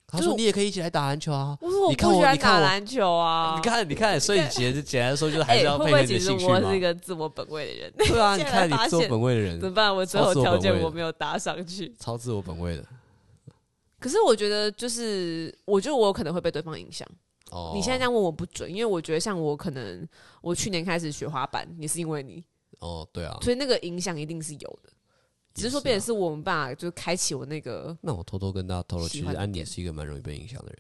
[SPEAKER 1] 他
[SPEAKER 2] 就是
[SPEAKER 1] 说
[SPEAKER 2] 我
[SPEAKER 1] 你也可以一起来打篮球啊。
[SPEAKER 2] 我说我
[SPEAKER 1] 你看
[SPEAKER 2] 不
[SPEAKER 1] 我
[SPEAKER 2] 喜欢
[SPEAKER 1] 你看
[SPEAKER 2] 打
[SPEAKER 1] 我
[SPEAKER 2] 篮球啊，
[SPEAKER 1] 你看，你看，所以简简单说就是还
[SPEAKER 2] 哎、
[SPEAKER 1] 是要
[SPEAKER 2] 会
[SPEAKER 1] 配
[SPEAKER 2] 不
[SPEAKER 1] 合
[SPEAKER 2] 会
[SPEAKER 1] 你的
[SPEAKER 2] 其实
[SPEAKER 1] 兴趣
[SPEAKER 2] 我
[SPEAKER 1] 嘛。
[SPEAKER 2] 是一个自我本位的人？
[SPEAKER 1] 对 啊，你
[SPEAKER 2] 现在
[SPEAKER 1] 看你
[SPEAKER 2] 发现
[SPEAKER 1] 自我本位的
[SPEAKER 2] 怎
[SPEAKER 1] 人，
[SPEAKER 2] 么办？我最
[SPEAKER 1] 超
[SPEAKER 2] 后
[SPEAKER 1] 自我
[SPEAKER 2] 条
[SPEAKER 1] 本
[SPEAKER 2] 件
[SPEAKER 1] 位的
[SPEAKER 2] 我没有搭上去。
[SPEAKER 1] 超自我本位的。
[SPEAKER 2] 可是我觉得，就是我觉得我有可能会被对方影响。
[SPEAKER 1] 哦，
[SPEAKER 2] 你现在这样问我不准，因为我觉得像我可能我去年开始学滑板，也是因为你，
[SPEAKER 1] 哦，对啊，
[SPEAKER 2] 所以那个影响一定是有的。只是说，变
[SPEAKER 1] 也
[SPEAKER 2] 成
[SPEAKER 1] 啊
[SPEAKER 2] 是我们爸就是开启我那个
[SPEAKER 1] 那我偷偷跟大家透露，其
[SPEAKER 2] 喜
[SPEAKER 1] 实
[SPEAKER 2] 欢的
[SPEAKER 1] 安妮
[SPEAKER 2] 点
[SPEAKER 1] 是一个蛮容易被影响的人。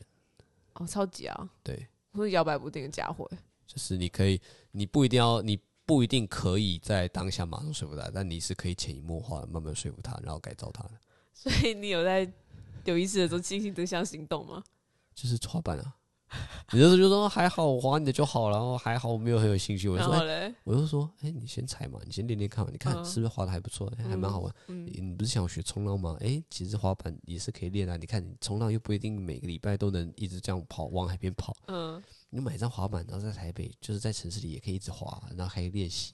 [SPEAKER 2] 哦，超级啊，
[SPEAKER 1] 对，
[SPEAKER 2] 我是摇摆不定的家伙。
[SPEAKER 1] 就是你可以，你不一定要，你不一定可以在当下马上说服他，但你是可以潜移默化的慢慢说服他，然后改造他的。
[SPEAKER 2] 所以你有在有意识的做进行这项行动吗？
[SPEAKER 1] 就是抓板啊， 你那时候就说还好，我划你的就好，然后还好我没有很有兴趣。我就
[SPEAKER 2] 然
[SPEAKER 1] 说，哎
[SPEAKER 2] 后嘞，
[SPEAKER 1] 我就说，哎、你先踩嘛，你先练练看嘛，你看
[SPEAKER 2] 嗯
[SPEAKER 1] 是不是滑的还不错，哎还蛮好玩。你你不是想学冲浪吗？哎、其实滑板也是可以练啊。你看你冲浪又不一定每个礼拜都能一直这样跑往海边跑，
[SPEAKER 2] 嗯，
[SPEAKER 1] 你买一张滑板，然后在台北就是在城市里也可以一直滑，然后还可以练习。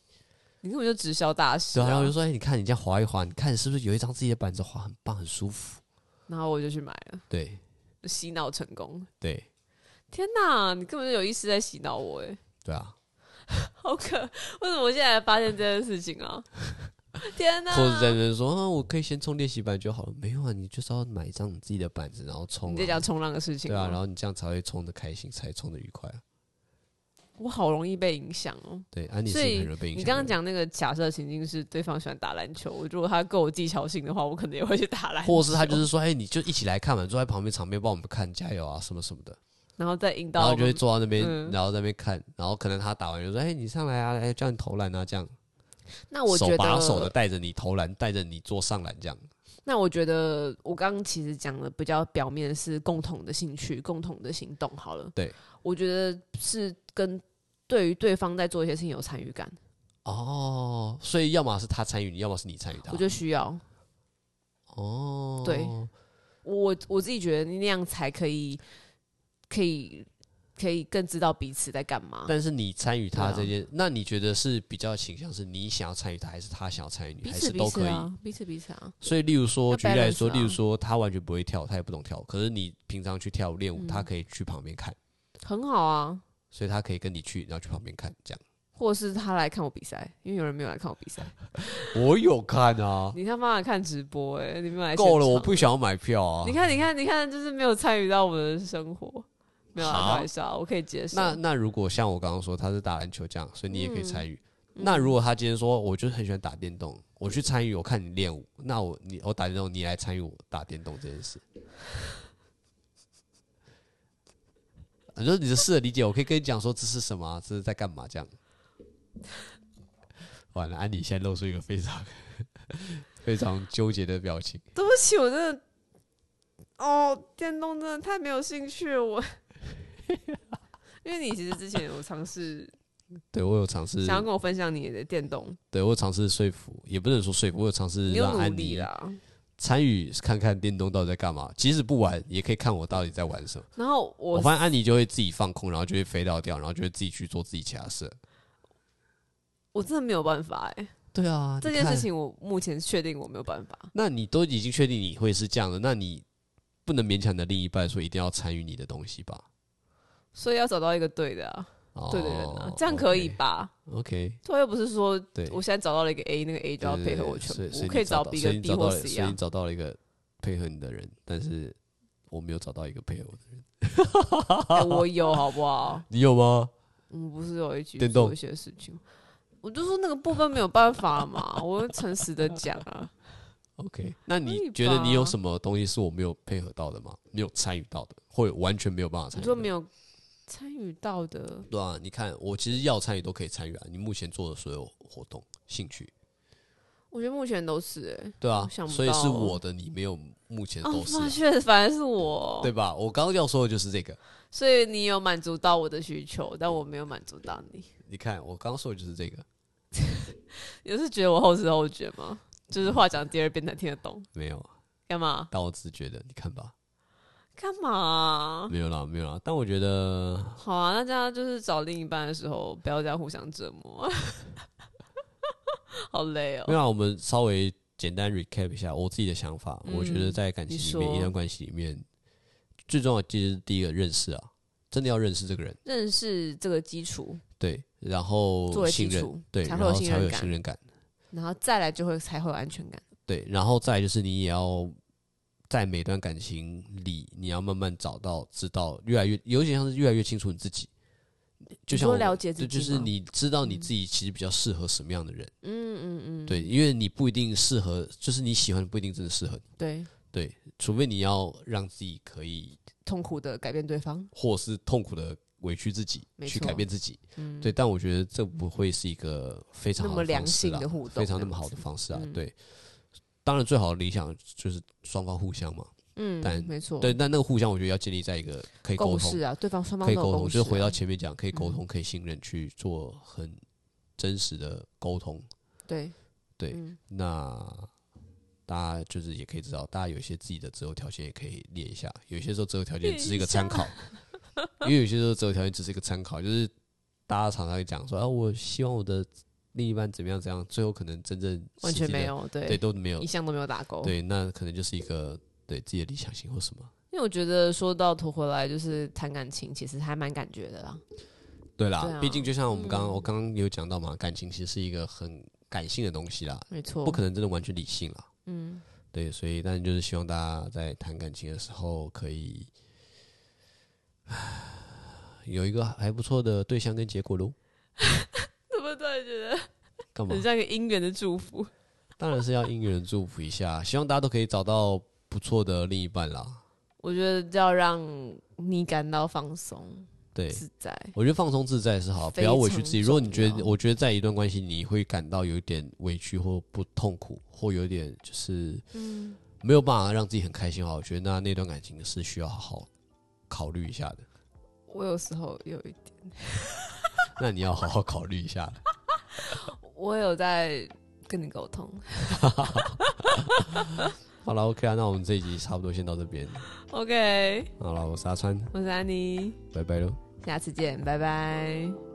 [SPEAKER 2] 你根本就直销大师、
[SPEAKER 1] 对啊，
[SPEAKER 2] 啊。
[SPEAKER 1] 然后我就说，哎、你看你这样滑一滑，你看是不是有一张自己的板子滑很棒，很舒服？
[SPEAKER 2] 然后我就去买了，
[SPEAKER 1] 对
[SPEAKER 2] 洗脑成功。
[SPEAKER 1] 对
[SPEAKER 2] 天哪，你根本就有意识在洗脑我哎，
[SPEAKER 1] 对啊，
[SPEAKER 2] 好可！为什么我现在才发现这件事情啊？ 天哪！
[SPEAKER 1] 或者在那边说，啊，我可以先冲练习板就好了。没有啊，你就是要买一张你自己的板子，然后冲、
[SPEAKER 2] 你在
[SPEAKER 1] 啊。
[SPEAKER 2] 讲冲浪的事情
[SPEAKER 1] 对
[SPEAKER 2] 吗
[SPEAKER 1] 啊，然后你这样才会冲的开心，才冲的愉快啊。
[SPEAKER 2] 我好容易被影响哦。
[SPEAKER 1] 对，安妮是
[SPEAKER 2] 所
[SPEAKER 1] 一个
[SPEAKER 2] 以
[SPEAKER 1] 很容易被影响的人。
[SPEAKER 2] 你刚刚讲那个假设情境是对方喜欢打篮球，我如果他够有技巧性的话，我可能也会去打篮球，
[SPEAKER 1] 或者是他就是说，哎、你就一起来看嘛，坐在旁边场边帮我们看，加油啊，什么什么的。
[SPEAKER 2] 然后再引
[SPEAKER 1] 然
[SPEAKER 2] 导
[SPEAKER 1] 后
[SPEAKER 2] 我
[SPEAKER 1] 就会
[SPEAKER 2] 们。
[SPEAKER 1] 坐到那边，
[SPEAKER 2] 嗯
[SPEAKER 1] 然后在那边看，然后可能他打完就说，哎、你上来啊，哎、叫你投篮啊，这样，
[SPEAKER 2] 那我
[SPEAKER 1] 手
[SPEAKER 2] 觉
[SPEAKER 1] 把手的
[SPEAKER 2] 得，
[SPEAKER 1] 带着你投篮，带着你做上篮这样。
[SPEAKER 2] 那我觉得我刚刚其实讲的比较表面是共同的兴趣、共同的行动好了。
[SPEAKER 1] 对，
[SPEAKER 2] 我觉得是跟对于对方在做一些事情有参与感，
[SPEAKER 1] 哦哦，所以要么是他参与你，要么是你参与他。
[SPEAKER 2] 我觉得需要。
[SPEAKER 1] 哦，
[SPEAKER 2] 对我我自己觉得那样才可以，可以可以更知道彼此在干嘛。
[SPEAKER 1] 但是你参与他
[SPEAKER 2] 对
[SPEAKER 1] 这
[SPEAKER 2] 啊
[SPEAKER 1] 件，那你觉得是比较倾向是你想要参与他，还是他想要参与你，
[SPEAKER 2] 彼
[SPEAKER 1] 还
[SPEAKER 2] 此
[SPEAKER 1] 是
[SPEAKER 2] 彼
[SPEAKER 1] 都
[SPEAKER 2] 此
[SPEAKER 1] 可以？
[SPEAKER 2] 啊，彼此彼此啊，
[SPEAKER 1] 所以，例如说，
[SPEAKER 2] 要
[SPEAKER 1] 举例来说，
[SPEAKER 2] balance 啊
[SPEAKER 1] 例如说，他完全不会跳，他也不懂跳，可是你平常去跳舞练舞，
[SPEAKER 2] 嗯
[SPEAKER 1] 他可以去旁边看，
[SPEAKER 2] 很好啊。
[SPEAKER 1] 所以他可以跟你去，然后去旁边看，这样。
[SPEAKER 2] 或者是他来看我比赛，因为有人没有来看我 比赛。
[SPEAKER 1] 我有看啊，
[SPEAKER 2] 你他妈的看直播哎、你没有来
[SPEAKER 1] 够了，
[SPEAKER 2] 现场
[SPEAKER 1] 我不想要买票啊
[SPEAKER 2] 你。看，你看，你看，就是没有参与到我们的生活，没有
[SPEAKER 1] 好
[SPEAKER 2] 啊，开玩笑，我可以接受。
[SPEAKER 1] 那那如果像我刚刚说他是打篮球这样，所以你也可
[SPEAKER 2] 嗯
[SPEAKER 1] 以参与。那如果他今天说我就是很喜欢打电动，我去参与，我看你练舞，那我你我打电动，你来参与我打电动这件事。你说你的试着理解，我可以跟你讲说这是什么啊、这是在干嘛这样。完了，安迪现在露出一个非常非常纠结的表情。
[SPEAKER 2] 对不起，我真的，哦，电动真的太没有兴趣了，我。 因为你其实之前有尝试
[SPEAKER 1] 对我有尝试，
[SPEAKER 2] 想要跟我分享你的电动，
[SPEAKER 1] 对我有尝试说服，也不能说说服，我有尝试
[SPEAKER 2] 你有
[SPEAKER 1] 让
[SPEAKER 2] 努
[SPEAKER 1] 啊安
[SPEAKER 2] 力
[SPEAKER 1] 迪
[SPEAKER 2] 啦。
[SPEAKER 1] 参与看看电动到底在干嘛，即使不玩也可以看我到底在玩什么。
[SPEAKER 2] 然后我
[SPEAKER 1] 我发现安妮就会自己放空，然后就会飞到掉，然后就会自己去做自己其他事。
[SPEAKER 2] 我真的没有办法哎、
[SPEAKER 1] 对啊，
[SPEAKER 2] 这件事。情我目前确定我没有办法。
[SPEAKER 1] 那你都已经确定你会是这样的，那你不能勉强你的另一半说一定要参与你的东西吧？
[SPEAKER 2] 所以要找到一个对的啊，
[SPEAKER 1] 哦
[SPEAKER 2] 对的人啊，这样可以吧？
[SPEAKER 1] ？OK，
[SPEAKER 2] 对，又不是说
[SPEAKER 1] 对，
[SPEAKER 2] 我现在找到了一个 A，那个 A 就要
[SPEAKER 1] 对对
[SPEAKER 2] 配合
[SPEAKER 1] 对
[SPEAKER 2] 我全
[SPEAKER 1] 所以
[SPEAKER 2] 部，
[SPEAKER 1] 所以
[SPEAKER 2] 我可
[SPEAKER 1] 你
[SPEAKER 2] 以找
[SPEAKER 1] 找到
[SPEAKER 2] B
[SPEAKER 1] 所以
[SPEAKER 2] 跟
[SPEAKER 1] 你
[SPEAKER 2] B
[SPEAKER 1] 找
[SPEAKER 2] 或
[SPEAKER 1] 到了，
[SPEAKER 2] C
[SPEAKER 1] 所以
[SPEAKER 2] 啊
[SPEAKER 1] 你。找到了一个配合你的人，但是我没有找到一个配合我的人。
[SPEAKER 2] 哎 我有好不好？
[SPEAKER 1] 你有吗？
[SPEAKER 2] 我们不是有一局
[SPEAKER 1] 电动
[SPEAKER 2] 做一些事情，我就说那个部分没有办法了嘛，我诚实的讲啊，
[SPEAKER 1] OK，那
[SPEAKER 2] 可
[SPEAKER 1] 你
[SPEAKER 2] 以
[SPEAKER 1] 觉得你有
[SPEAKER 2] 吧
[SPEAKER 1] 什么东西是我没有配合到的吗？没有参与到的，或者完全没有办法参
[SPEAKER 2] 你
[SPEAKER 1] 与？
[SPEAKER 2] 说没。有参与到的，
[SPEAKER 1] 对啊，你看我其实要参与都可以参与啊。你目前做的所有活动、兴趣，
[SPEAKER 2] 我觉得目前都是哎、
[SPEAKER 1] 对啊，
[SPEAKER 2] 我想不
[SPEAKER 1] 所以是
[SPEAKER 2] 到
[SPEAKER 1] 我的，你没有目前
[SPEAKER 2] 啊，
[SPEAKER 1] 都是啊、
[SPEAKER 2] 发现反而是我，
[SPEAKER 1] 对吧？我刚刚要说的就是这个。
[SPEAKER 2] 所以你有满足到我的需求，但我没有满足到你。
[SPEAKER 1] 你看，我刚刚说的就是这个，
[SPEAKER 2] 你是觉得我后知后觉吗？就是话讲第二遍才听得懂，
[SPEAKER 1] 没有。啊
[SPEAKER 2] 干嘛？
[SPEAKER 1] 但我只是觉得，你看吧，
[SPEAKER 2] 干嘛？
[SPEAKER 1] 没有啦，没有啦。但我觉得，
[SPEAKER 2] 好啊，那这样就是找另一半的时候，不要这样互相折磨，好累
[SPEAKER 1] 没
[SPEAKER 2] 哦。
[SPEAKER 1] 有啊啦，我们稍微简单 recap 一下我自己的想法。我觉得
[SPEAKER 2] 嗯
[SPEAKER 1] 在感
[SPEAKER 2] 你
[SPEAKER 1] 情里面，
[SPEAKER 2] 说
[SPEAKER 1] 一段关系里面，最重要的其实是第一个认识啊，真的要认识这个人，
[SPEAKER 2] 认识这个基础
[SPEAKER 1] 对，然
[SPEAKER 2] 作
[SPEAKER 1] 后
[SPEAKER 2] 为
[SPEAKER 1] 信
[SPEAKER 2] 基
[SPEAKER 1] 任，
[SPEAKER 2] 础，
[SPEAKER 1] 对，
[SPEAKER 2] 才
[SPEAKER 1] 然
[SPEAKER 2] 会有
[SPEAKER 1] 后
[SPEAKER 2] 信
[SPEAKER 1] 才会
[SPEAKER 2] 任
[SPEAKER 1] 有
[SPEAKER 2] 感
[SPEAKER 1] 信，任感。
[SPEAKER 2] 然后再来就会才会有安全感。
[SPEAKER 1] 对，然后再来就是你也要在每段感情里，你要慢慢找到、知道，越来越有点像是越来越清楚你自己。就像
[SPEAKER 2] 多
[SPEAKER 1] 我
[SPEAKER 2] 了解自
[SPEAKER 1] 对，
[SPEAKER 2] 己
[SPEAKER 1] 就
[SPEAKER 2] 吗，
[SPEAKER 1] 是你知道你自己其实比较适合什么样的人，
[SPEAKER 2] 嗯，嗯嗯嗯，
[SPEAKER 1] 对，因为你不一定适合，就是你喜欢不一定真的适合你，
[SPEAKER 2] 对，
[SPEAKER 1] 对，除非你要让自己可以，
[SPEAKER 2] 痛苦的改变对方，
[SPEAKER 1] 或是痛苦的委屈自己，
[SPEAKER 2] 没
[SPEAKER 1] 去
[SPEAKER 2] 错
[SPEAKER 1] 改变自己，
[SPEAKER 2] 嗯，
[SPEAKER 1] 对，但我觉得这不会是一个非常
[SPEAKER 2] 那
[SPEAKER 1] 好
[SPEAKER 2] 么
[SPEAKER 1] 的方
[SPEAKER 2] 良
[SPEAKER 1] 式
[SPEAKER 2] 性
[SPEAKER 1] 啦
[SPEAKER 2] 的互动，
[SPEAKER 1] 非常那
[SPEAKER 2] 这
[SPEAKER 1] 么
[SPEAKER 2] 样
[SPEAKER 1] 好的
[SPEAKER 2] 子，
[SPEAKER 1] 方式啊，
[SPEAKER 2] 嗯
[SPEAKER 1] 对，当然最好的理想就是双方互相嘛。但
[SPEAKER 2] 嗯，没错，
[SPEAKER 1] 对，，但那个互相，我觉得要建立在一个可以沟
[SPEAKER 2] 共识
[SPEAKER 1] 通、
[SPEAKER 2] 啊，对方双方
[SPEAKER 1] 可
[SPEAKER 2] 都
[SPEAKER 1] 以
[SPEAKER 2] 有
[SPEAKER 1] 沟
[SPEAKER 2] 共
[SPEAKER 1] 通，
[SPEAKER 2] 识
[SPEAKER 1] 就是回
[SPEAKER 2] 啊
[SPEAKER 1] 到前面讲，可以沟通、可以信任，去做很真实的沟通。
[SPEAKER 2] 对
[SPEAKER 1] 对
[SPEAKER 2] 嗯
[SPEAKER 1] 那大家就是也可以知道，大家有一些自己的择偶条件也可以列一下，有些时候择偶条件
[SPEAKER 2] 列
[SPEAKER 1] 只是一
[SPEAKER 2] 一
[SPEAKER 1] 个参
[SPEAKER 2] 下
[SPEAKER 1] 考，因为有些时候择偶条件只是一个参考，就是大家常常会讲说啊，我希望我的另一半怎么样怎么样，最后可能真正
[SPEAKER 2] 完
[SPEAKER 1] 实
[SPEAKER 2] 全
[SPEAKER 1] 际
[SPEAKER 2] 没
[SPEAKER 1] 的，
[SPEAKER 2] 有，
[SPEAKER 1] 对，都没有
[SPEAKER 2] 一，项都没有打勾，
[SPEAKER 1] 对，那可能就是一个对自己的理想型或什么。
[SPEAKER 2] 因为我觉得说到头回来，就是谈感情，其实还蛮感觉的啦。
[SPEAKER 1] 对啦，
[SPEAKER 2] 对啊
[SPEAKER 1] 毕竟就像我们刚刚、
[SPEAKER 2] 嗯
[SPEAKER 1] 我刚刚有讲到嘛，感情其实是一个很感性的东西啦，
[SPEAKER 2] 没错，
[SPEAKER 1] 不可能真的完全理性啦。
[SPEAKER 2] 嗯，
[SPEAKER 1] 对，所以但就是希望大家在谈感情的时候可以唉有一个还不错的对象跟结果喽。
[SPEAKER 2] 怎么突然觉得
[SPEAKER 1] 干嘛
[SPEAKER 2] 很？像一个姻缘的祝福？
[SPEAKER 1] 当然是要应援祝福一下，希望大家都可以找到不错的另一半啦。
[SPEAKER 2] 我觉得要让你感到放松
[SPEAKER 1] 对，
[SPEAKER 2] 自在，
[SPEAKER 1] 我觉得放松自在是好，不
[SPEAKER 2] 非
[SPEAKER 1] 要委屈
[SPEAKER 2] 常
[SPEAKER 1] 自己。如果你觉
[SPEAKER 2] 重
[SPEAKER 1] 得，
[SPEAKER 2] 要
[SPEAKER 1] 我觉得在一段关系你会感到有一点委屈或不痛苦，或有点就是
[SPEAKER 2] 嗯，
[SPEAKER 1] 没有办法让自己很开心的话，我觉得那那段感情是需要好好考虑一下的。
[SPEAKER 2] 我有时候有一，
[SPEAKER 1] 那你要好好考虑一下。
[SPEAKER 2] 我有在跟你沟通，
[SPEAKER 1] 好了，OK 啊，那我们这一集差不多先到这边。
[SPEAKER 2] OK，
[SPEAKER 1] 好了，我是阿川，
[SPEAKER 2] 我是安妮，
[SPEAKER 1] 拜拜喽。
[SPEAKER 2] 下次见，拜拜。